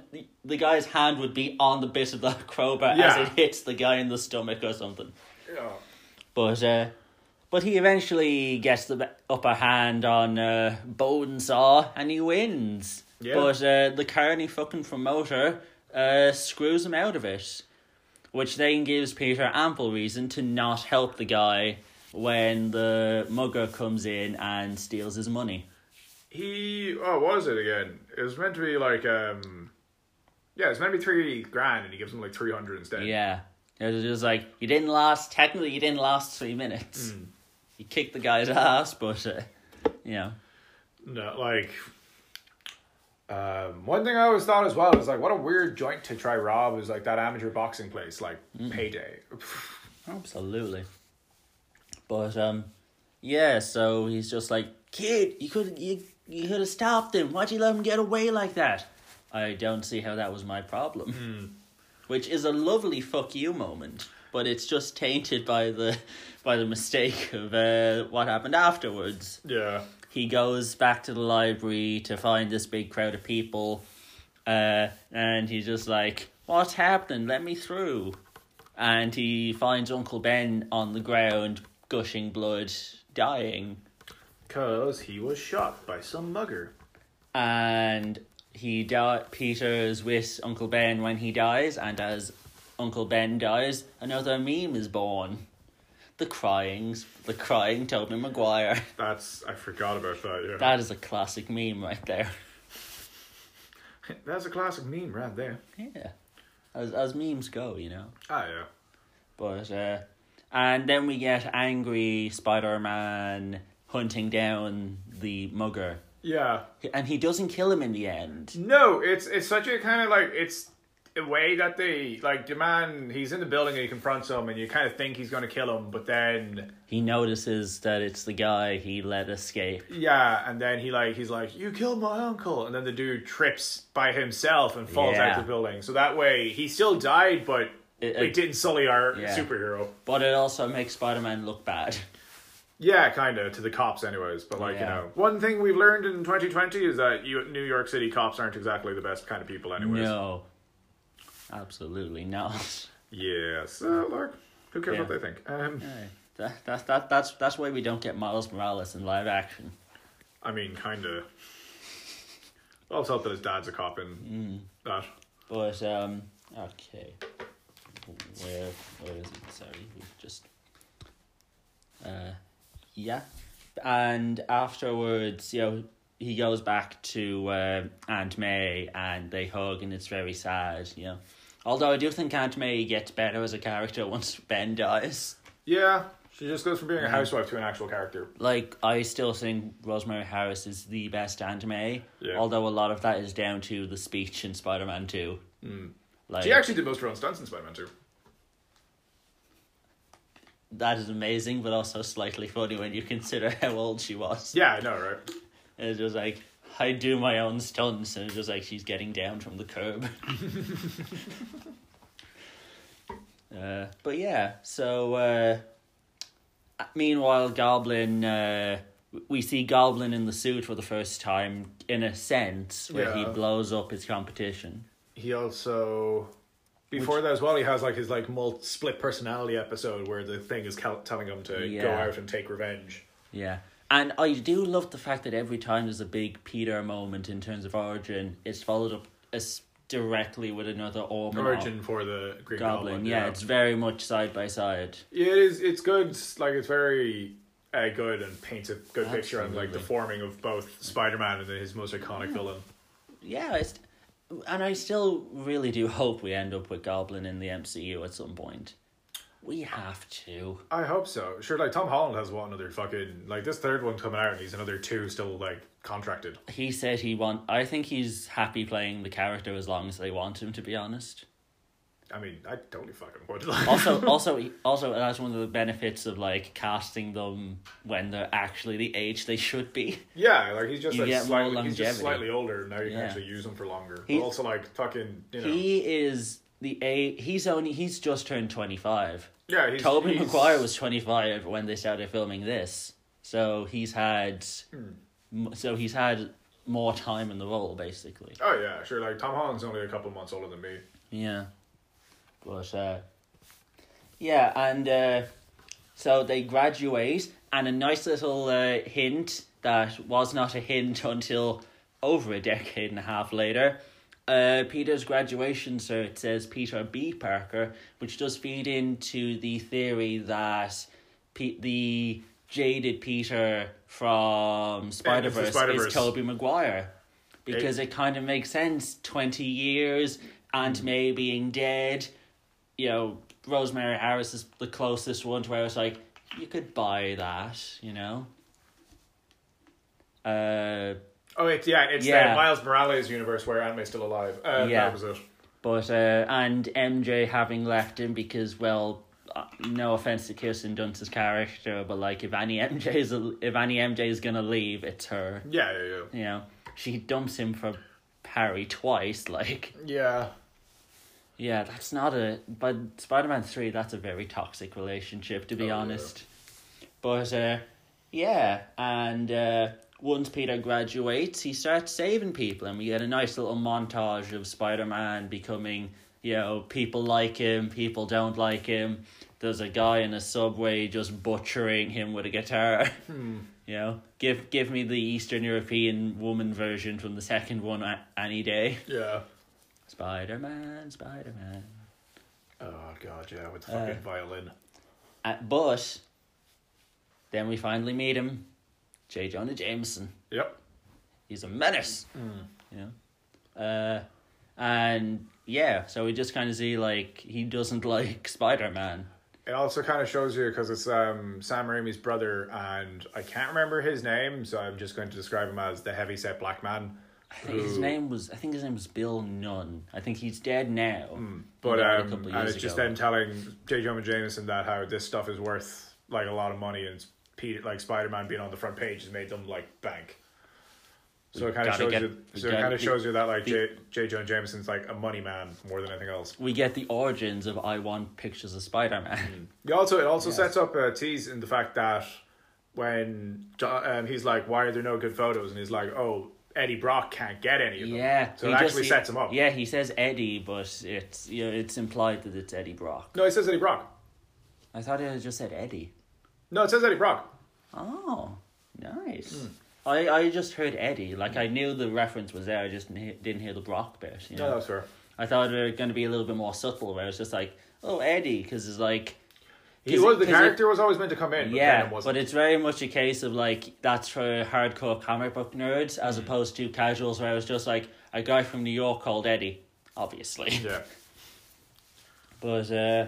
S1: the guy's hand would be on the bit of that crowbar
S2: Yeah.
S1: as it hits the guy in the stomach or something.
S2: Yeah.
S1: But uh, but he eventually gets the be- upper hand on uh, Bowden Saw and he wins.
S2: Yeah.
S1: But uh, the Kearney fucking promoter uh, screws him out of it, which then gives Peter ample reason to not help the guy when the mugger comes in and steals his money.
S2: He oh, what was it again? It was meant to be like um, yeah, it's meant to be three grand, and he gives him like three hundred instead.
S1: Yeah. It was just like, you didn't last, technically, you didn't last three minutes. You kicked the guy's ass, but, uh, you know.
S2: No, like. Um, one thing I always thought as well is like, what a weird joint to try rob is like that amateur boxing place, like
S1: Mm.
S2: payday.
S1: Absolutely. But um, yeah. So he's just like, kid, you could you you could have stopped him. Why'd you let him get away like that? I don't see how that was my problem. Which is a lovely fuck you moment, but it's just tainted by the by the mistake of uh, what happened afterwards.
S2: Yeah.
S1: He goes back to the library to find this big crowd of people, uh, and he's just like, "What's happening? Let me through." and he finds Uncle Ben on the ground, gushing blood, dying.
S2: Cause he was shot by some mugger.
S1: And he di- Peter is with Uncle Ben when he dies, and as Uncle Ben dies, another meme is born. The cryings, the crying Toby Maguire.
S2: That's I forgot about that. Yeah.
S1: That is a classic meme right there.
S2: That's a classic meme right there.
S1: Yeah, as as memes go, you know.
S2: Ah yeah.
S1: But uh, and then we get angry Spider Man hunting down the mugger.
S2: Yeah.
S1: and he doesn't kill him in the end.
S2: No, it's it's such a kind of like it's a way that they like the man. He's in the building and he confronts him, and you kind of think he's going to kill him, but then
S1: He notices that it's the guy he let escape.
S2: yeah, and then he like he's like, "You killed my uncle," and then the dude trips by himself and falls out
S1: Yeah.
S2: the building. So that way he still died, but
S1: It-
S2: it,
S1: it-
S2: didn't sully our
S1: Yeah.
S2: superhero.
S1: But it also makes Spider Man look bad.
S2: Yeah, kind of to the cops, anyways. But like
S1: Yeah.
S2: you know, one thing we've learned in 2020 is that you, New York City cops aren't exactly the best kind of people, anyways.
S1: No. Absolutely not.
S2: Yeah. So look, who cares
S1: Yeah.
S2: what they think? Um,
S1: That, that, that, that's, that's why we don't get Miles Morales in live action.
S2: I mean, kind of. I'll help that his dad's a cop
S1: Mm.
S2: in that.
S1: But, um, okay. Where, where is it? Sorry, we just. Uh, yeah. And afterwards, you know, he goes back to uh, Aunt May and they hug, and it's very sad, you know. Although I do think Aunt May gets better as a character once Ben dies.
S2: Yeah, she just goes from being a
S1: Mm.
S2: housewife to an actual character.
S1: Like, I still think Rosemary Harris is the best Aunt May,
S2: Yeah.
S1: although a lot of that is down to the speech in Spider Man 2. Like,
S2: Mm. She actually did most of her own stunts in Spider-Man 2.
S1: that is amazing, but also slightly funny when you consider how old she was.
S2: Yeah, I know, right?
S1: And it's just like, I do my own stunts, and it's just like she's getting down from the curb. uh, but yeah, so uh, meanwhile, Goblin, uh, we see Goblin in the suit for the first time, in a sense, where he
S2: Yeah.
S1: blows up his competition.
S2: He also... Before that as well, he has like his like mul- split personality episode where the thing is cal- telling him to go
S1: Yeah.
S2: out and take revenge.
S1: Yeah. And I do love the fact that every time there's a big Peter moment in terms of origin, it's followed up as directly with another Orman
S2: Origin for the Green
S1: Goblin.
S2: Goblin.
S1: yeah, it's very much side by side.
S2: Yeah, it is. It's good. Like it's very uh, good and paints a good picture on like the
S1: Absolutely.
S2: forming of both Spider-Man and his most iconic villain.
S1: Yeah, it's, and I still really do hope we end up with Goblin in the MCU at some point. We have to.
S2: I hope so. Sure, like Tom Holland has one another fucking like this third one coming out, and he's another two still like contracted.
S1: He said he want. I think he's happy playing the character as long as they want him. To be honest.
S2: I mean, I totally fucking would. Like,
S1: also, also, also, that's one of the benefits of like casting them when they're actually the age they should be.
S2: yeah, like he's just
S1: You
S2: like
S1: get more
S2: slightly, he's
S1: longevity.
S2: just slightly older now. You can
S1: Yeah.
S2: actually use him for longer.
S1: He-
S2: but also like fucking you know.
S1: He is the a. He's only. He's just turned twenty five.
S2: yeah, he's,
S1: Tobey
S2: he's-
S1: Maguire was twenty five
S2: Hmm.
S1: when they started filming this, so he's had. m So he's had more time in the role, basically.
S2: Oh yeah, sure. Like Tom Holland's only a couple months older than me.
S1: Yeah. But uh yeah, and uh so they graduate and a nice little uh, hint that was not a hint until over a decade and a half later. Uh, Peter's graduation cert says Peter B. Parker, which does feed into the theory that Pe- the jaded Peter from Spider Verse is
S2: Spider-Verse.
S1: Tobey Maguire, because it kind of makes sense. Twenty years, Aunt May being dead, you know, Rosemary Harris is the closest one to where it's like, you could buy that, you know? Uh,
S2: Oh, it's yeah, it's
S1: Yeah.
S2: the Miles Morales universe where Aunt May's still alive. Uh,
S1: Yeah.
S2: that was it.
S1: but, uh, and MJ having left him because, well, uh, no offense to Kirsten Dunst's character, but like, if any MJ is, if any MJ is gonna leave, it's her.
S2: Yeah, yeah, yeah.
S1: You know, she dumps him for Harry twice. Like,
S2: Yeah.
S1: yeah, that's not a. But Spider Man 3, that's a very toxic relationship, to be
S2: Oh, yeah.
S1: honest. But, uh, yeah, and uh, once Peter graduates, he starts saving people, and we get a nice little montage of Spider Man becoming, you know, people like him, people don't like him. There's a guy in a subway just butchering him with a guitar.
S2: Hmm.
S1: You know, give give me the Eastern European woman version from the second one a- any day.
S2: Yeah.
S1: Spider Man, Spider Man.
S2: Oh god, yeah, with the fucking violin.
S1: Uh, but then we finally meet him, J. Jonah Jameson.
S2: Yep.
S1: He's a menace. You know? Uh, and yeah, so we just kind of see like he doesn't like Spider Man.
S2: It also kind of shows you because it's um, Sam Raimi's brother, and I can't remember his name, so I'm just going to describe him as the heavyset black man.
S1: I think his
S2: Who-
S1: name was I think his name was Bill Nunn. I think he's dead now.
S2: But
S1: He died a
S2: um,
S1: couple of
S2: and
S1: years
S2: it's just
S1: ago.
S2: them telling J. Jonah Jameson that how this stuff is worth like a lot of money, and Peter, like Spider Man being on the front page has made them like bank. So it kind of
S1: gotta
S2: shows
S1: get-
S2: you.
S1: we
S2: So it
S1: gotta
S2: kind of
S1: be-
S2: shows you that like J. J. Jonah Jameson's like a money man more than anything else.
S1: We get the origins of I want pictures of Spider Man.
S2: Yeah, also it also sets up a tease in the fact that when Jo- um, he's like, "Why are there no good photos?" and he's like, "Oh, Eddie Brock can't get any of them."
S1: Yeah,
S2: so
S1: he
S2: it
S1: just-
S2: actually
S1: he-
S2: sets him up.
S1: Yeah, he says Eddie, but it's you know, it's implied that it's Eddie Brock.
S2: No, it says Eddie Brock.
S1: I thought it just said Eddie.
S2: No, it says Eddie Brock.
S1: Oh, nice. Hmm. I, I just heard Eddie. Like I knew the reference was there. I just kn- didn't hear the Brock bit. You
S2: No,
S1: know?
S2: that's Oh, fair.
S1: I thought it was going to be a little bit more subtle, where it's just like, oh Eddie, because it's like,
S2: He
S1: 'Cause it-
S2: was the
S1: 'cause it-
S2: character was always meant to come in. But
S1: yeah,
S2: Venom wasn't.
S1: but it's very much a case of like that's for hardcore comic book nerds as
S2: Hmm.
S1: opposed to casuals, where it's just like a guy from New York called Eddie, obviously.
S2: yeah,
S1: But uh,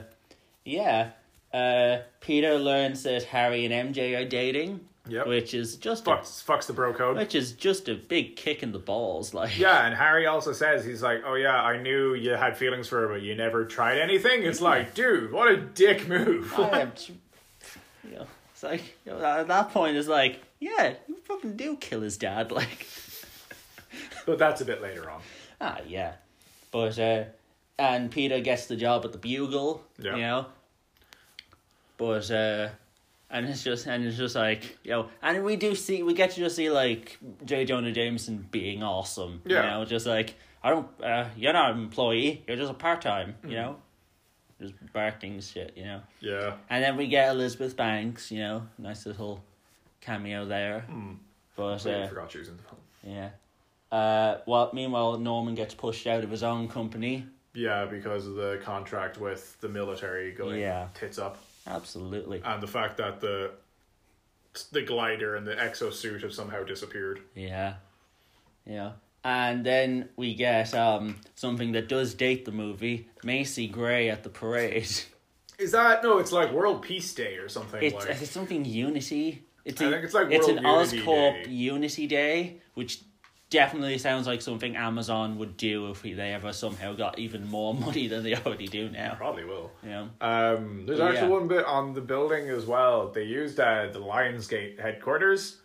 S1: yeah, uh, Peter learns that Harry and MJ are dating,
S2: Yep.
S1: which is just a,
S2: fucks fucks the bro code.
S1: which is just a big kick in the balls. Like,
S2: Yeah, and Harry also says he's like, "Oh yeah, I knew you had feelings for her, but you never tried anything." It's like, dude, what a dick move.
S1: I am- you know, it's like you know, at that point, it's like, yeah, you fucking do kill his dad, like.
S2: but that's a bit later on.
S1: Ah, yeah. But, uh, and Peter gets the job at the Bugle,
S2: Yeah.
S1: you know. But, uh, and it's just, and it's just like, you know, and we do see, we get to just see, like, J. Jonah Jameson being awesome.
S2: Yeah.
S1: You know, just like, I don't, uh, you're not an employee, you're just a part time,
S2: Mm.
S1: you know. Just barking shit, you know.
S2: Yeah.
S1: And then we get Elizabeth Banks, you know, nice little cameo there.
S2: Mm.
S1: But,
S2: Sorry, I
S1: uh,
S2: forgot she was in the film.
S1: yeah. Uh, well, meanwhile, Norman gets pushed out of his own company.
S2: Yeah, because of the contract with the military going
S1: Yeah.
S2: tits up,
S1: Absolutely.
S2: and the fact that the the glider and the exosuit have somehow disappeared.
S1: Yeah. Yeah. And then we get um, something that does date the movie Macy Gray at the parade.
S2: Is that no? It's like World Peace Day or something.
S1: It's,
S2: like
S1: it's something Unity. It's a,
S2: I think it's like
S1: it's
S2: World
S1: an
S2: Unity
S1: Oscorp
S2: Day.
S1: Unity Day, which definitely sounds like something Amazon would do if we, they ever somehow got even more money than they already do now.
S2: probably will.
S1: Yeah.
S2: Um, there's
S1: Yeah.
S2: actually one bit on the building as well. They used uh, the Lionsgate headquarters,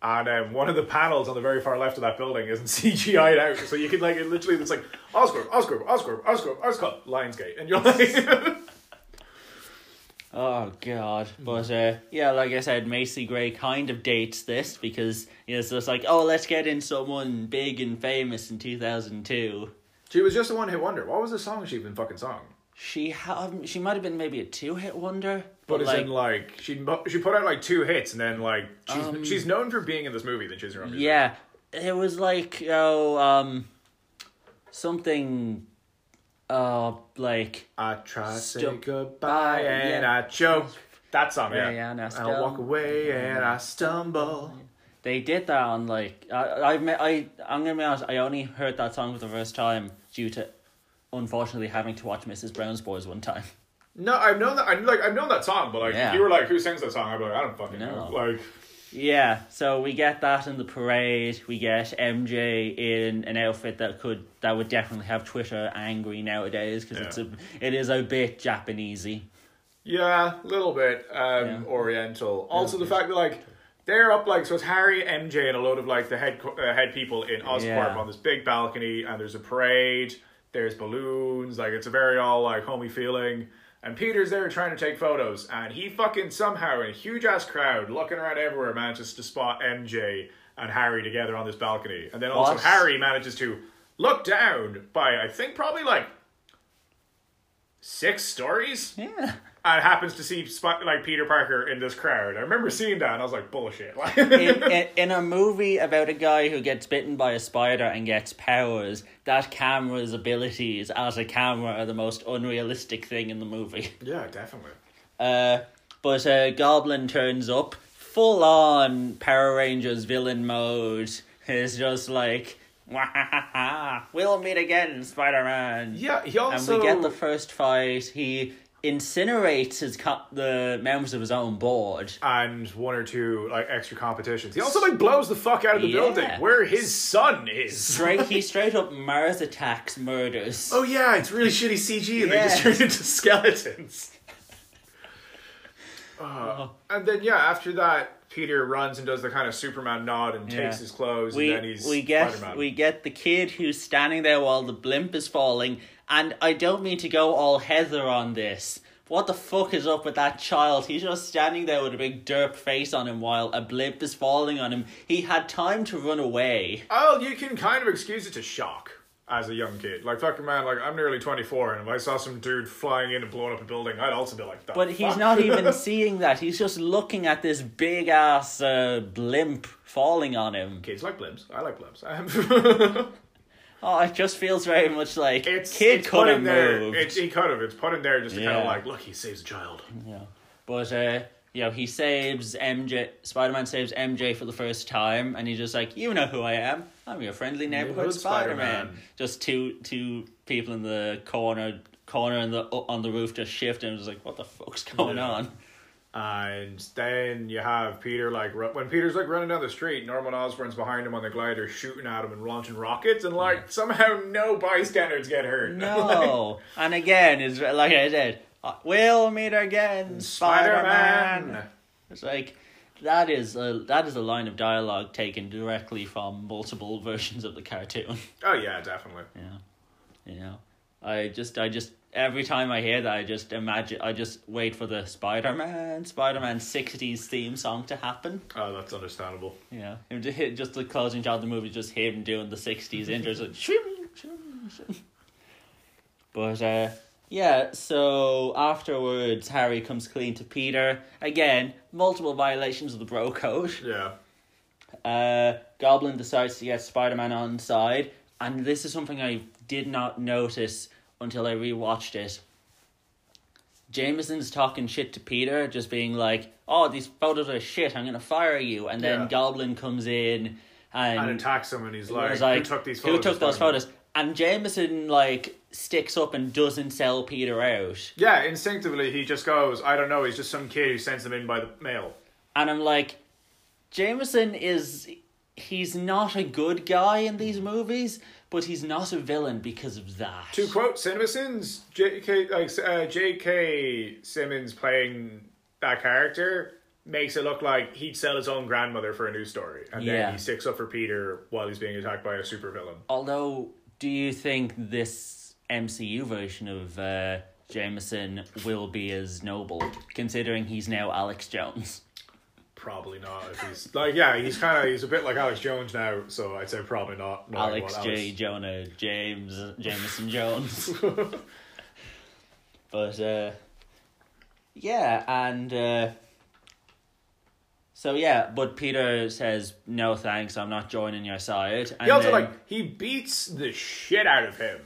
S2: and um, one of the panels on the very far left of that building isn't CGI'd out, so you can like it literally it's like Oscorp, Oscorp, Oscorp, Oscorp, Oscorp, Lionsgate, and you're like,
S1: Oh god! But uh, yeah, like I said, Macy Gray kind of dates this because you know, it's just like, oh, let's get in someone big and famous in two thousand two.
S2: She was just a one hit wonder. What was the song she even fucking song?
S1: She ha- um, she might have been maybe a two hit wonder, but,
S2: But, as
S1: like
S2: in like she mo- she put out like two hits and then like she's
S1: Um,
S2: she's known for being in this movie than she's her own music.
S1: yeah, it was like oh um, something, uh, like
S2: I try to say
S1: Stump-
S2: goodbye
S1: Bye,
S2: and
S1: yeah.
S2: I choke. That song, yeah.
S1: Yeah, yeah, and I
S2: I walk
S1: stumble.
S2: away and I stumble.
S1: They did that on like I I me- I I'm gonna be honest. I only heard that song for the first time due to, unfortunately, having to watch Mrs. Brown's Boys one time.
S2: No, I've known that. I like I've known that song, but like
S1: Yeah.
S2: if you were like, who sings that song? I'd be like, I don't fucking
S1: No.
S2: know. Like,
S1: Yeah, so we get that in the parade. We get MJ in an outfit that could that would definitely have Twitter angry nowadays because it's a it is a bit Japanesey.
S2: yeah, a little bit um,
S1: Yeah.
S2: Oriental. Also, the fact that like they're up like so it's Harry, MJ, and a load of like the head co- uh, head people in Oscorp
S1: Yeah.
S2: on this big balcony, and there's a parade. There's balloons. Like it's a very all like homey feeling. And Peter's there trying to take photos, and he fucking somehow in a huge ass crowd looking around everywhere manages to spot MJ and Harry together on this balcony, and then also
S1: What?
S2: Harry manages to look down by I think probably like six stories
S1: Yeah.
S2: and happens to see Sp- like Peter Parker in this crowd. I remember seeing that and I was like, bullshit. Like,
S1: in, in, in a movie about a guy who gets bitten by a spider and gets powers, that camera's abilities as a camera are the most unrealistic thing in the movie.
S2: yeah, definitely.
S1: Uh, but uh, Goblin turns up full on Power Rangers villain mode. It's just like, "Wahahaha, we'll meet again, Spider Man.
S2: Yeah, he
S1: And
S2: also
S1: we get the first fight. He incinerates his co- the members of his own board.
S2: and one or two like extra competitions. He also like blows the fuck out of the
S1: Yeah.
S2: building where his son is.
S1: Straight, he straight up Mars attacks murders.
S2: Oh yeah, it's really shitty CG and they just
S1: Yeah.
S2: turned into skeletons. Uh,
S1: Uh-huh.
S2: And then yeah, after that, Peter runs and does the kind of Superman nod and takes
S1: Yeah.
S2: his clothes,
S1: we,
S2: and then he's
S1: we get
S2: Spider-Man.
S1: we get the kid who's standing there while the blimp is falling, and I don't mean to go all Heather on this. What the fuck is up with that child? He's just standing there with a big derp face on him while a blimp is falling on him. He had time to run away.
S2: Oh, you can kind of excuse it to shock as a young kid. Like, fucking man, like, I'm nearly 24, and if I saw some dude flying in and blowing up a building, I'd also be like, that.
S1: But he's not e- even seeing that. He's just looking at this big ass uh, blimp falling on him.
S2: Kids like blimps. I like blimps. Um,
S1: Oh, it just feels very much like
S2: it's,
S1: kid
S2: it's
S1: could
S2: put
S1: have
S2: in there.
S1: moved.
S2: It's, he could have. It's put in there just to kind
S1: Yeah.
S2: of like, look, he saves a child.
S1: Yeah. But uh you know, he saves MJ Spider Man saves MJ for the first time and he's just like, You know who I am. I'm your friendly neighborhood
S2: Neighborhood
S1: Spider Man.
S2: Spider-Man.
S1: Just two two people in the corner corner in the on the roof just shift and it's like, What the fuck's going
S2: Yeah.
S1: on?
S2: And then you have Peter, like, ru- when Peter's like running down the street, Norman Osborn's behind him on the glider shooting at him and launching rockets, and like, somehow no bystanders get hurt.
S1: No. and again it's like I said, uh, We'll meet again, Spider Man.
S2: Spider-Man.
S1: It's like that is a that is a line of dialogue taken directly from multiple versions of the cartoon.
S2: Oh, yeah, definitely.
S1: Yeah. You know. I just I just every time I hear that I just imagine I just wait for the Spider Man Spider Man sixties theme song to happen.
S2: Oh, that's understandable.
S1: Yeah. Him to hit just the closing shot of the movie is just him doing the sixties intros like shim, shim, shim. But uh yeah, so afterwards Harry comes clean to Peter. Again, multiple violations of the bro code.
S2: Yeah.
S1: Uh, Goblin decides to get Spider Man on side, and this is something I did not notice until I rewatched it. Jameson's talking shit to Peter, just being like, "Oh, these photos are shit. I'm gonna fire you." And then
S2: Yeah.
S1: Goblin comes in and,
S2: and attacks him, and he's like,
S1: was like,
S2: "Who took these
S1: who
S2: photos?"
S1: took those
S2: Spider-Man?"
S1: photos?" And Jameson like sticks up and doesn't sell Peter out.
S2: Yeah, instinctively he just goes, "I don't know." He's just some kid who sends them in by the mail.
S1: and I'm like, Jameson is he's not a good guy in these movies, but he's not a villain because of that.
S2: To quote CinemaSins, J.K. Like, uh, J.K. Simmons playing that character makes it look like he'd sell his own grandmother for a news story, and
S1: Yeah.
S2: then he sticks up for Peter while he's being attacked by a supervillain.
S1: Although, do you think this MCU version of uh, Jameson will be as noble, considering he's now Alex Jones.
S2: Probably not. If he's like, yeah, he's kind of he's a bit like Alex Jones now, so I'd say probably not. knowing
S1: Alex
S2: what
S1: J. Jonah James Jameson Jones. but uh, yeah, and uh, so yeah, but Peter says no thanks. I'm not joining your side. And
S2: He also
S1: then-
S2: like he beats the shit out of him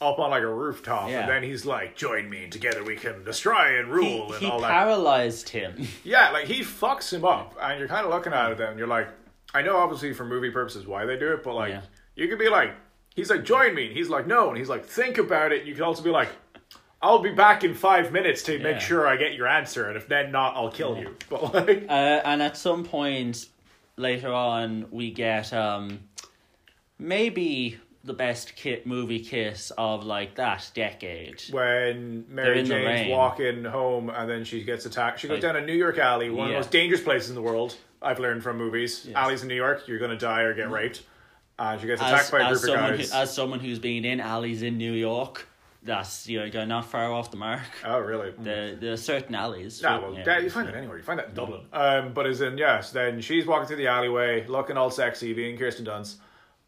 S2: up on like a rooftop,
S1: Yeah.
S2: and then he's like, "Join me, together we can destroy and
S1: he,
S2: rule," and
S1: he
S2: all that.
S1: paralyzed him.
S2: Yeah, like he fucks him up, and you're kind of looking at it, and you're like, I know obviously for movie purposes why they do it, but like
S1: Yeah.
S2: you could be like, he's like, join me, and he's like, no, and he's like, think about it. You could also be like, I'll be back in five minutes to
S1: Yeah.
S2: make sure I get your answer, and if then not, I'll kill you. But like,
S1: Uh, and at some point later on, we get um, maybe the best kit movie kiss of like that decade.
S2: when
S1: They're
S2: Mary
S1: in the rain.
S2: Jane's walking home, and then she gets attacked, she goes
S1: Like-
S2: down a New York alley, one of
S1: Yeah.
S2: the most dangerous places in the world. I've learned from movies. Alleys in New York, you're gonna die or get raped. And she gets
S1: Mm.
S2: attacked
S1: As,
S2: by a
S1: as
S2: group of
S1: someone who,
S2: guys.
S1: as someone who's been in alleys in New York, that's you know you're not far off the mark.
S2: oh, really? Mm.
S1: There, there are certain alleys.
S2: Yeah, well,
S1: yeah.
S2: yeah, you find it anywhere. You find that in Dublin. Um, but as in, yes, then she's walking through the alleyway, looking all sexy, being Kirsten Dunst,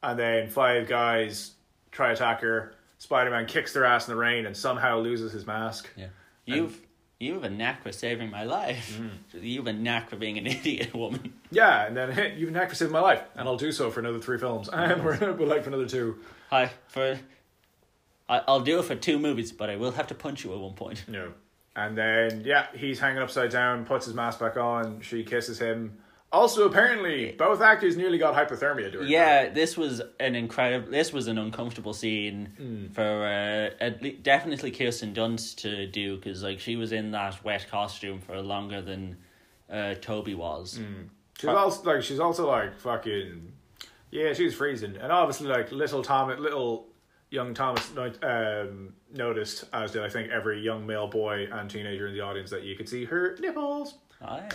S2: and then five guys try to attack her. Spider Man kicks their ass in the rain and somehow loses his mask.
S1: Yeah. You've you have a knack for saving my life.
S2: Mm-hmm.
S1: You have a knack for being an idiot woman.
S2: Yeah, and then hey, you've an actress in my life, and I'll do so for another three films, and we're we're like for another two.
S1: Hi for. I, I'll do it for two movies, but I will have to punch you at one point.
S2: No. And then yeah, he's hanging upside down, puts his mask back on. She kisses him. Also, apparently, both actors nearly got hypothermia during. that.
S1: Yeah, this was an incredible. This was an uncomfortable scene for uh, at le- definitely Kirsten Dunst to do because like she was in that wet costume for longer than uh, Toby was.
S2: She's also like she's also like fucking yeah, she was freezing, and obviously like little Thomas, little young Thomas not- um, noticed, as did I think every young male boy and teenager in the audience that you could see her nipples.
S1: Aye.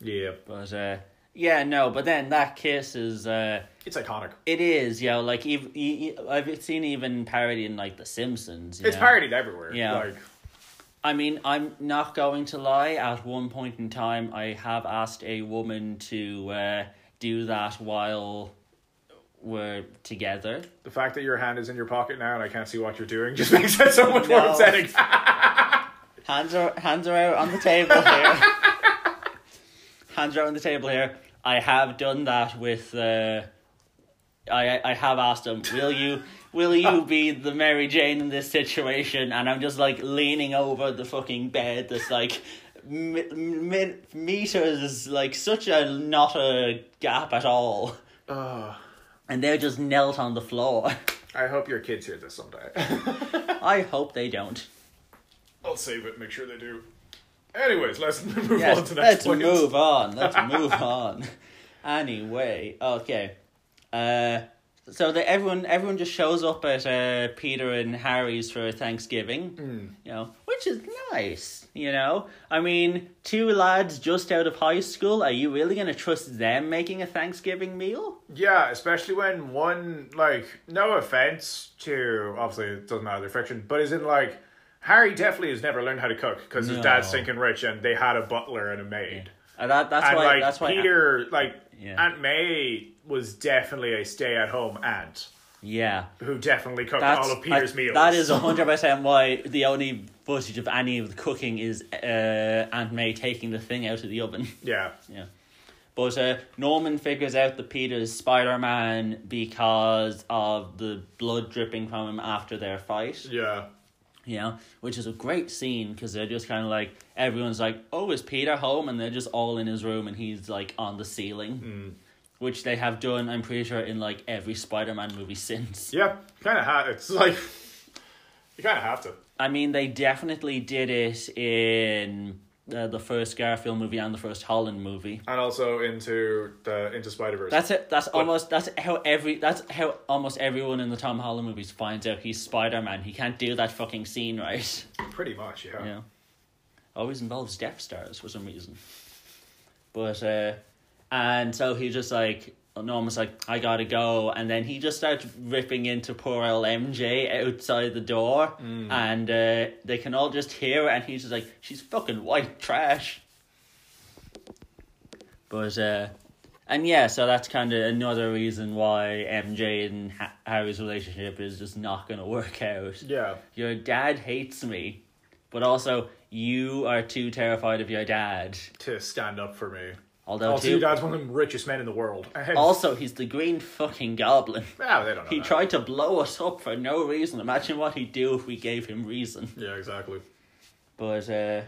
S2: Yeah,
S1: but uh, yeah, no. But then that kiss is. Uh,
S2: it's iconic.
S1: it is, you know, like ev- e- e- I've seen even parody in like The Simpsons. you
S2: It's
S1: know.
S2: parodied everywhere.
S1: Yeah.
S2: like
S1: I mean, I'm not going to lie. At one point in time, I have asked a woman to uh, do that while we're together.
S2: the fact that your hand is in your pocket now and I can't see what you're doing just makes that so much more
S1: No.
S2: upsetting.
S1: Hands are hands are out on the table here. hands are out on the table here. I have done that with. Uh, I I have asked him. Will you will you be the Mary Jane in this situation? And I'm just like leaning over the fucking bed. That's like. Mi- mi- meters like such a not a gap at all,
S2: Ugh.
S1: and they're just knelt on the floor.
S2: Ah. I hope your kids hear this someday.
S1: I hope they don't.
S2: I'll save it. Make sure they do. Anyways, let's move on
S1: Yes,
S2: to next.
S1: let's
S2: point.
S1: move on. Let's move on. Anyway, okay. Uh, so that everyone everyone just shows up at uh, Peter and Harry's for Thanksgiving,
S2: Hmm.
S1: you know, which is nice. You know, I mean, two lads just out of high school. Are you really gonna trust them making a Thanksgiving meal?
S2: Yeah, especially when one like no offense to obviously it doesn't matter their fiction, but is in like Harry definitely has never learned how to cook because his
S1: No.
S2: dad's sinking rich and they had a butler and a maid.
S1: Uh, that, that's
S2: And
S1: why.
S2: like
S1: that's why.
S2: Peter, like
S1: Yeah.
S2: Aunt May was definitely a stay-at-home aunt
S1: yeah,
S2: who definitely cooked
S1: that's
S2: all of Peter's
S1: that-
S2: meals.
S1: That is hundred percent why the only footage of any of the cooking is uh, Aunt May taking the thing out of the oven.
S2: yeah,
S1: Yeah. But uh, Norman figures out that Peter's Spider Man because of the blood dripping from him after their fight.
S2: yeah.
S1: You know, which is a great scene because they're just kind of like, everyone's like, oh, is Peter home? And they're just all in his room and he's like on the ceiling. Which they have done, I'm pretty sure, in like every Spider Man movie since.
S2: Yeah, kind of had it's like you kind of have to.
S1: I mean, they definitely did it in uh, the first Garfield movie and the first Holland movie.
S2: And also into the into Spider-Verse.
S1: That's it. That's almost that's how every that's how almost everyone in the Tom Holland movies finds out he's Spider Man. He can't do that fucking scene right.
S2: pretty much, yeah.
S1: Yeah. Always involves Death Stars for some reason. But uh and so he just like Norman's like, I gotta go, and then he just starts ripping into poor old MJ outside the door, and uh, they can all just hear it, and he's just like, she's fucking white trash. But uh, and yeah, so that's kind of another reason why MJ and ha- Harry's relationship is just not gonna work out.
S2: Yeah.
S1: Your dad hates me, but also you are too terrified of your dad.
S2: To stand up for me.
S1: Although
S2: Also,
S1: too-
S2: your dad's one of the richest men in the world.
S1: also he's the green fucking goblin.
S2: Ah, they don't know
S1: He
S2: that.
S1: tried to blow us up for no reason. Imagine what he'd do if we gave him reason.
S2: Yeah, exactly.
S1: But uh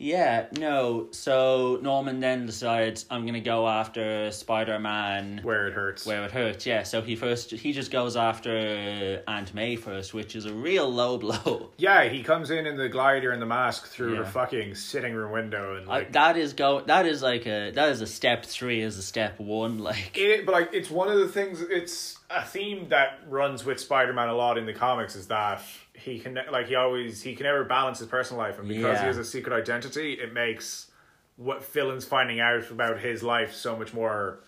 S1: yeah, no. So Norman then decides I'm gonna go after Spider Man
S2: Where it hurts.
S1: where it hurts. Yeah, so he first he just goes after Aunt May first, which is a real low blow.
S2: Yeah, he comes in in the glider and the mask through
S1: Yeah.
S2: her fucking sitting room window and
S1: I,
S2: like
S1: that is go. That is like a that is a step three is a step one. Like
S2: it, but like it's one of the things it's a theme that runs with spider-man a lot in the comics is that he can ne- like he always he can never balance his personal life and because
S1: Yeah.
S2: he has a secret identity it makes what villains finding out about his life so much more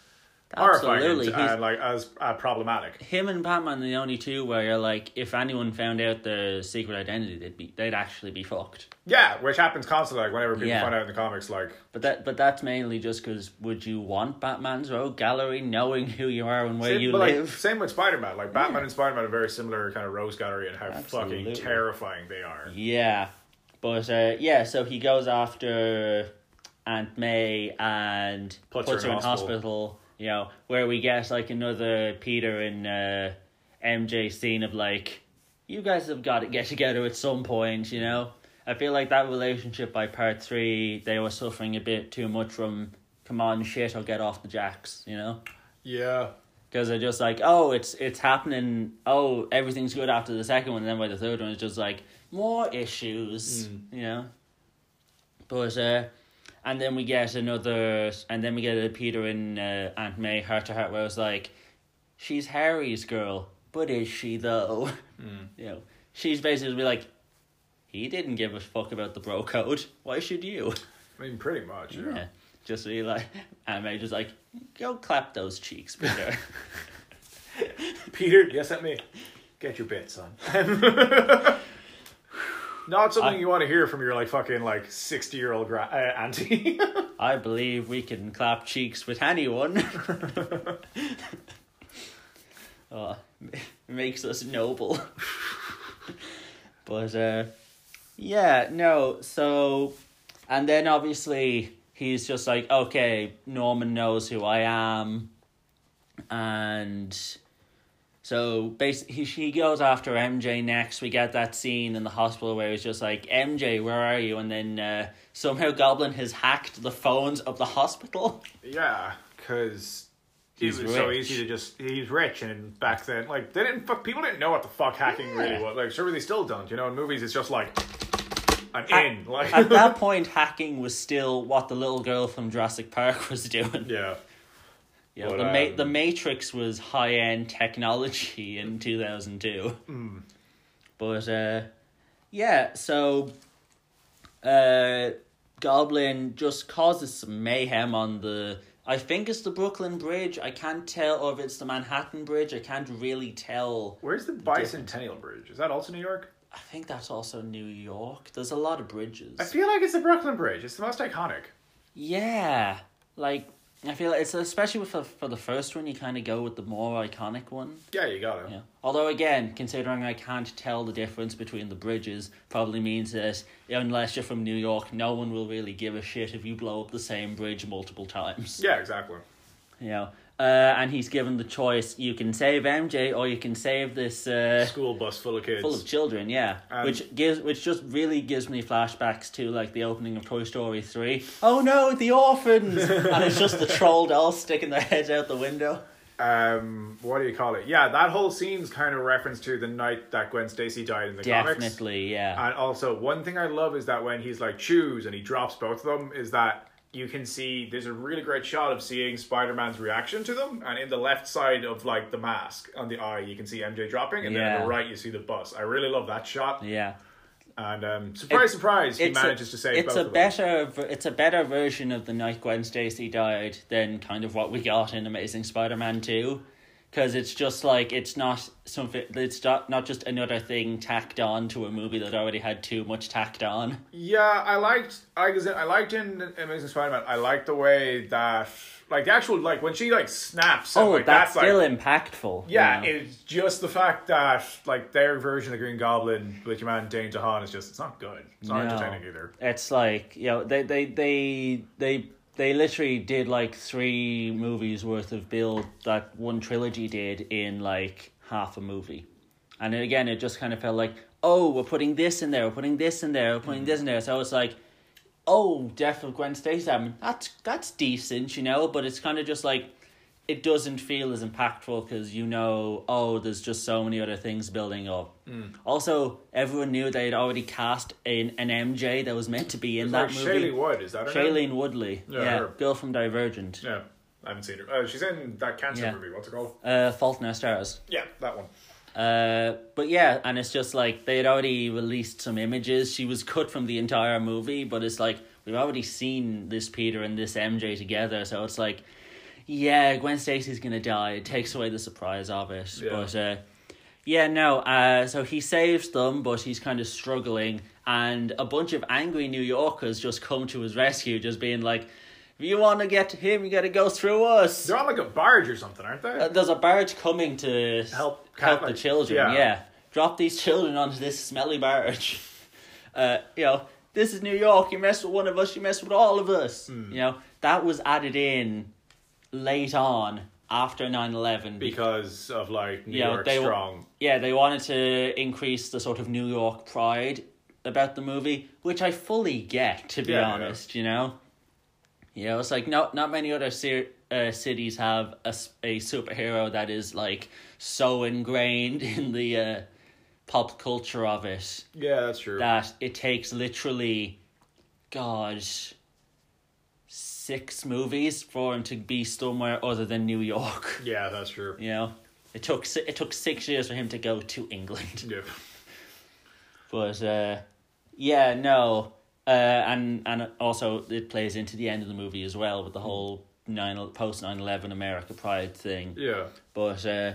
S1: Absolutely,
S2: horrifying and,
S1: he's-
S2: and like as uh, problematic
S1: him and Batman, are the only two where you're like, if anyone found out their secret identity, they'd be they'd actually be fucked.
S2: yeah which happens constantly like whenever people
S1: Yeah.
S2: find out in the comics like
S1: But that, but that's mainly just because would you want Batman's rogue gallery knowing who you are and where
S2: Same-
S1: you
S2: but, like,
S1: live?
S2: same with Spider-Man. Like Batman and Spider-Man are very similar kind of rose gallery and how
S1: Absolutely.
S2: fucking terrifying they are.
S1: Yeah, but uh, yeah, so he goes after Aunt May and puts, her, in hospital. You know where we get like another Peter and uh, MJ scene of like, you guys have got to get together at some point. You know, I feel like that relationship by part three they were suffering a bit too much from come on shit or get off the jacks. You know.
S2: Yeah.
S1: because they're just like, oh, it's it's happening. Oh, everything's good after the second one, and then by the third one, it's just like more issues, you know. But uh, and then we get another, and then we get a Peter and uh, Aunt May heart to heart, where it's like, she's Harry's girl, but is she though? You know, she's basically like, he didn't give a fuck about the bro code. Why should you?
S2: I mean, pretty much. Yeah.
S1: Yeah. Just so you like, Aunt May just like, go clap those cheeks, Peter.
S2: Peter, yes, at me. Get your bit, son. Not something you want to hear from your like fucking like sixty year old gra- uh, auntie.
S1: I believe we can clap cheeks with anyone. oh, m- makes us noble. but uh, yeah, no. So, and then obviously he's just like, okay, Norman knows who I am, and so basically he she goes after MJ next. We get that scene in the hospital where he's just like, MJ, where are you? And then uh, somehow Goblin has hacked the phones of the hospital.
S2: yeah, because. It
S1: He's
S2: was so
S1: rich.
S2: easy to just—he's rich, and back then, like they didn't fuck. People didn't know what the fuck hacking
S1: Yeah.
S2: really was. Like, sure, they still don't. You know, in movies, it's just like I'm in. Like,
S1: At that point, hacking was still what the little girl from Jurassic Park was doing.
S2: yeah.
S1: Yeah,
S2: But,
S1: the Ma-
S2: um,
S1: the Matrix was high end technology in two thousand two.
S2: Hmm.
S1: But uh, yeah, so uh, Goblin just causes some mayhem on the. I think it's the Brooklyn Bridge. I can't tell, or if it's the Manhattan Bridge. I can't really tell.
S2: Where's the Bicentennial Bridge? Is that also New York?
S1: I think that's also New York. There's a lot of bridges.
S2: I feel like it's the Brooklyn Bridge. It's the most iconic.
S1: Yeah, like I feel it's especially for for the first one. You kind of go with the more iconic one.
S2: Yeah, you got it.
S1: Yeah. Although again, considering I can't tell the difference between the bridges, probably means that unless you're from New York, no one will really give a shit if you blow up the same bridge multiple times.
S2: Yeah, exactly.
S1: You know. Uh, and he's given the choice: you can save MJ or you can save this uh,
S2: School bus full of kids.
S1: full of children. Yeah,
S2: Um,
S1: which gives which just really gives me flashbacks to like the opening of Toy Story three. Oh no, the orphans! and it's just the troll dolls sticking their heads out the window.
S2: um, what do you call it? Yeah, that whole scene's kind of reference to the night that Gwen Stacy died in the comics.
S1: Definitely, yeah.
S2: And also, one thing I love is that when he's like choose and he drops both of them, is that you can see there's a really great shot of seeing Spider Man's reaction to them, and in the left side of like the mask on the eye, you can see MJ dropping, and then on
S1: Yeah.
S2: the right you see the bus. I really love that shot.
S1: yeah.
S2: And um, surprise, surprise, he manages to save
S1: it's
S2: both
S1: a
S2: of them.
S1: better ver- it's a better version of the night Gwen Stacy died than kind of what we got in Amazing Spider-Man 2 because it's just like it's not something it's not, not just another thing tacked on to a movie that already had too much tacked on
S2: Yeah, I liked. I was. I liked in Amazing Spider-Man. I liked the way that, like, the actual, like, when she like snaps. and,
S1: oh
S2: like,
S1: that's,
S2: like,
S1: still impactful
S2: Yeah,
S1: you know?
S2: it's just the fact that like their version of Green Goblin with your man Dane DeHaan is just it's not good. It's not
S1: No.
S2: entertaining either.
S1: it's like you know they they they they they literally did like three movies worth of build that one trilogy did in like half a movie and then again it just kind of felt like oh we're putting this in there we're putting this in there we're putting this in there so it's like oh death of gwen stacy I mean, that's that's decent you know but it's kind of just like it doesn't feel as impactful because you know oh there's just so many other things building up
S2: Mm.
S1: also everyone knew they had already cast an, an mj that was meant to be in that
S2: Like,
S1: movie
S2: Shailene Wood is that her name?
S1: shailene woodley
S2: Yeah,
S1: yeah,
S2: her.
S1: girl from divergent
S2: Yeah, I haven't seen her. Uh, she's in that cancer
S1: Yeah.
S2: movie. What's it called?
S1: uh fault in our stars
S2: Yeah, that one.
S1: Uh, but yeah, and it's just like they had already released some images. She was cut from the entire movie, but it's like we've already seen this Peter and this MJ together, so it's like, yeah, Gwen Stacy's gonna die. It takes away the surprise of it.
S2: Yeah.
S1: But uh, yeah, no. Uh, so he saves them, but he's kind of struggling, and a bunch of angry New Yorkers just come to his rescue, just being like, "If you want to get to him, you got to go through us."
S2: They're on like a barge or something, aren't they?
S1: Uh, there's a barge coming to
S2: Help
S1: help the
S2: Catholic-
S1: children.
S2: yeah.
S1: Yeah. drop these children onto this smelly barge. Uh, you know, this is New York. You mess with one of us, you mess with all of us. You know, that was added in late on after 9-11 because
S2: because of like New
S1: Yeah,
S2: York
S1: they-
S2: strong.
S1: yeah, they wanted to increase the sort of New York pride about the movie, which I fully get, to be
S2: Yeah, yeah.
S1: honest, you know? You know, it's like not, not many other ser- uh, cities have a, s- a superhero that is like so ingrained in the uh, pop culture of it
S2: Yeah, that's true.
S1: that it takes literally, God, six movies for him to be somewhere other than New York.
S2: yeah, that's true.
S1: You know, it took si- it took six years for him to go to England.
S2: Yeah.
S1: But uh, yeah, no, uh, and and also it plays into the end of the movie as well with the whole nine post nine eleven America Pride thing.
S2: Yeah.
S1: But uh,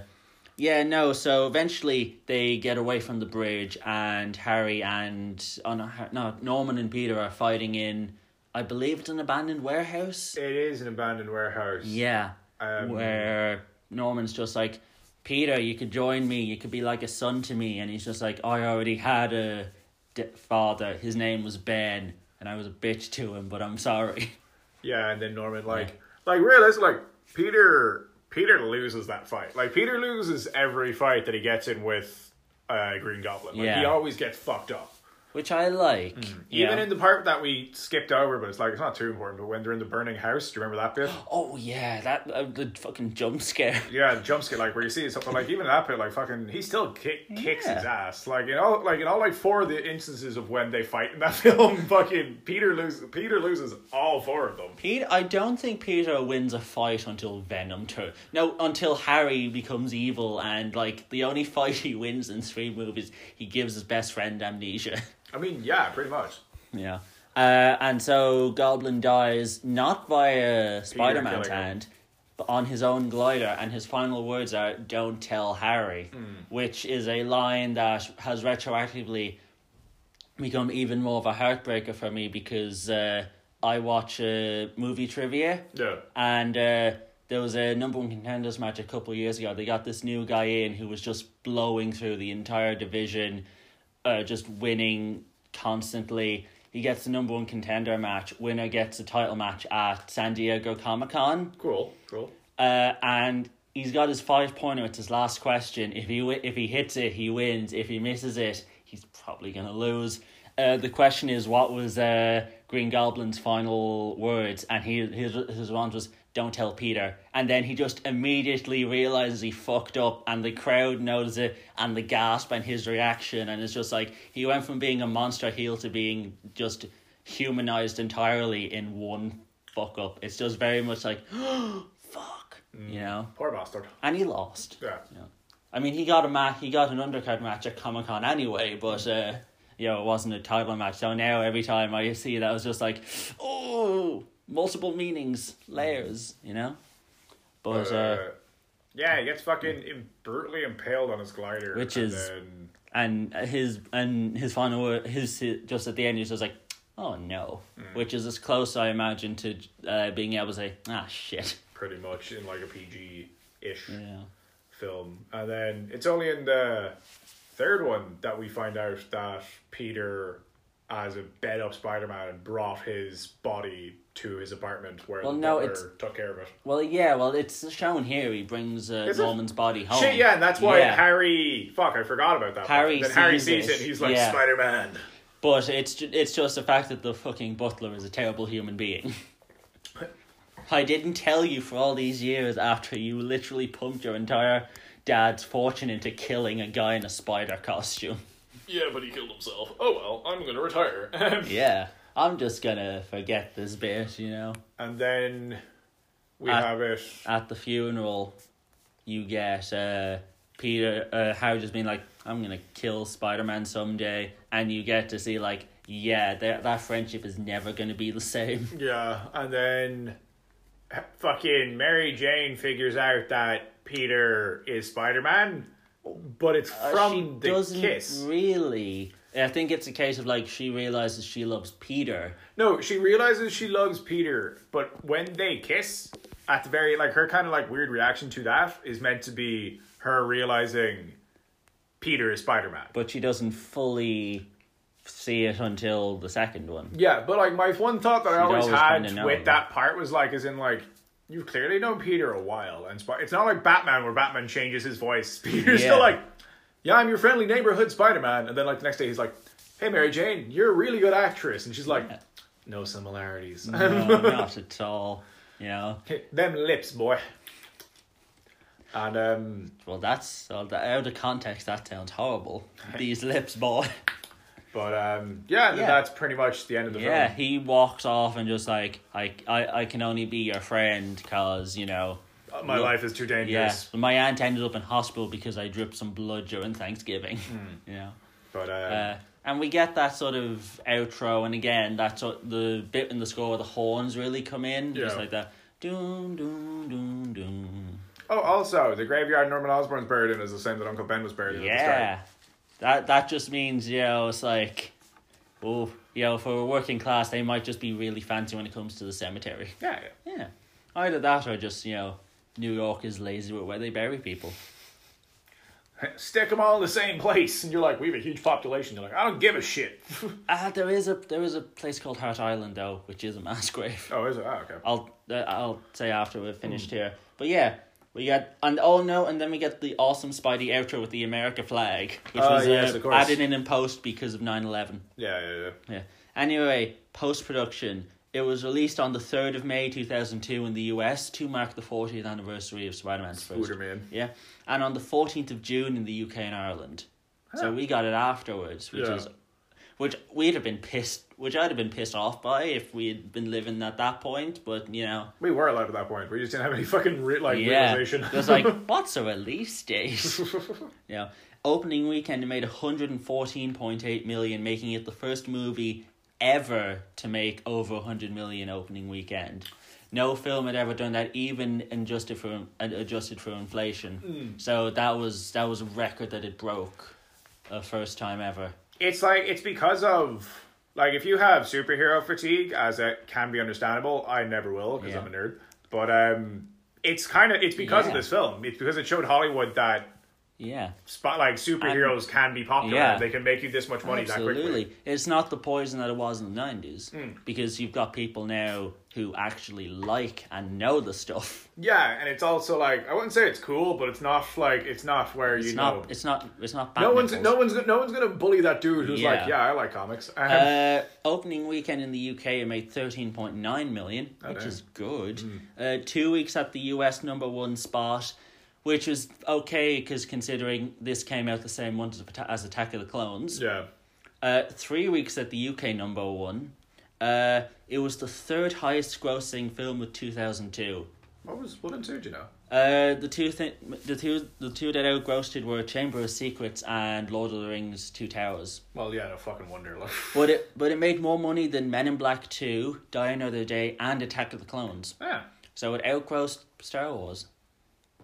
S1: yeah, no. So eventually they get away from the bridge, and Harry and oh no, Har- no Norman and Peter are fighting in, I believe it's an abandoned warehouse.
S2: It is an abandoned warehouse.
S1: Yeah.
S2: Um,
S1: where Norman's just like, Peter, you could join me. You could be like a son to me. And he's just like, I already had a d- father. His name was Ben. And I was a bitch to him, but I'm sorry.
S2: Yeah, and then Norman like like realistically like Peter Peter loses that fight. Like Peter loses every fight that he gets in with uh Green Goblin. Like he
S1: Yeah.
S2: always gets fucked up.
S1: Which I like. yeah.
S2: Mm, Even in the part that we skipped over, but it's like it's not too important, but when they're in the burning house, do you remember that bit?
S1: oh, yeah, that uh, the fucking jump scare.
S2: Yeah, the jump scare, like where you see something like even that bit, like fucking, he still kick, kicks
S1: Yeah.
S2: his ass. Like in all, like in all, like four of the instances of when they fight in that film, fucking Peter loses. Peter loses all four of them.
S1: Peter, I don't think Peter wins a fight until Venom turn. No, until Harry becomes evil, and like the only fight he wins in three movies, he gives his best friend amnesia.
S2: I mean, yeah, pretty much.
S1: Yeah. Uh, and so Goblin dies not via Spider Man's
S2: killing him.
S1: hand, but on his own glider, and his final words are, Don't tell Harry, which is a line that has retroactively become even more of a heartbreaker for me because uh, I watch uh, movie trivia
S2: Yeah.
S1: and uh, there was a number one contenders match a couple of years ago. They got this new guy in who was just blowing through the entire division, uh, just winning constantly. He gets the number one contender match. Winner gets a title match at San Diego Comic Con,
S2: Cool. Cool.
S1: uh, and he's got his five pointer. It's his last question. If he wi- if he hits it, he wins. If he misses it, he's probably gonna lose. Uh, the question is, what was uh, Green Goblin's final words? And he his his response was, "Don't tell Peter." And then he just immediately realizes he fucked up, and the crowd knows it, and the gasp and his reaction, and it's just like he went from being a monster heel to being just humanized entirely in one fuck up. It's just very much like fuck, you know.
S2: Poor bastard.
S1: And he lost.
S2: Mm. Yeah. Mm.
S1: You know? I mean, he got a match. He got an undercard match at Comic Con anyway, but uh, you know, it wasn't a title match. So now every time I see that, I was just like, oh, multiple meanings, layers, you know? But, uh,
S2: Uh, yeah, he gets fucking im- brutally impaled on his glider,
S1: Which
S2: and
S1: is-
S2: then,
S1: and his and his final word, his just at the end he's just like oh no
S2: Mm.
S1: which is as close i imagine to uh, being able to say ah shit
S2: pretty much in like a PG ish
S1: yeah
S2: film, and then it's only in the third one that we find out that Peter, as a bed up Spider Man, brought his body to his apartment where
S1: Well,
S2: the
S1: no,
S2: butler
S1: it's-
S2: took care of it.
S1: well yeah well it's shown here he brings uh,
S2: Is it?
S1: norman's body home
S2: Shit, yeah, and that's why
S1: Yeah.
S2: Harry. Fuck, I forgot about that.
S1: Harry
S2: part. then Harry
S1: sees
S2: sees
S1: it,
S2: it. He's like
S1: yeah.
S2: Spider Man.
S1: but it's ju- it's just the fact that the fucking butler is a terrible human being i didn't tell you for all these years after you literally pumped your entire dad's fortune into killing a guy in a spider costume
S2: Yeah, but he killed himself. Oh well, I'm gonna retire.
S1: yeah i'm just gonna forget this bit you know
S2: and then we
S1: Uh,
S2: have it.
S1: at the funeral, you get uh, Peter uh, Howard just being like, "I'm gonna kill Spider Man someday," and you get to see like, yeah, that that friendship is never gonna be the same.
S2: Yeah, and then h- fucking Mary Jane figures out that Peter is Spider Man, but it's from
S1: Uh, she
S2: the
S1: doesn't
S2: kiss.
S1: really. I think it's a case of like she realizes she loves Peter.
S2: no, she realizes she loves Peter, but when they kiss, at the very like her kind of like weird reaction to that is meant to be her realizing Peter is Spider Man.
S1: but she doesn't fully see it until the second one.
S2: Yeah, but like my one thought that I always,
S1: always
S2: had
S1: kinda known,
S2: with
S1: yeah.
S2: that part was like, as in like, you've clearly known Peter a while, and Sp- it's not like Batman where Batman changes his voice. Peter's
S1: Yeah.
S2: still like, yeah, I'm your friendly neighborhood Spider Man, and then like the next day he's like, hey Mary Jane, you're a really good actress, and she's like, no similarities.
S1: No, not at all. You know,
S2: Them lips, boy. And um,
S1: well, that's uh, out of context. That sounds horrible. These lips, boy.
S2: but um, yeah,
S1: Yeah.
S2: that's pretty much the end of the
S1: Yeah,
S2: film.
S1: he walks off and just like I I, I can only be your friend because you know.
S2: Uh, My
S1: Look,
S2: life is too
S1: Yeah,
S2: dangerous.
S1: my aunt ended up in hospital because I dripped some blood during Thanksgiving. You know,
S2: But uh,
S1: uh, and we get that sort of outro, and again, that's what the bit in the score where the horns really come in, just
S2: Yeah.
S1: like that. Doom doom doom doom.
S2: oh, also the graveyard Norman Osborn's buried in is the same that Uncle Ben was buried in. at the start.
S1: Yeah, that that just means you know it's like, oh, you know, for a working class, they might just be really fancy when it comes to the cemetery.
S2: Yeah,
S1: Yeah. Either that or just, you know, New York is lazy with where they bury people.
S2: yeah. Stick them all in the same place, and you're like, we have a huge population. You're like, I don't give a shit.
S1: Ah, there is a there is a place called Hart Island though, which is a mass grave.
S2: oh, is it? Oh, okay.
S1: I'll uh, I'll say after we're finished
S2: Hmm.
S1: here. But yeah, we get and oh no, and then we get the awesome Spidey outro with the America flag, which
S2: Ah,
S1: was
S2: yes,
S1: uh,
S2: of course.
S1: added in in post because of 9-11.
S2: Yeah, yeah, yeah.
S1: Yeah. Anyway, post production. It was released on the third of May two thousand two in the US to mark the fortieth anniversary of Spider Man's first
S2: Spooderman.
S1: Yeah, and on the fourteenth of June in the UK and Ireland. So we got it afterwards, which
S2: Yeah.
S1: is, which we'd have been pissed, which I'd have been pissed off by if we had been living at that point. But you know,
S2: We were allowed at that point. We just didn't have any fucking re- like
S1: yeah,
S2: realization.
S1: just like what's a release date? you know, opening weekend it made one hundred and fourteen point eight million, making it the first movie ever to make over hundred million opening weekend. No film had ever done that, even adjusted for and adjusted for inflation.
S2: Hmm.
S1: So that was that was a record that it broke, uh, first time ever.
S2: it's like it's because of like if you have superhero fatigue, as it can be understandable. I never will because
S1: Yeah.
S2: I'm a nerd. But um, it's kind of it's because
S1: Yeah.
S2: of this film. It's because it showed Hollywood that
S1: Yeah,
S2: spot like superheroes can be popular.
S1: yeah.
S2: They can make you this much money that quickly. Hmm.
S1: absolutely. It's not the poison that it was in the nineties because you've got people now who actually like and know the stuff.
S2: Yeah, and it's also like I wouldn't say it's cool, but it's not like it's not where you
S1: It's
S2: know.
S1: not. It's not. It's not.
S2: no
S1: Batman
S2: one's
S1: fault.
S2: no one's no one's gonna bully that dude who's
S1: Yeah.
S2: like, yeah, I like comics. Um,
S1: Uh, opening weekend in the UK, it made thirteen point nine million, which
S2: Oh, damn. Hmm.
S1: is good. Uh, two weeks at the US number one spot, which was okay because considering this came out the same month as, Atta- as Attack of the Clones.
S2: yeah,
S1: Uh, three weeks at the UK number one. Uh, it was the third highest grossing film of two thousand two.
S2: What was one and two? Do you know?
S1: Uh, the two thi- the two the two that outgrossed it were Chamber of Secrets and Lord of the Rings: Two Towers.
S2: Well, yeah, no fucking wonder. Like,
S1: But it but it made more money than Men in Black Two, Die Another Day, and Attack of the Clones.
S2: yeah,
S1: So it outgrossed Star Wars.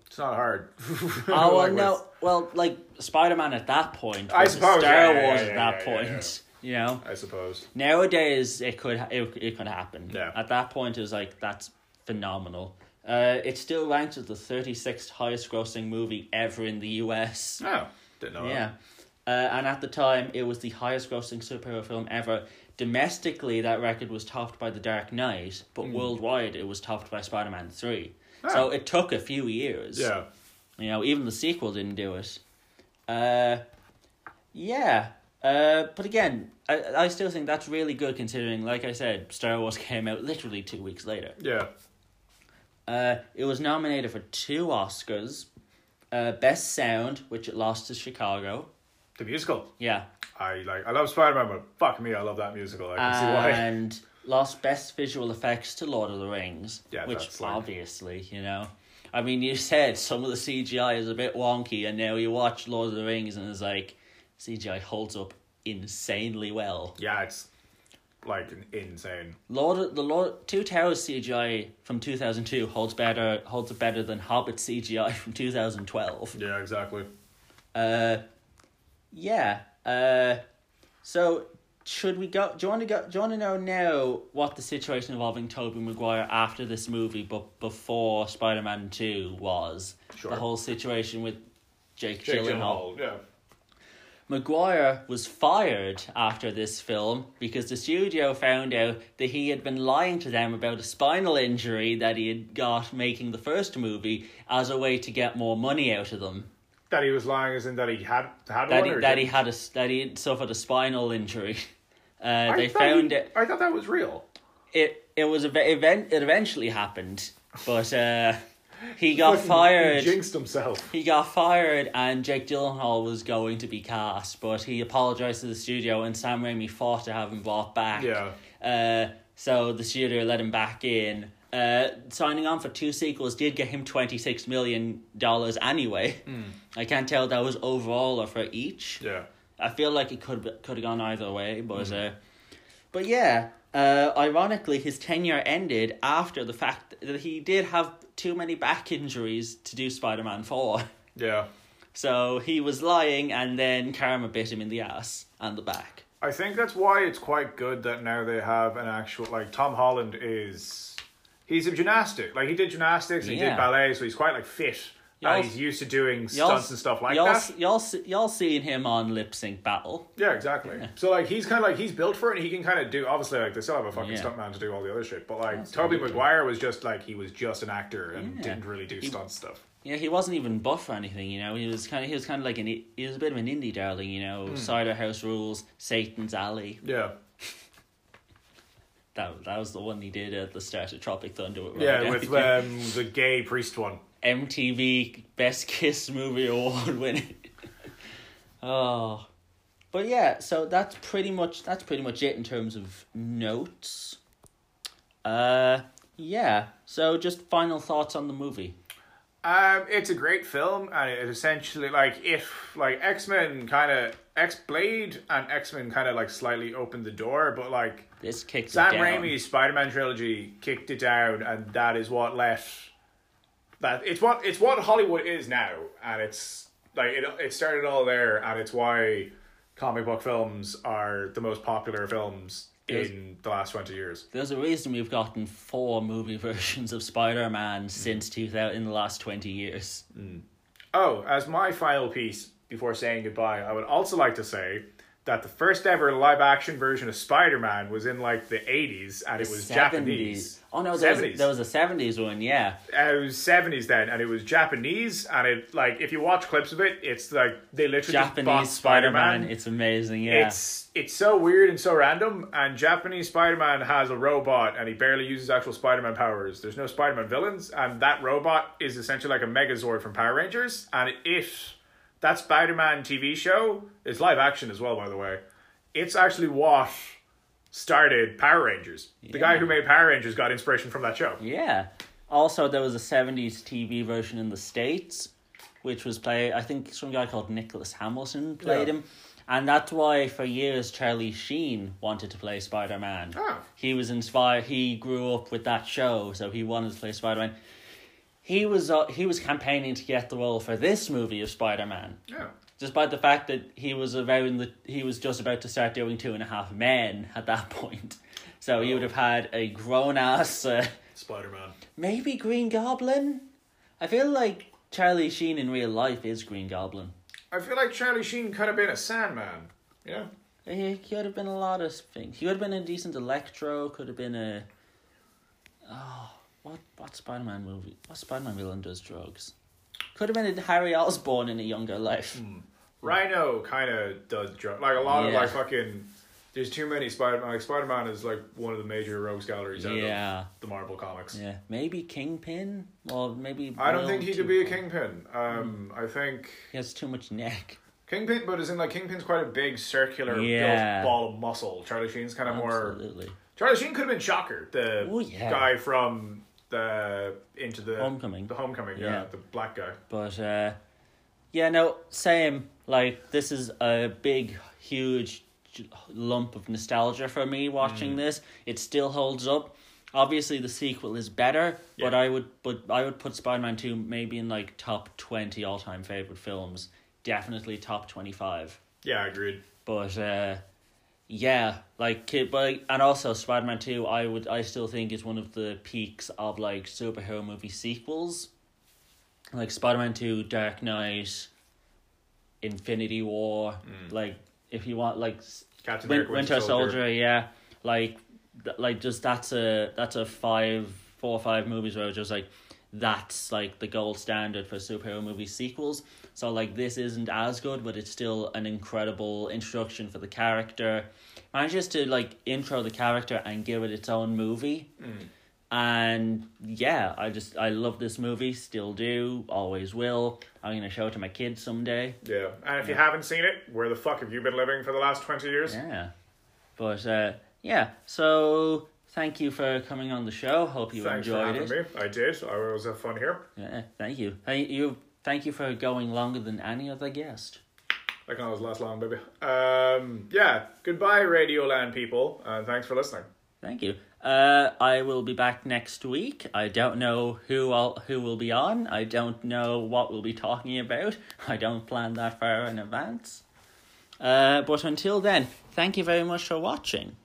S2: it's not hard.
S1: Oh well,
S2: Like,
S1: no, well like Spider Man at that point.
S2: I
S1: versus
S2: suppose,
S1: Star
S2: yeah, yeah,
S1: Wars
S2: yeah,
S1: at
S2: yeah,
S1: that
S2: yeah, yeah,
S1: point. You know,
S2: I suppose.
S1: nowadays it could ha- it, it could happen.
S2: Yeah.
S1: At that point, it was like that's phenomenal. Uh, it still ranks as the thirty sixth highest grossing movie ever in the U.S.
S2: Oh, didn't know.
S1: Yeah. Uh, and at the time, it was the highest grossing superhero film ever. Domestically, that record was topped by The Dark Knight, but worldwide, it was topped by Spider Man 3. So it took a few years.
S2: That. Yeah.
S1: You know, even the sequel didn't do it. Uh, yeah. Uh, but again, I, I still think that's really good considering, like I said, Star Wars came out literally two weeks later.
S2: Yeah.
S1: Uh, it was nominated for two Oscars uh, Best Sound, which it lost to Chicago.
S2: The musical.
S1: Yeah.
S2: I like. I love Spider Man, but fuck me, I love that musical. I can see why.
S1: and lost best visual effects to Lord of the Rings,
S2: Yeah,
S1: which
S2: that's like-
S1: obviously, you know. I mean, you said some of the CGI is a bit wonky, and now you watch Lord of the Rings and it's like, CGI holds up insanely well.
S2: Yeah, it's like an insane.
S1: Lord of, the Lord Two Towers CGI from 2002 holds better holds up better than Hobbit CGI from 2012.
S2: Yeah, exactly.
S1: Uh, yeah. Uh, so should we go? Do you want to go? Do you want to know now what the situation involving Toby Maguire after this movie, but before Spider Man Two was
S2: Sure.
S1: the whole situation with Jake,
S2: Jake
S1: Gyllenhaal.
S2: Gyllenhaal. Yeah.
S1: Maguire was fired after this film because the studio found out that he had been lying to them about a spinal injury that he had got making the first movie as a way to get more money out of them.
S2: That he was lying, as in that he had had
S1: that
S2: one.
S1: he,
S2: or
S1: that he
S2: didn't?
S1: had a s- that he had suffered a spinal injury. Uh,
S2: I
S1: they
S2: thought
S1: found
S2: he-
S1: it,
S2: I thought that was real.
S1: it it was ev- event it eventually happened, but uh, he got
S2: Fucking- he
S1: fired.
S2: jinxed himself.
S1: He got fired, and Jake Gyllenhaal was going to be cast, but he apologized to the studio, and Sam Raimi fought to have him brought back.
S2: Yeah.
S1: Uh, so the studio let him back in. Uh, signing on for two sequels did get him twenty six million dollars anyway.
S2: Hmm.
S1: I can't tell if that was overall or for each.
S2: Yeah.
S1: I feel like it could could have gone either way, but uh,
S2: Mm-hmm.
S1: but yeah. Uh, ironically, his tenure ended after the fact that he did have too many back injuries to do Spider Man Four.
S2: Yeah.
S1: So he was lying, and then karma bit him in the ass and the back.
S2: I think that's why it's quite good that now they have an actual like Tom Holland is he's a gymnastic. Like he did gymnastics, and he
S1: Yeah.
S2: did ballet, so he's quite like fit.
S1: Y'all-
S2: and he's used to doing stunts and stuff like
S1: y'all,
S2: that.
S1: s- Y'all, s- y'all seen him on Lip Sync Battle?
S2: Yeah, exactly. So like he's kind of like he's built for it, and he can kind of do. Obviously, like they still have a fucking
S1: Yeah.
S2: stuntman to do all the other shit, but like Toby Maguire was just like he was just an actor and
S1: Yeah.
S2: didn't really do
S1: He- Oh,
S2: stunt stuff.
S1: Yeah, he wasn't even buff or anything, you know. He was kind of he was kind of like an i- he was a bit of an indie darling, you know.
S2: Hmm.
S1: Cider House Rules, Satan's Alley.
S2: Yeah,
S1: That that was the one he did at the start of Tropic Thunder. With
S2: yeah,
S1: Ryan
S2: with
S1: Gosling.
S2: um, the gay priest one.
S1: MTV Best Kiss Movie Award winning. oh, but yeah, so that's pretty much that's pretty much it in terms of notes. Uh, yeah. So just final thoughts on the movie.
S2: Um, it's a great film, and it essentially like if like X Men kind of X Blade and X Men kind of like slightly opened the door, but like
S1: This kicks
S2: Sam
S1: it down.
S2: Raimi's Spider Man trilogy kicked it down, and that is what left. That it's what it's what Hollywood is now, and it's like it it started all there, and it's why comic book films are the most popular films
S1: Yes.
S2: in the last twenty years.
S1: There's a reason we've gotten four movie versions of Spider-Man
S2: Mm.
S1: since 2000 in the last 20 years.
S2: Oh, as my final piece before saying goodbye, I would also like to say that the first ever live action version of Spider Man was in like the eighties, and it was
S1: 70s.
S2: Japanese.
S1: Oh no, there was,
S2: 70s.
S1: there was a 70s one, yeah.
S2: uh, it was seventies then, and it was Japanese, and it like if you watch clips of it, it's like they literally just bought
S1: Japanese Spider-Man, it's amazing, yeah.
S2: It's it's so weird and so random. And Japanese Spider Man has a robot, and he barely uses actual Spider Man powers. There's no Spider Man villains, and that robot is essentially like a Megazord from Power Rangers. And if that Spider Man TV show is live action as well, by the way, it's actually what started Power Rangers. The guy who made Power Rangers got inspiration from that show.
S1: Yeah. Also, there was a 70s TV version in the States, which was played, I think some guy called Nicholas Hamilton played
S2: Yeah.
S1: him. And that's why, for years, Charlie Sheen wanted to play Spider Man.
S2: Oh.
S1: He was inspired, he grew up with that show, so he wanted to play Spider Man. He was uh, he was campaigning to get the role for this movie of Spider Man
S2: Yeah.
S1: despite the fact that he was around the he was just about to start doing two and a half men at that point so he would have had a grown ass uh,
S2: Spider Man.
S1: maybe green goblin i feel like charlie sheen in real life is green goblin
S2: I feel like Charlie Sheen could have been a Sandman. Yeah.
S1: he could have been a lot of things he could have been a decent electro could have been a oh what what spider-man movie what spider-man villain does drugs could have been a harry osborn in a younger life
S2: Hmm, Rhino kind of does drugs. Like a lot of
S1: Yeah.
S2: like fucking. There's too many Spider Man. Like Spider Man is like one of the major rogues galleries out of
S1: yeah
S2: the Marvel comics.
S1: Yeah, maybe Kingpin. Well, maybe.
S2: I don't
S1: Will
S2: think he
S1: too. Mm-hmm.
S2: could be a Kingpin. Um, I think
S1: He has too much neck.
S2: Kingpin, but as in like Kingpin's quite a big circular
S1: Yeah.
S2: built ball of muscle. Charlie Sheen's kind of more.
S1: Absolutely.
S2: Charlie Sheen could have been Shocker, the
S1: Oh, yeah.
S2: guy from the into the
S1: Homecoming.
S2: The Homecoming, yeah,
S1: Yeah.
S2: the black guy.
S1: But uh, yeah, no, same. Like this is a big, huge j- lump of nostalgia for me
S2: Mm.
S1: watching this. It still holds up. Obviously, the sequel is better, but
S2: Yeah.
S1: I would, but I would put Spider Man Two maybe in like top twenty all time favorite films. Definitely top twenty five.
S2: Yeah, agreed.
S1: But uh, yeah, like ki- but and also Spider Man Two, I would I still think is one of the peaks of like superhero movie sequels, like Spider Man Two, Dark Knight, Infinity War. Like if you want like s-
S2: Captain
S1: Win-
S2: America,
S1: Winter Soldier. yeah, like th- like just that's a that's a five four or five movies where I was just like that's like the gold standard for superhero movie sequels. So like this isn't as good, but it's still an incredible introduction for the character. Manages to like intro the character and give it its own movie. And yeah, I just I love this movie, still do, always will. I'm gonna show it to my kids someday.
S2: Yeah, and if you haven't seen it, where the fuck have you been living for the last twenty years?
S1: Yeah. But uh, yeah, so thank you for coming on the show. Hope you
S2: Thanks for
S1: enjoyed
S2: having
S1: it.
S2: me. I did. I was have fun here.
S1: Yeah, thank you. Thank you. Thank you for going longer than any other guest.
S2: I can always last long, baby. Um, yeah. Goodbye, Radioland people, and thanks for listening.
S1: Thank you. Uh, I will be back next week. I don't know who I'll, who will be on. I don't know what we'll be talking about. I don't plan that far in advance. Uh, but until then, thank you very much for watching.